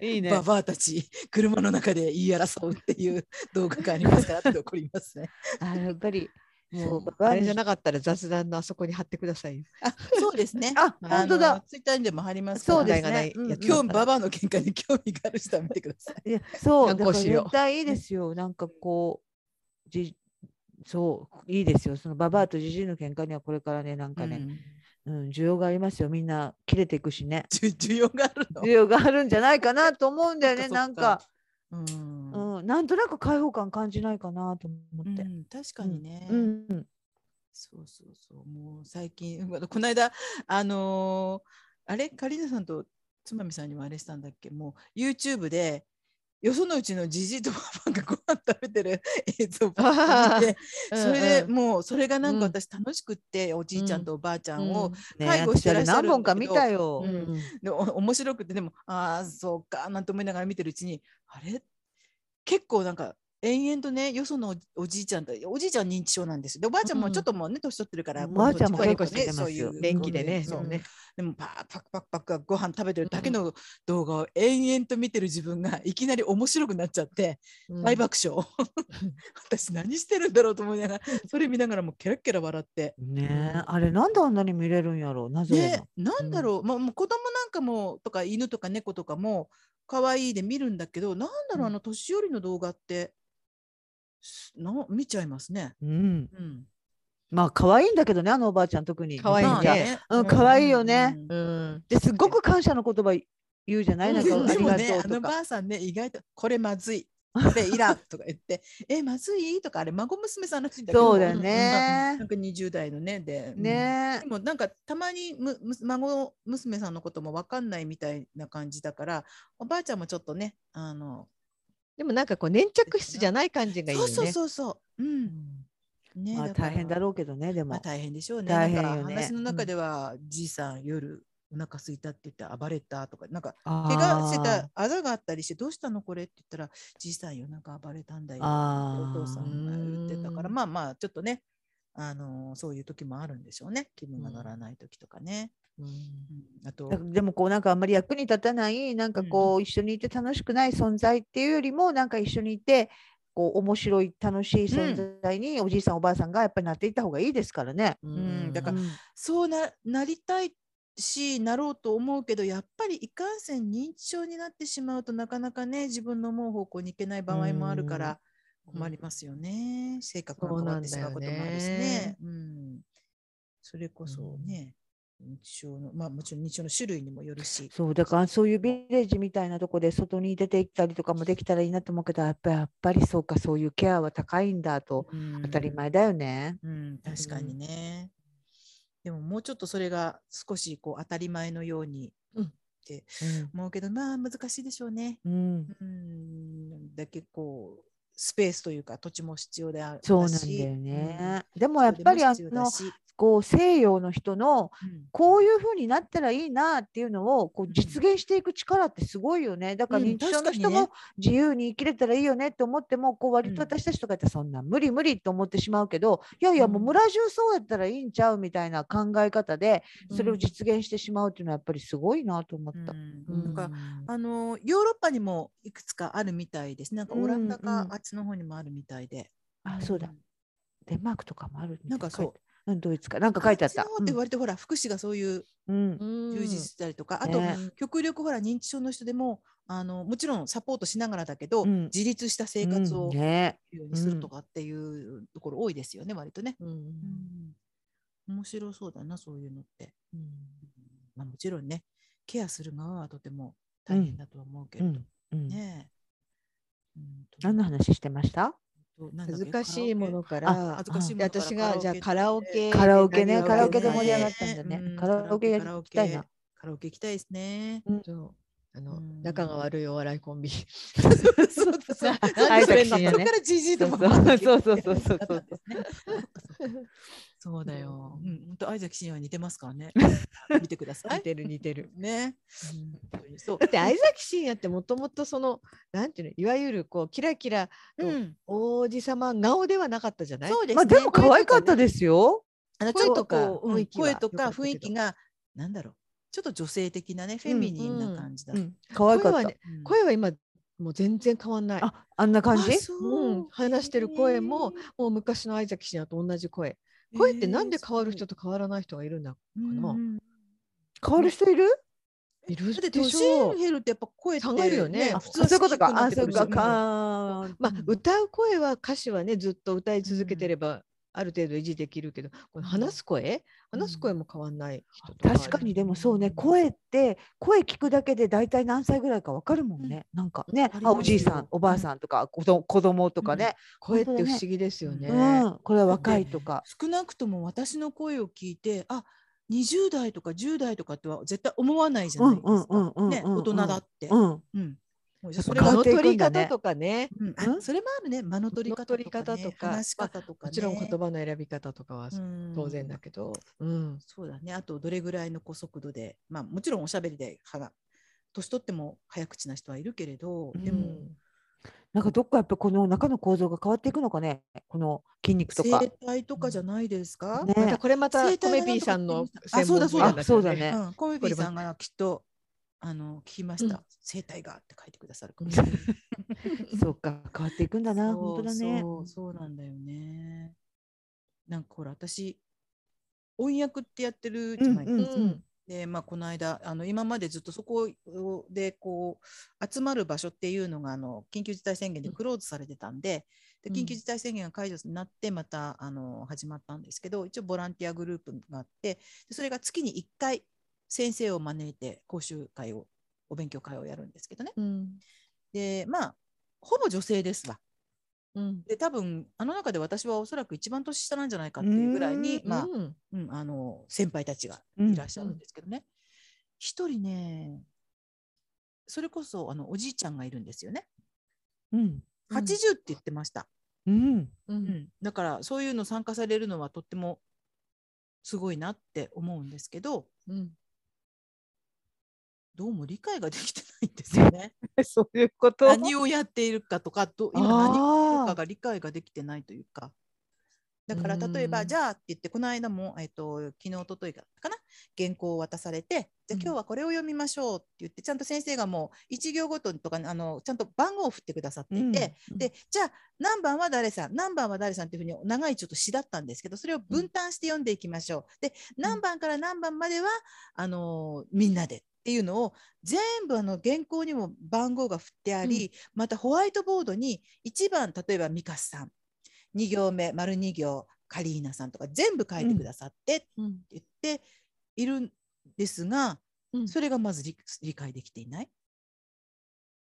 S3: いい
S1: ババアたち車の中で言い争うっていう動画がありますから後で送りますね。
S3: あやっぱり、
S2: も
S3: そうう、
S2: あれじゃなかったら雑談のあそこに貼ってくださいよ。
S1: あそうですね
S3: あ、本当だ。
S1: ツイッターにでも貼りますから
S3: そうです
S2: 問題がない
S3: ね。うん
S2: や
S3: うん
S2: つ
S1: 今日ババアの喧嘩に興味がある人は見てください。
S3: いや、そう、
S2: 参
S3: だ
S2: 考
S3: から
S2: 資料
S3: 絶対いいですよ。なんかこう、じ、そう、いいですよ。そのババアとジジイの喧嘩にはこれからね、なんかね、うん、需要がありますよ。みんな切れていくしね。
S1: 需 需要があるの
S3: 需。要があるんじゃないかなと思うんだよね。
S1: そっ
S3: な
S1: か
S3: んか、
S1: うん
S3: うん、なんとなく開放感感じないかなと思って
S1: う。ん確かにね。
S3: うん、うん、
S1: そうそうそう、もう最近、 うんあのこの間、あのーあれ、カリーナさんとつまみさんにもあれしたんだっけ、もう YouTube で、よそのうちのじじいとばばあがご飯食べてる映像を見て、それで
S2: うんうん
S1: もう、それがなんか
S2: うん
S1: 私楽しくって、おじいちゃんとおばあちゃんを、
S3: ね
S1: 介護してらっしゃるんだけど
S3: 私あれ何本か見たよ。
S2: うんうん
S1: でお面白くて、でも、ああ、そうか、なんて思いながら見てるうちに、あれ結構なんか、延々とねよそのおじいちゃんとおじいちゃん認知症なんですよでおばあちゃんもちょっともうね年取ってるから、
S3: おばあちゃんも
S1: 結
S3: 結構
S1: 構
S3: して
S1: ね
S3: ます
S1: そういう
S3: よ
S2: 電気でね
S1: そううん
S2: ね
S1: でもパーパクパクパクご飯食べてるだけの動画を延々と見てる自分がいきなり面白くなっちゃって
S2: うん
S1: 大爆笑、 私何してるんだろうと思いながらそれ見ながらもケラッケラ笑って。
S3: ねえあれなんであんなに見れるんやろうなぜ
S1: ね、なんだろう、まあ、もう子供なんかもとか犬とか猫とかも可愛いで見るんだけどなんだろう、
S2: うん
S1: あの年寄りの動画ってすな見ちゃいますね。
S3: なのうん
S1: うん、
S3: まあ可愛いんだけどねあのおばあちゃん特に
S2: 可愛いね
S1: まあ
S3: うん可愛いよね
S1: うん
S2: うん
S3: ですっごく感謝の言葉言うじゃないなんか
S1: うん
S3: あ
S1: で
S3: り
S1: も
S3: が
S1: ね、あ
S3: とう
S1: の
S3: とか
S1: ばあさんね、意外とこれまず い、これいらんとか言って、え、まずいとか、あれ、孫娘さんらしいんだけど、
S3: そうだよ
S1: うん
S3: ね
S1: なんか20代のね、で、うん
S3: ね
S1: でもなんかたまにむむ孫娘さんのこともわかんないみたいな感じだから、おばあちゃんもちょっとね、あの、
S2: でもなんかこう粘着質じゃない感じがいいよ
S1: そう
S2: ね。
S1: そうそうそう、う、
S2: うんん
S1: ね、
S3: まあ大変だ
S1: ろ
S3: ろうけどねで
S1: うまあ
S3: も
S1: 大変でしょうね。
S3: 大変よね
S1: なんか話の中では、じいさん夜お腹空いたって言って暴れたとか、なんか怪我してたあざがあったりして、どうしたのこれって言ったら、じいさんよ、なんか暴れたんだよ。って
S3: あ
S1: お
S3: ー
S1: 父さんが言ってたか
S2: う
S1: ら、
S2: ーん
S1: まあまあ、ちょっとね、あのーそういう時もあるんでしょうね。気分が乗らない時とかね。
S2: うん
S1: うんあと
S3: だ、でもこうなんかあんまり役に立たないなんかこう一緒にいて楽しくない存在っていうよりもなんか一緒にいてこう面白い楽しい存在におじいさんおばあさんがやっぱりなっていった方がいいですからね。
S1: うんだから
S3: うん
S1: そうななりたいし、なろうと思うけど、やっぱりいかんせん認知症になってしまうとなかなかね、自分の思う方向に行けない場合もあるから、
S2: うん
S1: 困りますよね。性格が
S2: そう
S1: 変わ
S2: な
S1: っ
S2: ん
S1: てし
S2: だ
S1: ま
S2: よ
S1: う
S2: ね
S1: こともあるしね。うんそれこそね、認知症の、まあもちろん認知症の種類にもよるし。
S3: そうだからそういうビレッジみたいなとこで外に出て行ったりとかもできたらいいなと思うけどやっぱやっぱりそうかそういうケアは高いんだと
S1: うん
S3: 当たり前だよね。
S1: うん、確かにね。でももうちょっとそれが少しこう当たり前のように思うけど、まあ難しいでしょうね。
S3: うんうん
S1: うん、だけこうスペースというか土地も必要である
S3: そうなんだよね。で
S1: うん
S3: もやっぱりあ
S1: 人手も
S3: の
S1: 必要だし
S3: こう西洋の人の
S1: うん
S3: こういうふうになったらいいなっていうのをこ
S1: う
S3: うん実現していく力ってすごいよね。だから
S1: うん
S3: 認知症の
S1: 確か
S3: 人
S1: にね
S3: も自由に生きれたらいいよねって思ってもこう割
S1: うん
S3: と私たちとかってそんな無理無理と思ってしまうけどいやいやもう
S1: うん
S3: 村中そうやったらいいんちゃうみたいな考え方でそれを実現してしまうっていうのはやっぱりすごいなと思っ
S1: う
S3: た。
S1: ん
S2: うん
S1: なんかあのヨーロッパにもいくつかあるみたいです。なんかオランダ
S3: う
S1: か
S3: んうん
S1: あっちの方にもあるみたいで。
S3: あそうだ。デンマークとかもあるみたい
S1: なんかそう
S3: 書いてうんドイツかなんか書いてあった
S1: あっちの方って割とほら福祉がそういう
S3: うん
S2: うん
S1: 充実したりとか、あと
S3: ね
S1: 極力ほら認知症の人でもあのもちろんサポートしながらだけど、
S3: うん
S1: 自立した
S3: う
S1: 生
S3: ん
S1: 活を
S3: うんね
S1: するようにするとかっていうところ多いですよね、割とね、
S2: うん
S1: うん面白そうだなそういうのって、
S2: うん
S1: まあ、もちろんねケアする側はとても大変だとは思うけ
S3: う
S1: れど、
S3: んうん
S1: ねえ、うんと
S3: 何の話してました
S1: となんだっけ
S2: 難しいもの
S1: カ
S2: か
S1: ラオケ
S2: ら
S1: 恥ずかしいも
S2: で
S1: のから
S2: 私がじゃあカラオケ
S3: カラオケね
S2: で
S3: カラオケで盛り上が
S2: っ
S3: ったんだね
S1: うん
S3: カラオケやり
S1: カラオ
S3: たいな。
S1: ケカラオケ行きたいですね
S2: てあ
S1: う
S2: の
S1: ん
S2: 仲が悪いお笑いコンビ
S1: そうそう そう。
S2: 挨
S1: 何それ
S2: 拶
S1: そ
S2: し
S1: こ
S2: にはね
S1: からじじいと
S3: そうそうそうそうそうそう
S1: そうだよ。うん、本当、アイザックシンは似てますからね。見てくださ
S2: 似
S1: い。
S2: てる似てる
S1: ね。そう
S2: だって相崎真也ってもともとそのなんていうのいわゆるこうキラキラ
S1: うん、
S2: 王子様顔ではなかったじゃない
S1: そうです、ね。
S3: まあでも可愛かった
S1: す。
S3: ですよ。
S1: あのち
S2: 声
S1: ょっと
S2: とか
S1: こううん
S2: 雰囲気は
S1: 声とか
S2: 良かったけど
S1: 雰囲気が、なんだろう。ちょっと女性的なね、フェミニンな感じだ。
S3: うん可愛か
S2: 声は
S3: った
S2: ね。声は今もう全然変わんない
S3: あ、あんな感じ
S1: あ。そう
S2: うん話してる声も、もう昔の相崎真也と同じ声声ってなんで変わる人と変わらない人がいるんだな
S3: 変わる人いる。
S2: い
S1: だ
S2: る
S1: って
S2: で
S1: 年
S2: しょう
S1: 減るってやっぱ声って
S2: 下がるよね
S3: あ、
S2: あ
S1: 普
S3: 普
S1: 通
S3: 通そういうことか。あ、
S1: 低
S3: そ
S1: く
S3: う
S1: なってくるしう
S3: か。
S1: ん
S3: かーん
S2: ま
S1: う
S2: あ
S1: ん
S2: 歌う声は歌詞はねずっと歌い続けてればある程度維持できるけど、この話す声
S1: うん
S2: 話す声も変わんない人と
S3: 確かにでもそうね声って声聞くだけで大体何歳ぐらいかわかるもんね、なんかね
S1: わかります
S3: あ
S1: よ
S3: おじいさんおばあさんとか子供子供とかね、
S2: 声って不思議ですよね。
S3: うんこれは若いとか、
S1: 少なくとも私の声を聞いてあ20代とか10代とかっては絶対思わないじゃなん
S3: う
S1: いです
S3: う
S1: か、
S3: んうんうんうん
S1: ね、大人だって、
S3: うんん
S1: もう
S3: やっぱ
S1: それ
S2: 間
S1: が
S2: の
S3: 変わって
S2: 取
S3: いく
S2: り
S3: んだね
S2: 方とかね
S1: うんあ
S3: うん
S1: それもあるね間の取り方とか、ね、
S2: 間の取り方とか
S1: 話し方とか、ね
S2: もちろん言葉の選び方とかは
S1: うん
S2: 当然だけど、うん
S1: そうだねあとどれぐらいのこう速度でまあもちろんおしゃべりで歯が年取っても早口な人はいるけれど、で
S2: う
S1: も
S2: ん
S3: なんかどっかやっぱこの中の構造が変わっていくのかね、この筋肉とか。
S1: 生体とかじゃないですか、
S3: ね
S2: またこれまた
S1: 生
S2: コ
S1: 体
S2: メ
S1: が
S2: ビーさんの
S1: なんとかって言いましたあ
S2: 専門分野
S3: あそうだ
S2: よ
S3: ね。
S1: うん、コメビーさんがきっとあの聞きました、
S2: うん
S1: 生体がって書いてくださるか
S2: う
S1: も
S2: ん
S1: しれない。
S3: そうか、変わっていくんだな、本当だね。
S1: そうそうなんだよね。なんかほら私音訳ってやってるじゃないですか。
S3: うん
S2: うん
S1: でまあ、この間あの今までずっとそこでこう集まる場所っていうのがあの緊急事態宣言でクローズされてたんで,、
S2: うん
S1: で緊急事態宣言が解除になってまたあの始まったんですけど一応ボランティアグループがあってでそれが月に1回先生を招いて講習会をお勉強会をやるんですけどね
S2: うん
S1: でまあほぼ女性ですわ
S2: うん
S1: で多分あの中で私はおそらく一番年下なんじゃないかっていうぐらいにまあ
S2: うん
S1: うん、あの先輩たちが
S3: うん
S1: いらっしゃるんですけどね一、人ねそれこそあのおじいちゃんがいるんですよね
S3: うん。
S2: うん
S1: 80って言ってました、
S3: うん。
S2: う
S1: うんんだからそういうの参加されるのはとってもすごいなって思うんですけど
S2: うん
S1: どうも理解ができてないんですよね
S3: そういうこと。
S1: 何をやっているかとかど今何をと
S3: あ
S1: か
S3: あ。
S1: が理解ができてないというか。だから
S2: うん
S1: 例えば、じゃあって言って、この間も、えっと昨日、一昨日だったかな、原稿を渡されて、じゃ
S2: うん
S1: あ今日はこれを読みましょうって言って、ちゃんと先生がもう1行ごとにとかねあの、ちゃんと番号を振ってくださっていて、
S3: うん
S1: で、じゃあ何番は誰さん、何番は誰さんっていうふうに長いちょっと詩だったんですけど、それを分担して読んでいきましょう。で、何番から何番までは、あのーみんなでっていうのを全部あの原稿にも番号が振ってあり、またホワイトボードに1番例えばミカスさん2行目丸2行カリーナさんとか全部書いてくださってって
S2: うん
S1: 言っているんですが、
S2: うん
S1: それがまず理理解できていない。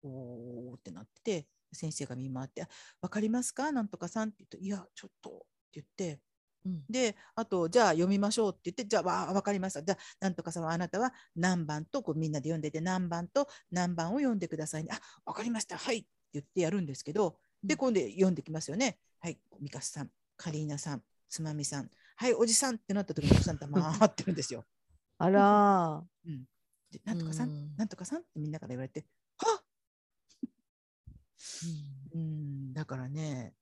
S1: おーってなってて先生が見回ってあ「分かりますかなんとかさん」って言うと「いやちょっと」って言って
S2: うん
S1: で、あと、じゃあ読みましょうって言って、じゃあ、わあ、わかりました。じゃあ、なんとか様、あなたは何番と、こうみんなで読んでて、何番と何番を読んでくださいね。あ、わかりました。はい。って言ってやるんですけど、
S2: う
S1: で、
S2: ん
S1: 今度読んできますよね。はい。ミカスさん、カリーナさん、つまみさん、はい、おじさんってなった時に、おじさん黙ってるんですよ。
S3: あらー。
S1: で、なんとかさ、
S2: うんん
S1: なんとかさんってみんなから言われて、はっ
S2: う
S1: う
S2: ん
S1: ん、だからね、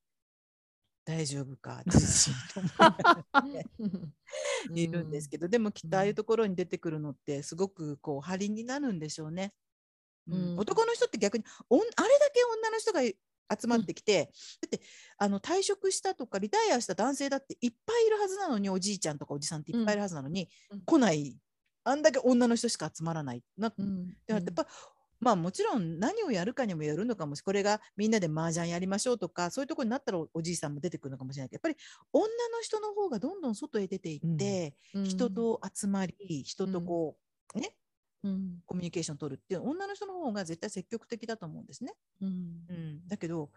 S1: 大丈夫 か、自信と思いながらいるんですけど、でもきっとああいうところに出てくるのってすごくこう張りになるんでしょうね。うん
S2: うん
S1: 男の人って逆におんあれだけ女の人が集まってきて、だってあの退職したとかリタイアした男性だっていっぱいいるはずなのにおじいちゃんとかおじさんっていっぱいいるはずなのに、
S2: うんうん
S1: 来ないあんだけ女の人しか集まらないな
S2: うんうん
S1: でやっぱ、まあもちろん何をやるかにもよるのかもしこれがみんなで麻雀やりましょうとかそういうところになったらおおじいさんも出てくるのかもしれないけどやっぱり女の人の方がどんどん外へ出ていって、
S2: うん
S1: 人、と集まり人とこう、ね
S2: うん
S1: コミュニケーション取るっていう女の人の方が絶対積極的だと思うんですね。
S2: うん
S1: うん、だけど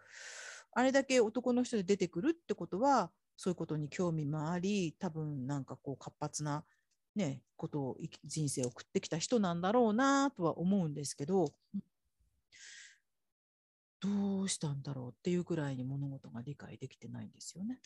S1: あれだけ男の人で出てくるってことはそういうことに興味もあり多分なんかこう活発な、ね、ことを生き人生を送ってきた人なんだろうなとは思うんですけどどうしたんだろうっていうくらいに物事が理解できてないんですよね。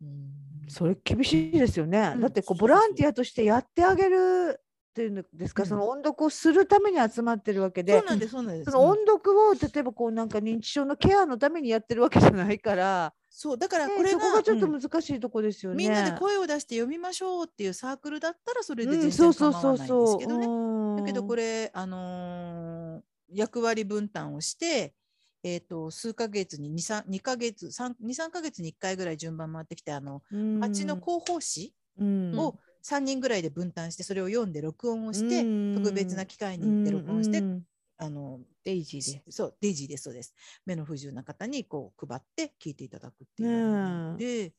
S2: うん
S3: それ厳しいですよね。
S1: うん
S3: だって
S1: そ
S3: こ
S1: うそう
S3: うボランティアとしてやってあげるっていうんですか、
S1: うん
S3: その音読をするために集まってるわけ
S1: そ
S3: で
S1: うなんですそうなんです
S3: その音読を例えばこうなんか認知症のケアのためにやってるわけじゃないから、
S1: そうだから
S3: ね
S1: これ
S3: そ
S1: が
S3: こがちょっと
S1: うん
S3: 難しいとこですよね。
S1: みんなで声を出して読みましょうっていうサークルだったらそれで全
S3: うんそ
S1: 然
S3: うそ
S1: 構わないん
S3: うそう
S1: です
S3: そ
S1: け
S3: う
S1: どね。
S3: うん。
S1: だけどこれ、あのー役割分担をして、えー、と数ヶ月に 2, 2ヶ月23ヶ月に1回ぐらい順番回ってきてあの、
S3: うん、
S1: あっちの広報誌
S3: うん
S1: を3人ぐらいで分担してそれを読んで録音をして、
S3: うん
S1: 特別な機会に行って録音して、
S3: うん
S1: あの
S2: デイジーで。
S1: そうデイジーですそうです目の不自由な方にこう配って聞いていただくっていうようなもので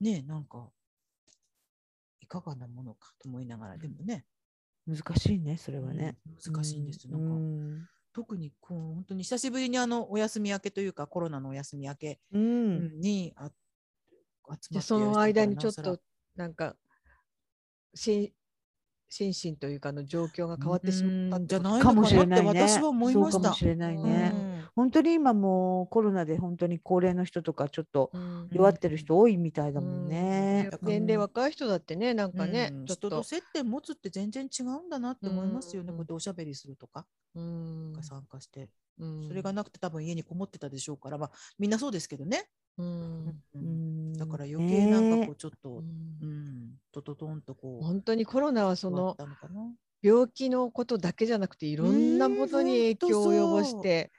S1: ねえなんかいかがなものかと思いながらでもね
S3: 難しいねそれはね。
S1: うん難しいんですよ、
S3: う
S1: なんか
S3: ん
S1: 特にこう本当に久しぶりにあのお休み明けというかコロナのお休み明け
S3: うんうん
S1: にあ、集
S2: じ
S1: ま
S2: ゃ
S1: って
S2: その間にちょっ
S1: や
S2: となんかし心身というかあの状況が変わってしまった
S1: うん
S2: っ
S1: じ
S2: て
S1: ゃ
S2: こと
S1: ない
S3: かもしれない
S1: だっ
S3: ね。
S1: て私は思いました
S3: そうかもしれない
S1: ら
S3: ね。
S1: うん
S3: 本当に今もうコロナで本当に高齢の人とかちょっと
S2: うん
S3: 弱ってる人多いみたいだもんね。
S1: うん
S2: 年齢若い人だってねなんかね、
S1: うん
S2: ちょっ
S1: 人と
S2: と、
S1: 接点持つって全然違うんだなって思いますよね、
S2: うん
S1: こうやっておしゃべりするとか
S2: うん
S1: 参加して、
S2: うん
S1: それがなくて多分家にこもってたでしょうから、まあ、みんなそうですけどね、
S2: うん
S3: うん
S1: だから余計なんかこう
S3: ね
S1: ちょっと、うん、とととんとこう
S2: 本当にコロナはそ
S1: 変わっ
S2: の
S1: たのかな
S2: 病気のことだけじゃなくていろんなことに影響を及ぼして、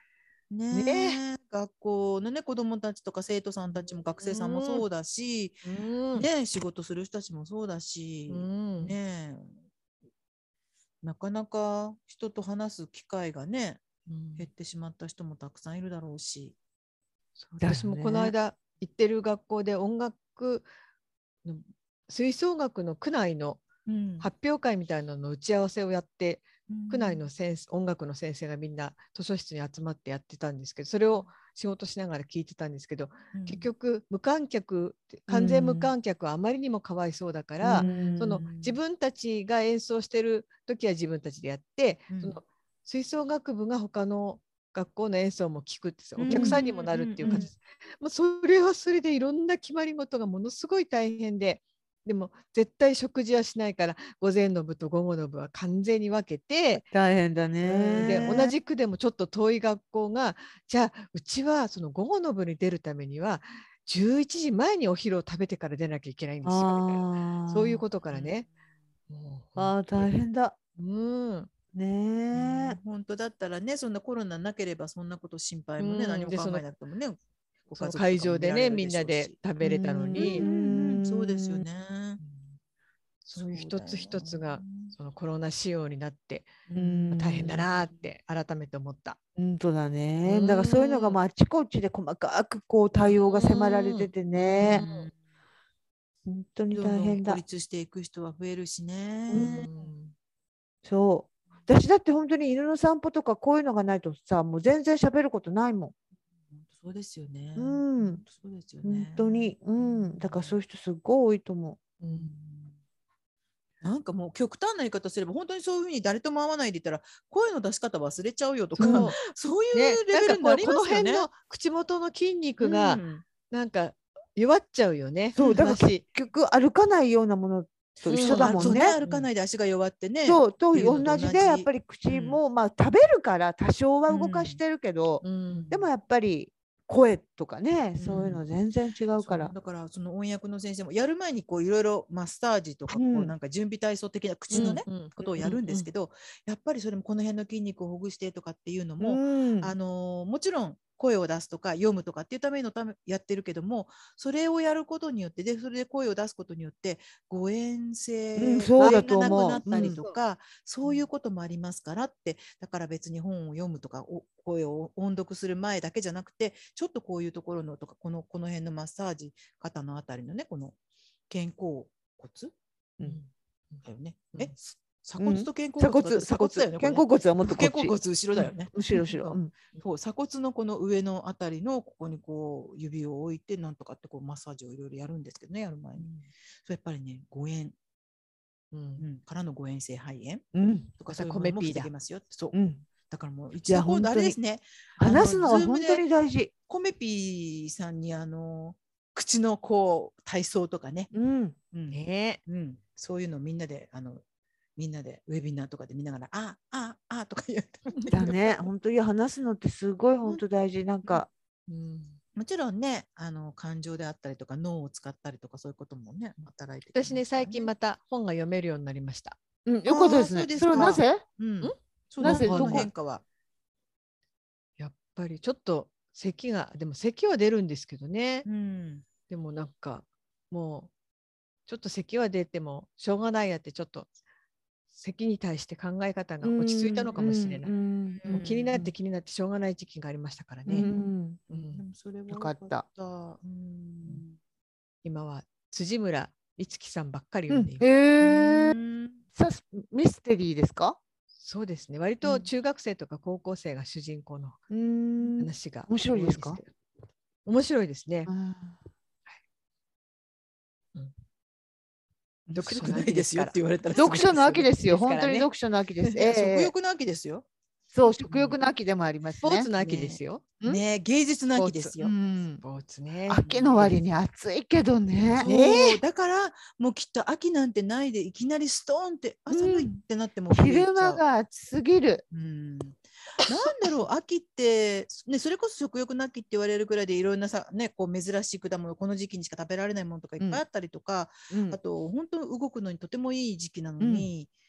S1: ねえ
S2: ね
S1: 学校のね子どもたちとか生徒さんたちも学生さんもそうだし、
S2: うん
S1: ねえ仕事する人たちもそうだし
S2: う、ん
S1: ねえなかなか人と話す機会がね
S2: うん
S1: 減ってしまった人もたくさんいるだろうし。
S3: そうだよね
S2: 私もこの間行ってる学校で音楽の吹奏楽の区内の
S1: うん
S2: 発表会みたいなのの打ち合わせをやって、区内
S1: う
S2: の
S1: ん
S2: 先生音楽の先生がみんな図書室に集まってやってたんですけどそれを仕事しながら聞いてたんですけど、
S1: うん
S2: 結局無観客完全無観客はあまりにもかわいそうだから、
S3: うん
S2: その自分たちが演奏してる時は自分たちでやって、
S1: うん
S2: その吹奏楽部が他の学校の演奏も聞くって
S1: うん
S2: お客さんにもなるっていう感じです。もうそれはそれでいろんな決まり事がものすごい大変ででも絶対食事はしないから午前の部と午後の部は完全に分けて。
S3: 大変だ
S2: うん
S3: ね。
S2: で同じ区でもちょっと遠い学校がじゃあうちはその午後の部に出るためには11時前にお昼を食べてから出なきゃいけないんですよみたいな
S3: あー
S2: そういうことからね。もう
S3: あー大変だ。
S2: うん
S1: うん
S3: ね
S1: 本当だったらねそんなコロナなければそんなこと心配もね、
S2: うん
S1: 何も
S2: でそ
S1: 考
S2: の
S1: えなくてもねご
S2: そ
S1: 家族
S2: の
S1: とかも
S2: 会場でねみ
S1: 見
S2: ん
S1: ら
S2: な
S1: れるし
S2: で食べれたの
S1: う
S2: に、
S1: んうんうんそうですよね
S2: そういう一つ一つが
S1: そ
S2: そのコロナ仕様になって
S3: え。
S1: うん
S2: 大変だなーって改めて思った。
S3: 本当だね
S2: う。ん
S3: だからそういうのがもうあちこちで細かくこう対応が迫られてて
S1: うだ
S3: ね
S1: よ。ね
S3: 本当に
S1: どん
S3: 大
S1: どん
S3: 変だ
S1: 孤。立していく人は増えるしね、
S2: うん
S3: そう。私だって本当に犬の散歩とかこういうのがないとさ、もう全然喋ることないも
S1: 本当そうですよね、
S3: ん。うん。
S1: そうですよね
S3: 本当に。うん。だからそういう人すっごい多いと思
S2: うん
S1: なんかもう極端な言い方すれば本当にそういうふうに誰とも会わないでいたら声の出し方忘れちゃうよとか
S2: そう
S1: そういう
S2: ね
S1: レ、ベル
S2: なんか
S1: にな
S2: こう
S1: り
S2: こ
S1: ま
S2: の
S1: すよ
S2: 辺
S1: ね。
S2: の口元の筋肉が
S1: うん
S2: なんか弱っちゃうよね。
S3: そうだから
S2: 話
S3: う。結局歩かないようなものと一緒だも
S1: そうん
S3: ね
S1: あ。そう歩かないで足が弱ってね。
S3: そうと
S1: っていうの
S3: 同
S1: と
S3: じでやっぱり口も、まあ食べるから多少は動かしてるけど、
S2: うん
S3: でもやっぱり声とかね、
S1: うん
S3: そういうの全然違
S1: そうう
S3: から。
S1: だからその音訳の先生もやる前にこういろいろマッサージとかこ
S3: う
S1: うんなんか準備体操的な口のね、
S2: うんうん
S1: ことをやるんですけど、やっぱりそれもこの辺の筋肉をほぐしてとかっていうのも、
S3: うん
S1: あのーもちろん声を出すとか読むとかっていうためのためやってるけどもそれをやることによってでそれで声を出すことによって誤嚥
S3: う
S1: 性
S3: んそうだ
S1: が
S3: と思
S1: な
S3: う
S1: くなったりと
S2: うん
S1: かそういうこともありますからってだから別に本を読むとかお声を音読する前だけじゃなくてちょっとこういうところのとかこのこの辺のマッサージ肩のあたりのねこの肩甲骨
S2: うん
S1: だよね、
S2: うん
S1: え鎖骨と肩甲
S3: 鎖
S1: 骨
S3: 骨、
S1: だ鎖
S3: 鎖骨
S1: 骨だよねこれ
S3: 肩
S1: ね
S3: 甲骨はもっとこっ
S1: 肩甲
S3: ち。
S1: 骨後ろだよね。
S3: 後ろ後ろ。うん
S1: そう鎖骨のこの上のあたりのここにこう指を置いてなんとかってこうマッサージをいろいろやるんですけどねやる前に、そうやっぱりね誤嚥、
S2: うん
S1: うん、からの誤嚥性肺炎
S3: うん。
S1: とか
S2: また
S1: そういうものも
S2: コメピー
S1: 防
S2: だ
S1: げますよそう
S3: うん。
S1: だからもう
S3: い
S1: 一
S3: や
S1: 度今度あれ
S3: 本当に
S1: ですね
S3: 話すのは
S1: あの
S3: 本当
S1: Zoom
S3: に大事。
S1: コメピーさんにあの口のこう体操とかね、
S3: うん。
S1: うん
S2: ね
S1: うん、そういうのをみんなであのみんなでウェビナーとかで見ながら「あああとか言って
S3: だ ね。本当に話すのってすごい本当大事。なんか、
S2: うん
S1: もちろんね、あの感情であったりとか、脳を使ったりとか、そういうこともね、働いてきます
S2: 私ね最近
S1: から
S2: また本が読めるようになりました。
S3: うん、
S1: よかったですね
S3: それはなぜ
S1: うん
S2: ん。
S1: そうな
S3: なぜ
S1: ど
S3: ど
S1: の
S3: こ
S1: 変化は。
S2: やっぱりちょっと咳がでも咳は出るんですけどね、
S1: うん。
S2: でもなんかもうちょっと咳は出てもしょうがないやってちょっと咳に対して考え方が落ち着いたのかもしれない。
S3: うん
S1: うん
S2: もう気になって気になってしょうがない時期がありましたから
S3: うんう
S2: ね。
S3: ん
S2: う
S1: で
S2: ん
S1: もそれは
S3: よかった
S1: うん。
S2: 今は辻村いつきさんばっかり
S3: う
S2: 読ん
S3: ん
S2: でいる。
S3: え
S1: う
S3: ー
S1: ん
S3: さすミステリーですか
S2: そうですね。割
S1: う
S2: と
S1: ん
S2: 中学生とか高校生が主人公の
S3: うん
S2: 話が
S3: 面白いですか
S2: 多けど面白いですね。
S1: 読書の秋ですよって言われたら。
S3: 読書の秋ですよ。
S2: ですから
S3: 本
S2: ね
S3: 当に読書の秋です。
S1: 食
S3: ええ
S1: 欲の秋ですよ。
S3: そう食欲の秋でもあります
S2: スポ
S3: ね。
S2: ーツの秋ですよ。ん
S1: ねえ芸術の秋ですよ。
S2: うんスポーツね。
S3: 秋の割に暑いけどね。
S1: そうだからもうきっと秋なんてないでいきなりストーンってあ寒いってなっても
S3: 昼間、が暑すぎる。
S1: うん、なんだろう秋って、ね、それこそ食欲の秋って言われるぐらいでいろんなさ、ね、こう珍しい果物この時期にしか食べられないものとかいっぱいあったりとか、
S2: うん
S1: あと本当動くのにとてもいい時期なのに、
S2: うん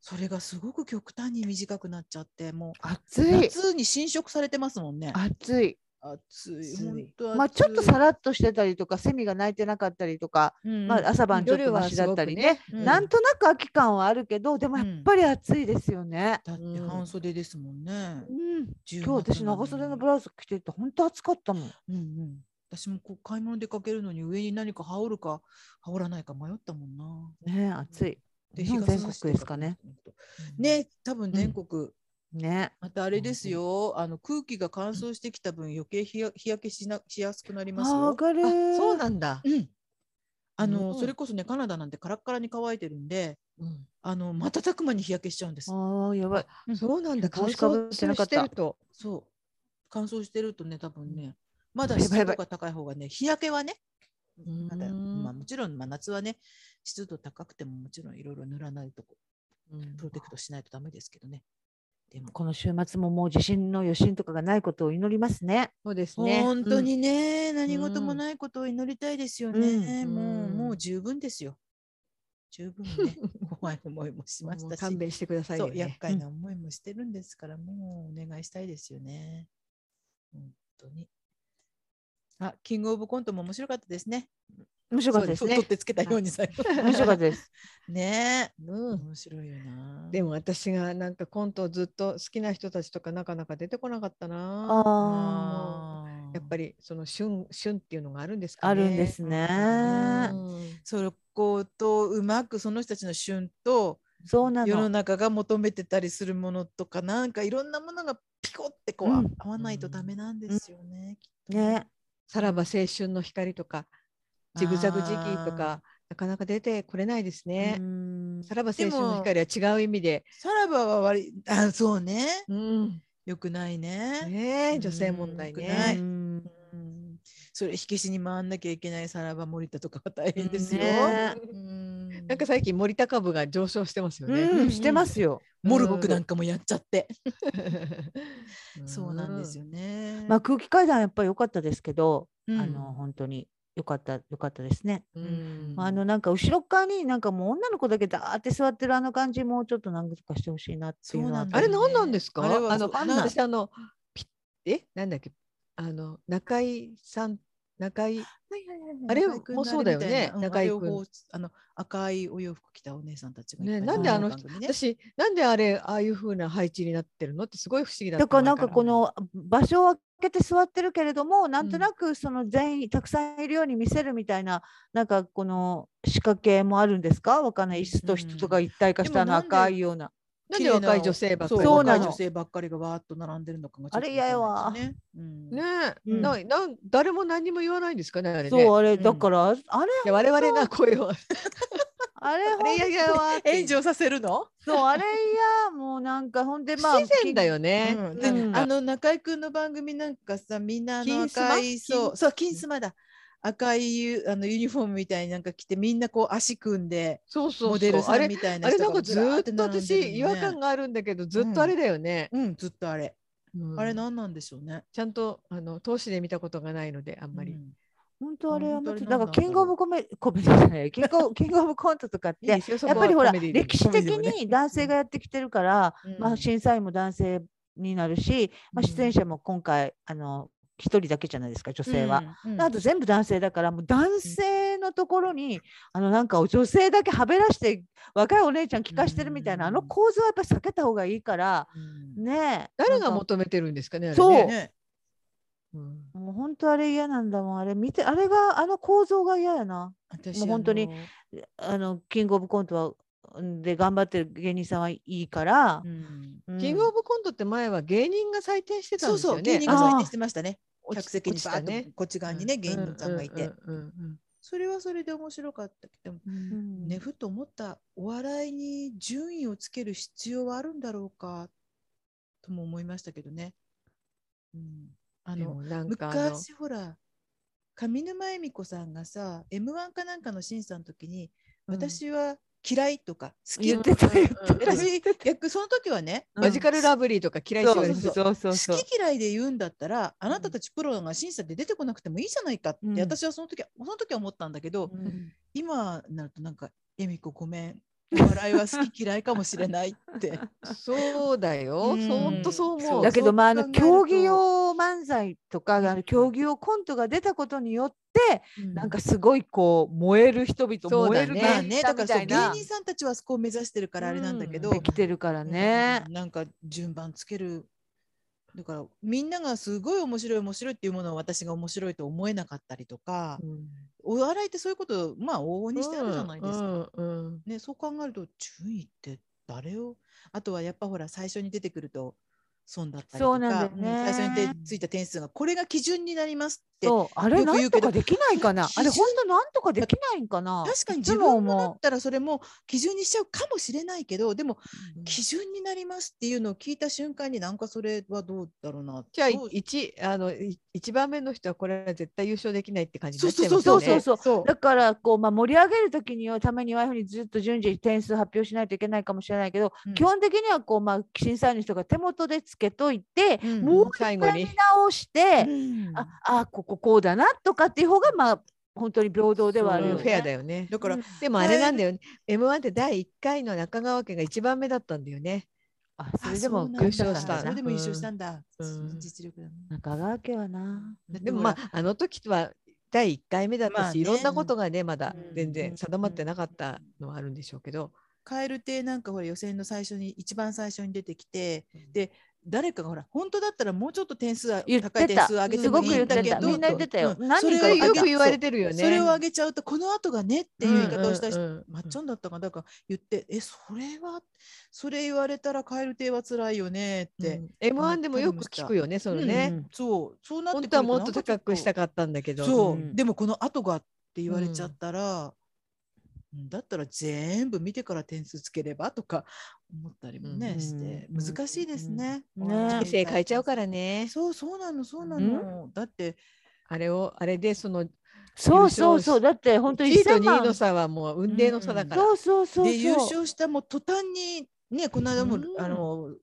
S1: それがすごく極端に短くなっちゃっても
S3: 暑
S1: う
S3: い。
S1: 夏に侵食されてますもんね。
S3: 暑い。
S1: 暑い
S2: 暑い
S1: 本当
S3: まあちょっとさ
S1: ら、
S3: らっとしてたりとか、セミが鳴いてなかったりとか、
S1: うん
S3: まあ朝晩ちょっと
S2: 夜は
S3: マシだったりね。
S1: すごくねうん
S3: なんとなく秋感はあるけど、でもやっぱり暑いですよね。
S1: だって半袖ですもんね。
S3: うん。
S1: 今
S3: 今日私長袖のブラウス着てて本当暑かったもん。
S1: うんうん、私もこう買い物出かけるのに上に何か羽織るか羽織らないか迷ったもんな。
S3: ねえ暑い。
S1: で
S3: 日本
S1: 日が差
S3: 全
S1: して
S3: 国ですかね。
S1: ね多分全国、
S3: ね。
S1: またあれですよあの空気が乾燥してきた分余計日や日焼けしなしやすくなります
S3: あ
S1: よ
S3: 上。がる。
S2: あそうなんだ。
S1: うん、あの、
S2: うん
S1: それこそねカナダなんてカラッカラに乾いてるんで
S2: うん
S1: あの瞬く間に日焼けしちゃうんです。
S3: ああやばい。
S2: そうなんだ。乾
S3: 帽子かぶ
S2: 燥
S3: ってなかった
S2: してると。
S1: そう乾燥してるとね多分ねまだ
S3: やばい
S1: 湿
S3: やば
S1: 度
S3: い
S1: が高い方がね日焼けはねまだ
S2: うん
S1: まあ、もちろん、まあ、夏はね湿度高くてももちろんいろいろ塗らないとこ
S2: うん
S1: プロテクトしないとダメですけどね。でも、
S3: この週末ももう地震の余震とかがないことを祈りますね。
S2: そうですね。
S1: 本当にね、何事も
S2: うん
S1: ないことを祈りたいですよね。
S2: うん
S1: もう、
S2: うん
S1: もう十分ですよ。十分 ね、怖い思いもし
S2: うん。
S1: まし
S2: も
S1: た
S2: う
S1: し、
S2: 勘弁してください
S1: そ
S2: よ
S1: う、
S2: ね
S1: 厄。介な思いもしてるんですから、もうお願いしたいですよね。本当に。あ、キングオブコントも面白かったですね。
S3: 面白かったです
S1: そう取
S3: ね
S1: っ。てつけたように最後。
S3: 面白かったです。
S1: ね
S2: う
S1: え、
S2: ん
S1: 面白いよな。
S2: でも私がなんかコントをずっと好きな人たちとかなかなか出てこなかったな。
S3: ああ
S1: あー、
S2: やっぱりその旬旬っていうのがあるんですかね。
S3: あるんですね
S2: う。ん
S1: そことうまくその人たちの旬と
S3: そうな
S1: 世の
S3: の。
S1: 中が求めてたりするものとかなんかいろんなものがピコってこう、
S3: うん
S1: 合わないとダメなんですよね。きっと
S3: ね。
S2: さらば青春の光とかジグザグ時期とかなかなか出てこれないですね。
S3: うん
S2: さらば青春の
S1: で
S2: 光は違う意味で、
S1: さらばは悪いあ そうね
S2: うん、
S1: よくないね。
S2: ね
S1: う
S2: え
S1: ん
S2: 女性問題
S1: 良くない
S2: ね。
S3: うん
S1: うんそれ火消しに回んなきゃいけないさらば森田とかは大変ですよ。
S3: ね
S1: うん
S2: なんか最近森高部が上昇してますよね。
S3: うんし てますよ。
S1: モルゴクなんかもやっちゃって、そうなんです
S2: よ。
S1: よね。
S3: まあ空気階段やっぱり良かったですけど、
S1: うん
S3: あの本当に良かった良かったですね。
S2: うん
S3: あのなんか後ろっ側になんかもう女の子だけだーって座ってるあの感じもうちょっとなんとかしてほしいなっていうの
S1: そ
S3: は
S1: うなんだ
S2: あ
S1: よ
S2: れ
S1: ね
S2: 何なんですか？
S1: あれは
S2: あの
S1: そう
S3: あんな
S2: 私あのピえなんだっけあの中井さん中井
S1: はいはいはいはい
S2: あれ
S1: 中居君の
S2: もそうだよね
S1: あれみた
S2: 中
S1: い
S2: 居
S1: なうん
S2: 君
S1: あれをこうあの赤いお洋服着たお姉さんたちがいっぱい
S2: ね
S1: 出
S2: な
S1: て
S2: ん
S1: る
S2: であの
S1: 番
S2: 人
S1: 組ね
S2: 私なんであれああいう風な配置になってるのってすごい不思議だった
S3: だからな
S2: 前
S3: んかこの場所を空けて座ってるけれどもなんとなくその全員たくさんいるように見せるみたいななんかこの仕掛けもあるんですかわかんない椅子と人とか一体化したあの
S1: でもなんで
S3: 赤いような。
S2: なんで若い女性ばっかり
S1: そう
S3: そうな
S1: 若
S3: の
S1: い女性ばっかりがわーっと並んでるのかがちょっと
S3: あれ嫌やわ
S1: かんないですねうん
S2: ねえ、
S3: うん
S2: ななん誰も何も言わないんですかねあれね。
S3: そうあれ
S1: うん
S3: だからあれ
S2: いや我々が声を
S3: あれ
S2: あれいやいやわーって
S1: 炎上させるの、
S3: そうあれいやもうなんかほんで
S2: 不
S3: まあ
S2: 自然だよね。
S1: うん
S3: で
S2: なんか
S1: あの中居君の番組なんかさみんなあの
S2: 金スマ
S1: 赤いそ
S2: 金
S1: うそう金スマだ赤いユあのユニフォームみたいになんか着てみんなこう足組んで
S2: そうそうそう
S1: モデル
S2: あ
S1: さん
S2: れ
S1: みたいな
S2: あれ
S1: 人
S2: なん
S1: が
S2: かず
S1: ずら
S2: ー
S1: ー
S2: っ
S1: って
S2: と
S1: 並んでるの
S2: 私
S1: ね
S2: 違和感があるんだけどずっとあれだよね。
S1: うんずっとあれ
S2: うん
S1: あれなんなんでしょうね、
S2: ちゃんとあの投資で見たことがないのであんまり。
S1: うん
S3: 本当あれは
S1: 本当
S3: ま
S1: に
S3: た
S1: な
S3: だ
S1: んだ
S3: からキングオブコメコメディじゃないキングオブキングオブコントとかっ
S2: いいで
S3: て
S2: すよそ
S3: や
S2: こ
S3: っ
S2: は
S3: ぱりほら
S2: コメディで
S3: 歴史的
S1: コメディでも
S3: に男性がやってきてるから、
S1: うん
S3: まあ、審査員も男性になるし、まあ、出演者も今回あの一人だけじゃないですか女性は。、
S1: うんうん
S3: あと全部男性だからもう男性のところに、あのなんかお女性だけはべらして若いお姉ちゃん聞かしてるみたいな、
S1: うん
S3: あの構図はやっぱり避けた方がいいから
S1: うん
S3: ねえ
S2: 誰が
S3: なんか
S2: 求めてるんですかねあれね。
S3: そう
S1: ね
S2: うん
S3: もう本当あれ嫌なんだもんあれ見てあれがあの構造が嫌やな。
S1: 私
S3: もう本当に
S1: あの
S3: あのキングオブコントはんで頑張ってる芸人さんはいいから、
S1: うん
S3: うん
S2: キングオブコントって前は芸人が採点してたん
S1: そう
S2: です
S1: そ
S2: よ
S1: う、
S2: ね。
S1: 芸人が採点してましたね。
S2: 落ち
S1: 客席に
S2: 落ち
S1: バー
S2: た
S1: ッと
S2: ね。
S1: こっち側にね、芸人さんがいて、
S2: ううんうんうん
S1: それはそれで面白かったけど、
S2: うんうん
S3: うん
S1: ね、ふと思った、お笑いに順位をつける必要はあるんだろうか。とも思いましたけどね。うん、あ
S2: で
S1: の
S2: もなんかあの
S1: 昔ほら上沼恵美子さんがさ m 1かなんかの審査の時に、
S2: うん
S1: 私は嫌いとか好き
S3: 言ってた
S2: うんうん
S3: 言っ
S2: うん
S3: てた。
S1: 私逆その時はね
S3: うん
S2: マジカルラブリーとか嫌いって言われて
S1: そう
S2: そうそ
S1: 好
S2: うそう。
S1: き嫌いで言うんだったらあなたたちプロが審査で出てこなくてもいいじゃないかって、
S3: うん
S1: 私はその時はその時は思ったんだけど、
S3: うん
S1: 今になるとなんか「恵美子ごめんお笑いは好き嫌いかもしれない」って。
S2: そうだよ。
S1: うん
S2: そうほんとそう思。
S1: そう
S3: だけどまああの
S2: そう考えると
S3: 競技用漫才とかあの競技用コントが出たことによってなんかすごいこう燃える人々
S2: そう
S3: 燃
S2: だ
S3: える
S2: ね
S1: まあ
S3: 芸人
S1: ね、
S3: さ
S1: だか
S3: ん
S1: ら
S3: み
S1: そ
S3: た
S1: う
S3: い
S1: 芸
S3: な
S1: 人さんたちはそこを目指してるからあれなんだけど、
S2: うん
S3: できてるからね
S1: う。んなんか順番つけるだからみんながすごい面白い面白いっていうものを私が面白いと思えなかったりとか、
S2: うん
S1: お笑いってそういうことまあ往々にしてあるじゃないですか、
S2: うんうん
S1: ね、そう考えると順位って誰をあとはやっぱほら最初に出てくると損だったりとか
S3: そうなんだよね
S1: うん最初についた点数がこれが基準になりますって
S3: そうあ
S1: よ
S3: れ
S1: く
S3: な
S1: 言うんけど
S3: とかできないかな
S1: 基
S3: あ
S1: 準
S3: れ本当なんとかできないんかな
S1: 確かに
S3: いつ
S1: 自
S3: も
S1: 分もだ
S3: 思
S1: ったらそれも基準にしちゃうかもしれないけどでも
S3: ううん
S1: 基準になりますっていうのを聞いた瞬間になんかそれはどうだろうな
S2: じゃあ
S1: どう
S2: 一あのい一番目の人はこれは絶対優勝できないって感じに
S1: そ
S2: な
S1: う
S2: っち
S1: そ
S2: ゃ
S1: う
S2: いま
S1: そう
S2: す
S1: そ
S2: よ
S1: うそう
S2: ね。
S1: そう
S3: だからこう、まあ、盛り上げる時にはためにはああいうふうにずっと順次点数発表しないといけないかもしれないけど、
S1: うん
S3: 基本的にはこう、まあ、審査員の人が手元でつけといて、
S1: うん
S3: もう一
S2: 最後
S3: 回
S2: に
S3: 見直して、
S1: うん
S3: ああこここうだなとかっていう方がまあ本当に平等ではあるよ、
S2: うん
S3: ね、
S2: フェアだよね。
S1: だから
S3: うん
S2: でもあれなんだよね。M1 って第一回の中川家が一番目だったんだよね。
S3: あ
S1: あ
S3: それでも
S1: そうなんだ
S3: 優勝し
S2: した
S3: た
S1: それ
S3: な
S1: でも優勝したんだ、
S2: うん
S1: その実力だね
S3: 中川家はな
S1: だって
S2: でも
S1: ほら
S2: まああの時は第1回目だったし、
S1: まあね
S2: いろんなことがねまだ
S1: うん
S2: 全
S1: うん
S2: 然定まってなかったのはあるんでしょうけど、
S1: 蛙亭なんかほら予選の最初に一番最初に出てきてで誰かがほら本当だったらもうちょっと点数は
S3: 言ってた
S1: 高い点数上げてもいいんだけ
S2: すごく言ってた
S1: ど
S2: みんな言って
S3: たよ
S1: うん
S3: 何
S1: そ
S3: 人
S1: れ
S3: か
S1: を上
S3: は
S2: よ
S1: げ
S2: く言われてるよね。
S1: それを上げちゃうとこの後がねっていう言い方をした人、
S2: うんうんうん
S1: まっちゃんだったかだから言って、えそれはそれ言われたら蛙亭は辛いよねって、
S2: うん M1 でもよく聞くよねそのね、
S3: うん
S1: そうそうなって
S2: 本当はもっ
S1: なん
S2: と
S1: かちょ
S2: 高くしたかったんだけど
S1: そう、
S3: うん
S1: でもこの後がって言われちゃったら、うんだったら全部見てから点数つければとか思ったりもね、
S2: うん
S1: して
S3: うん
S1: 難しいですね。
S3: うん
S1: お笑い
S2: 人生変えちゃうからね
S1: そうそうなのそうなの、だって
S2: あれをあれでその
S3: そうそうそうだって本当
S2: 1
S3: に
S2: 位と
S3: 1000
S2: 2位
S3: 万
S2: の差はもう運命の差だから、
S3: そうそうそうそう
S1: で優勝したもう途端にねこの間も、
S2: うん
S1: あの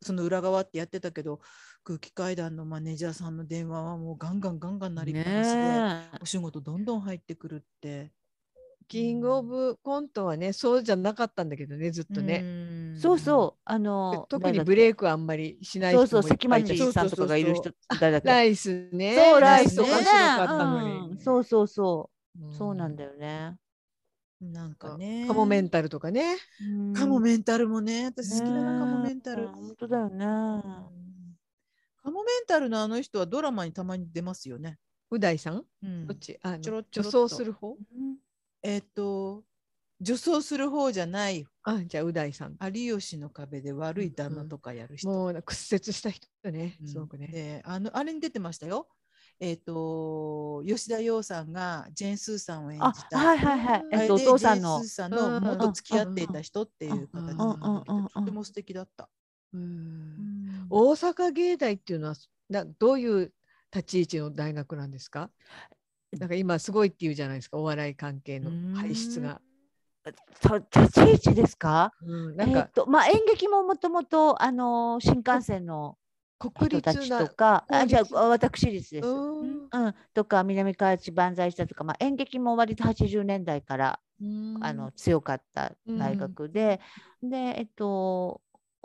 S1: その裏側ってやってたけど空気階段のマネージャーさんの電話はもうガンガンガンガンなりっぱなしで、
S3: ねえ
S1: お仕事どんどん入ってくるって。
S2: キングオブコントはねそうじゃなかったんだけどねずっとね、
S1: ん
S3: そうそうあの
S2: 特にブレ
S3: イ
S2: イクはあんまりしない人
S3: そ
S2: もいうっぱいう
S3: そ関町
S2: いたし
S3: さんとかがいる人だらけ
S2: ライスね
S3: そうライ
S1: ス
S3: ス
S1: ね
S3: と
S2: 面
S3: か
S2: 白
S3: ね
S2: かったの
S3: う
S2: に
S3: ん、そうそうそううそうなんだ
S2: よ
S3: よね
S1: なんか
S2: か
S1: ね。
S2: カモメンタルとかね
S1: カモ
S3: ン
S1: メンタルもね、私好きだ
S3: ね
S1: な、
S3: え
S1: カモメンタル。
S3: 本当だよね
S1: うんカモメンタルのあの人はドラマにたまに出ますよね。
S2: う大さん
S1: うん
S2: どっちあ
S1: ちょろ
S2: の
S1: ちょ
S2: 女
S1: ろっと
S2: 装する方
S1: えっと、女装する方じゃない、
S2: あじゃあう大さん
S1: 有吉の壁で悪い旦那とかやる人。
S2: もう屈折した人ね
S1: うん
S2: すごくね、
S1: であの、あれに出てましたよ。えっと、吉田羊さんがジェーン・スーさんを演
S3: あ
S1: じた。
S3: はいはいはい
S1: あ
S3: え
S1: れ
S3: っ
S1: で
S3: とお父さん
S1: ジェーンス
S3: の
S1: ーさんの元付き合っていた人っていう形な
S2: うん
S1: んだけ
S3: うんうんうんう
S1: ど
S3: ん
S1: とても素敵だった。
S2: うん
S1: うん
S2: 大阪芸大っていうのはなどういう立ち位置の大学なんですかなんか今すごいっていうじゃないですかお笑い関係の輩出が、
S3: た立ち位置ですか
S2: うんな
S3: え
S2: ん
S3: ーっ
S2: か
S3: とまあ演劇ももともとあのー新幹線の
S2: 国
S3: 人た
S2: 立
S3: ち
S2: な
S3: とか
S2: 公
S3: あじゃ
S2: 立
S3: あ私立です。うん
S2: うん
S3: とか南河内万歳したとか、まあ、演劇も割と80年代から、あの強かった大学で、でえっと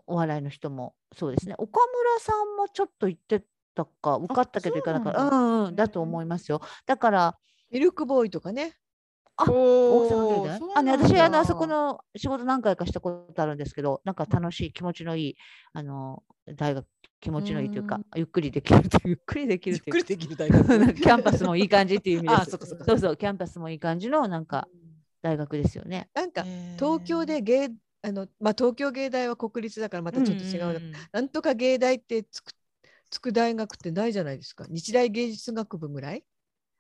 S3: お笑いの人もそうですね岡村さんもちょっと行ってたか受かったけど行かなかった
S1: そう
S3: う
S1: なんだ
S3: んうんだと思いますよだから
S2: ミルクボーイとかね
S3: 大
S1: 大
S3: 阪芸大あの私あのあそこの仕事何回かしたことあるんですけどなんか楽しい気持ちのいいあの大学気持ちのいいというか
S2: うん
S3: ゆっくりできるというゆっくりでき
S1: ゆっ
S3: るとい
S1: く
S3: う
S1: りできる大
S3: か
S1: 学。
S3: なん かキャンパスもいい感じっていう意味です
S1: あそっかそっか
S3: そうそうキャンパスもいい感じのなんか大学ですよね
S2: なんか
S1: ねえ
S2: 東京で芸あのまあ東京芸大は国立だからまたちょっと違うのか、
S1: ん
S2: なんとか芸大ってつくつく大学ってないじゃないですか日大芸術学部ぐらい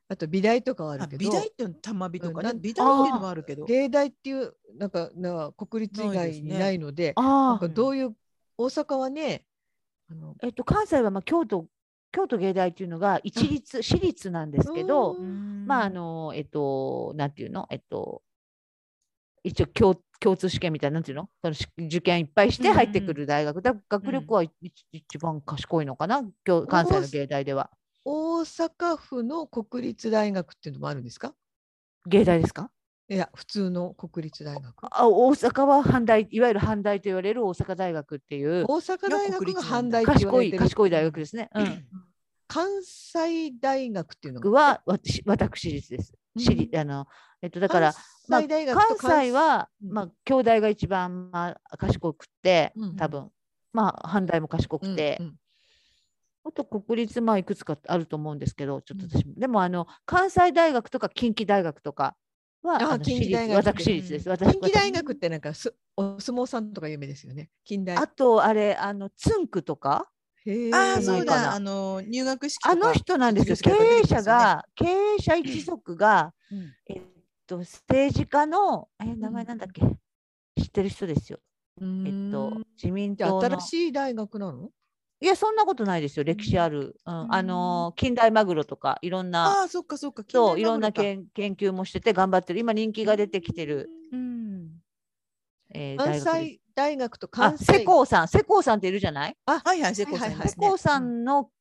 S2: あと美大とかはあ
S1: あ
S2: るけ
S1: 美
S2: ど
S1: 大っていうのたまびとかね、
S2: うんなん
S1: 美大っていうのもあるけど。
S2: 芸大っていうなんかな国立以
S1: ないで
S2: 外
S1: す
S2: に
S1: ね
S2: ないので
S3: あ
S2: なんかどういう大阪はねあの
S3: えっと、関西はまあ京都京都芸大っていうのが一律私立なんですけど、
S2: うん
S3: まああのえっとなんていうのえっと一応共共通試験みたいななんていうのそのし受験いっぱいして入ってくる大学、だ学力はい一一番賢いのかな京関西の芸大では
S2: 大阪府の国立大学っていうのもあるんですか
S3: 芸大ですか
S2: いや普通の国立大学
S3: あ大阪は阪大いわゆる阪大と言われる大阪大学っていう
S2: 大阪大学が阪大って言わ
S3: 賢
S2: れ
S3: い
S2: てる
S3: 賢い大学ですね、うん、
S2: 関西大学っていうの
S3: 僕
S2: が
S3: は私私立です私立、あのえっとだから
S2: 関西大学と
S3: 関西は、
S2: うん
S3: まあ、兄弟が一番、まあ、賢くて
S2: うん
S3: 多分、まあ反対も賢くて、
S2: うんうん
S3: あと国立まあいくつかあると思うんですけどちょっと私も、でもあの関西大学とか近畿大学とかは
S2: あ
S3: あの
S2: 近畿
S3: 私立
S2: 大学
S3: 私立です、私
S2: 近畿大学ってなんかすお相撲さんとか有名ですよね近代
S3: 私あとあれあのツンクとか
S2: へえ
S1: あ
S3: ー
S1: あそう
S3: ないかな
S1: だあの入学式とか
S3: あの人なんですよ
S1: 卒
S3: 経
S1: 業式とか出て
S3: 営
S1: きます
S3: 者
S1: よね
S3: が、経営者一族が、
S1: うん
S3: えっと、政治家のえ名前なんだっけ、知ってる人ですよ、
S2: うーん
S3: えっと、自民
S2: じゃあ
S3: 党の
S2: 新しい大学なの
S3: いや、そんなことないですよ、歴史ある。うんあのー、近代マグロとか、いろんな、
S1: ああそっかそっか
S3: そう、
S1: 近代
S3: いろ
S1: マ
S3: ん
S1: グロ
S3: な
S1: か
S3: 研 研究もしてて、頑張ってる。今、人気が出てきてる。
S1: うん
S3: えー、
S2: 関
S3: 大学です
S2: 西大学と
S3: あ、
S2: 関西
S3: 世耕さん、世耕さんっているじゃない
S1: はいはい、セコさんいま
S2: です
S3: 世
S1: ね。
S3: 耕さんの、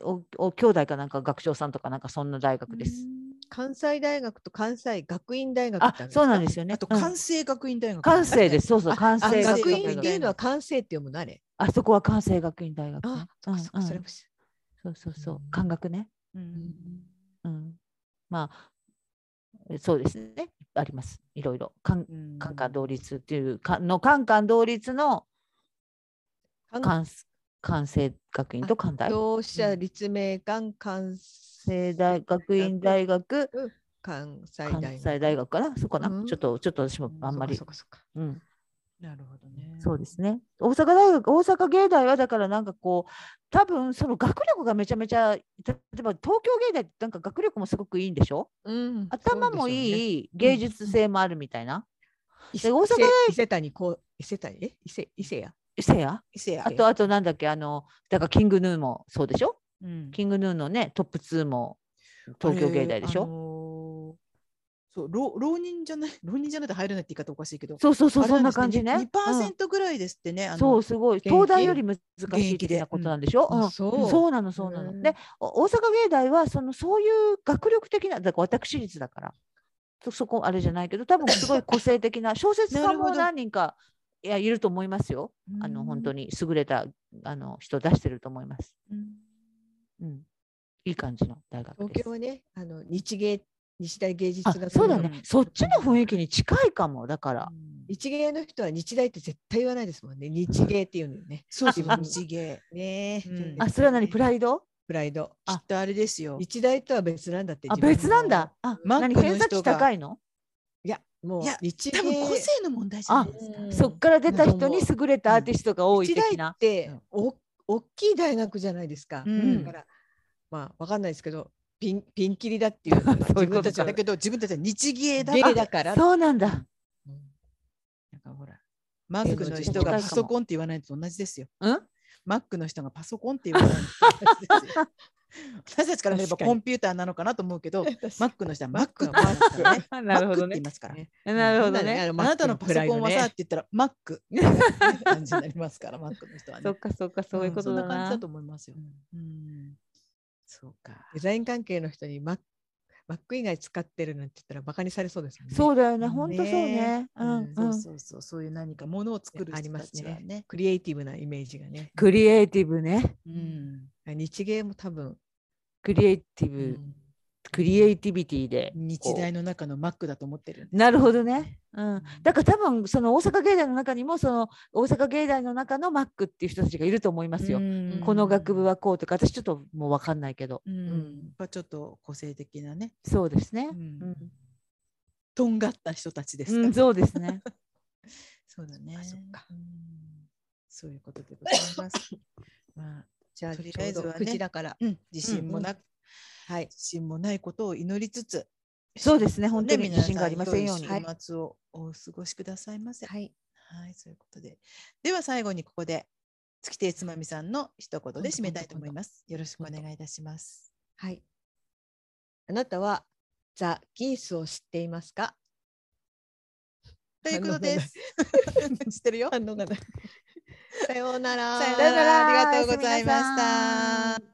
S3: お、お兄弟かなんか、学長さんとか、なんか、そんな大学です。
S2: 関西大学と関西学院大学って
S3: あ
S2: るん、
S3: そうなん
S2: で
S3: ですすよ
S1: うん。
S3: ね。
S1: あと、
S3: うん
S1: 関西学院大学。
S3: 関西です。。そうそう、関
S2: か。
S3: 西
S2: あ
S3: 学
S2: 学
S3: 院
S2: 院
S3: 大
S2: っていう
S3: 学。
S2: のは関西って読むのあれ。
S3: あそこは関西学院大学ね。
S2: あ、そっかそっか、
S3: うんうん
S2: それもし。
S3: そうそうそう
S2: う、ん
S3: 関学ね。
S1: う
S2: うんん
S3: うん。まあ、えそうですね。あります。いろいろ。関
S1: うん
S3: カンカン同率っていうかのカンカン同率の
S2: 関
S3: 関関西学院と関大
S2: 同志社
S1: うん
S2: 立命館関
S3: 西
S2: 西
S3: 大学院大学
S2: 関西大
S3: 関
S2: 学。
S3: 西大学かなそこかな、
S2: うん
S3: ちょっとちょっと私もあんまり
S2: そっかそっか
S3: うん
S1: なるほどね。
S3: そうですね大阪大学大阪芸大はだからなんかこう多分その学力がめちゃめちゃ例えば東京芸大ってなんか学力もすごくいいんでしょ
S2: そっか。うん
S3: 頭も
S2: い。
S3: いい、芸術性もあるみたいな、
S2: 伊
S3: で
S2: 勢
S3: 大阪大
S2: 伊勢谷こう伊勢谷え伊勢伊勢や。
S3: せや
S1: 伊勢や
S3: あ。とあとなんだっけあのだからキングヌーもそうでしょ
S1: うん
S3: キングヌーのねトップ2も東京芸大でし
S1: あれあ
S3: ょ、
S1: のーそう、浪浪人じゃない、 浪人じゃないと入れないって言い方おかしいけど。
S3: そうそうそう
S1: あれ
S3: そん
S1: で
S3: な
S1: すね
S3: 感じね。
S1: に2%ぐらいですってね。あ
S3: うん
S1: の
S3: そうすごい
S1: 現役
S3: 東大より難しい
S1: 現役
S3: 的
S1: で
S3: なことなんでしょ、
S2: う
S3: うんん
S2: あそう
S3: そうなのそうなの。
S2: へ
S3: で
S2: え
S3: お大阪芸大はそのそういう学力的なだから私立だからそそこあれじゃないけど多分すごい個性的な小説
S1: な
S3: 家
S1: るほ
S3: も
S1: ど
S3: 何人かいやいると思いますよ。あの本当
S1: に。
S3: に優れたあの人出してると思います。
S1: うん
S3: うん、いい感じの大学
S2: 東
S3: です
S2: 京。はねあの日芸日大芸術
S3: あ
S2: 学
S3: そうだ
S1: う
S3: ね
S1: ん。
S3: そっちの雰囲気に近いかもだから。
S2: 日芸の人は日大って絶対言わないですもんね。日芸っていうのね。
S1: そうそう
S2: あ、
S1: 日芸。
S2: ねえ、
S1: うん
S2: そうです
S3: あそれは何
S2: ね
S3: プライド
S2: プライド。
S1: きっとあれですよ。
S2: 日大とは別なんだって。
S3: あ
S2: 自分の
S3: 別なんだ。。あ
S1: マ
S3: 何
S1: ックの
S3: 偏差
S1: 人
S3: 値
S1: が
S3: 高いの
S2: いや、もう
S1: いや
S2: 日芸
S1: 多分個性の問題じゃないですか。
S2: うん
S3: そっから出た人に
S2: うん
S3: 優れたアーティストが多い
S2: 日
S3: 的
S2: 大
S3: な
S2: っ。てお大きい大学じゃないですか。
S1: うん
S2: だからまあわかんないですけど、ピンピンキリだっていうのが
S3: そうい
S2: 自
S1: 自分
S2: 分た
S3: うこと
S1: た
S2: ち
S1: ちは
S2: の
S1: だけど自分たちは日芸だ
S2: 芸
S1: から
S2: だから。
S3: そうなんだ。
S1: なんかほら、マックの人がパソコンって言わないのと同じですよ。
S3: うん
S1: マックの人がパソコンって言わないのと同じです よ。私たちから見れば
S2: 確かに
S1: コンピューターなのかなと思うけど、マックの人はマックの
S2: マ
S1: マ
S2: ック
S1: ック
S3: なるほど
S1: って言い
S3: ね。
S1: ますから。
S3: なるほど
S2: うん
S3: ね。
S1: あなたのパソコンはさって言ったらマック みたいな感じになりますから、マックの人は
S3: そ
S1: ね
S3: っ。かそっかそういうこと
S1: ん
S3: だ
S1: そんな感
S3: な。
S1: じだと思いますよ。うんそうか。
S2: デザイン関係の人にマックマック以外使ってるなんて言ったらバカにされそうですもんね。
S3: そうだよね。
S1: ね
S3: 本当そうね。うん。
S2: うん
S1: そううんそうそう、そういう何かものを作る
S2: あり
S1: 人
S2: ま
S1: た
S2: す
S1: ちはね。
S2: クリエイティブなイメージがね。
S3: クリエイティブね。
S1: うん
S2: 日芸も多分、
S3: クリエイティ
S2: う
S3: ブ、
S2: ん
S3: クリエイティビティで。
S1: 日大の中のマックだと思ってるんです。
S3: なるほどね。うん。だから多分その大阪芸大の中にもその大阪芸大の中のマックっていう人たちがいると思いますよ。
S1: うん
S3: この学部はこうとか私ちょっともうわかんないけど。
S1: うんん、やっぱちょっと個性的なね、
S3: そうですね
S1: う。ん
S3: うん
S1: とんがった人たちですから、
S3: うん、そうです ね。
S1: そうだね
S2: あそっか
S1: うんそういうことでございます、まあ
S2: じゃあ
S1: と
S2: と
S1: り
S2: り
S1: あ
S2: あ
S1: え
S2: え
S1: ず
S2: ず
S1: はね
S2: は、ね、だから。
S1: うん、自信もな、
S2: はい。
S1: 自信もないことを祈りつつ
S3: そうですね。本当に
S1: ね
S3: 自信がありませんように。
S1: 皆
S3: は
S1: さ
S3: い
S1: 良い週末をお過ごしくださいませ
S2: はい。
S1: はい、そういうことででは最後にここで月亭つまみさんの一言で締めたいと思います。よろしくお願いいたします。
S2: はい。あなたはザ・ギースを知っています か
S1: ということです。 知ってるよ。
S2: 反応がない。さようなら。
S1: さよう
S3: さよ
S1: な
S3: うなら
S1: ら。ありがとうございました。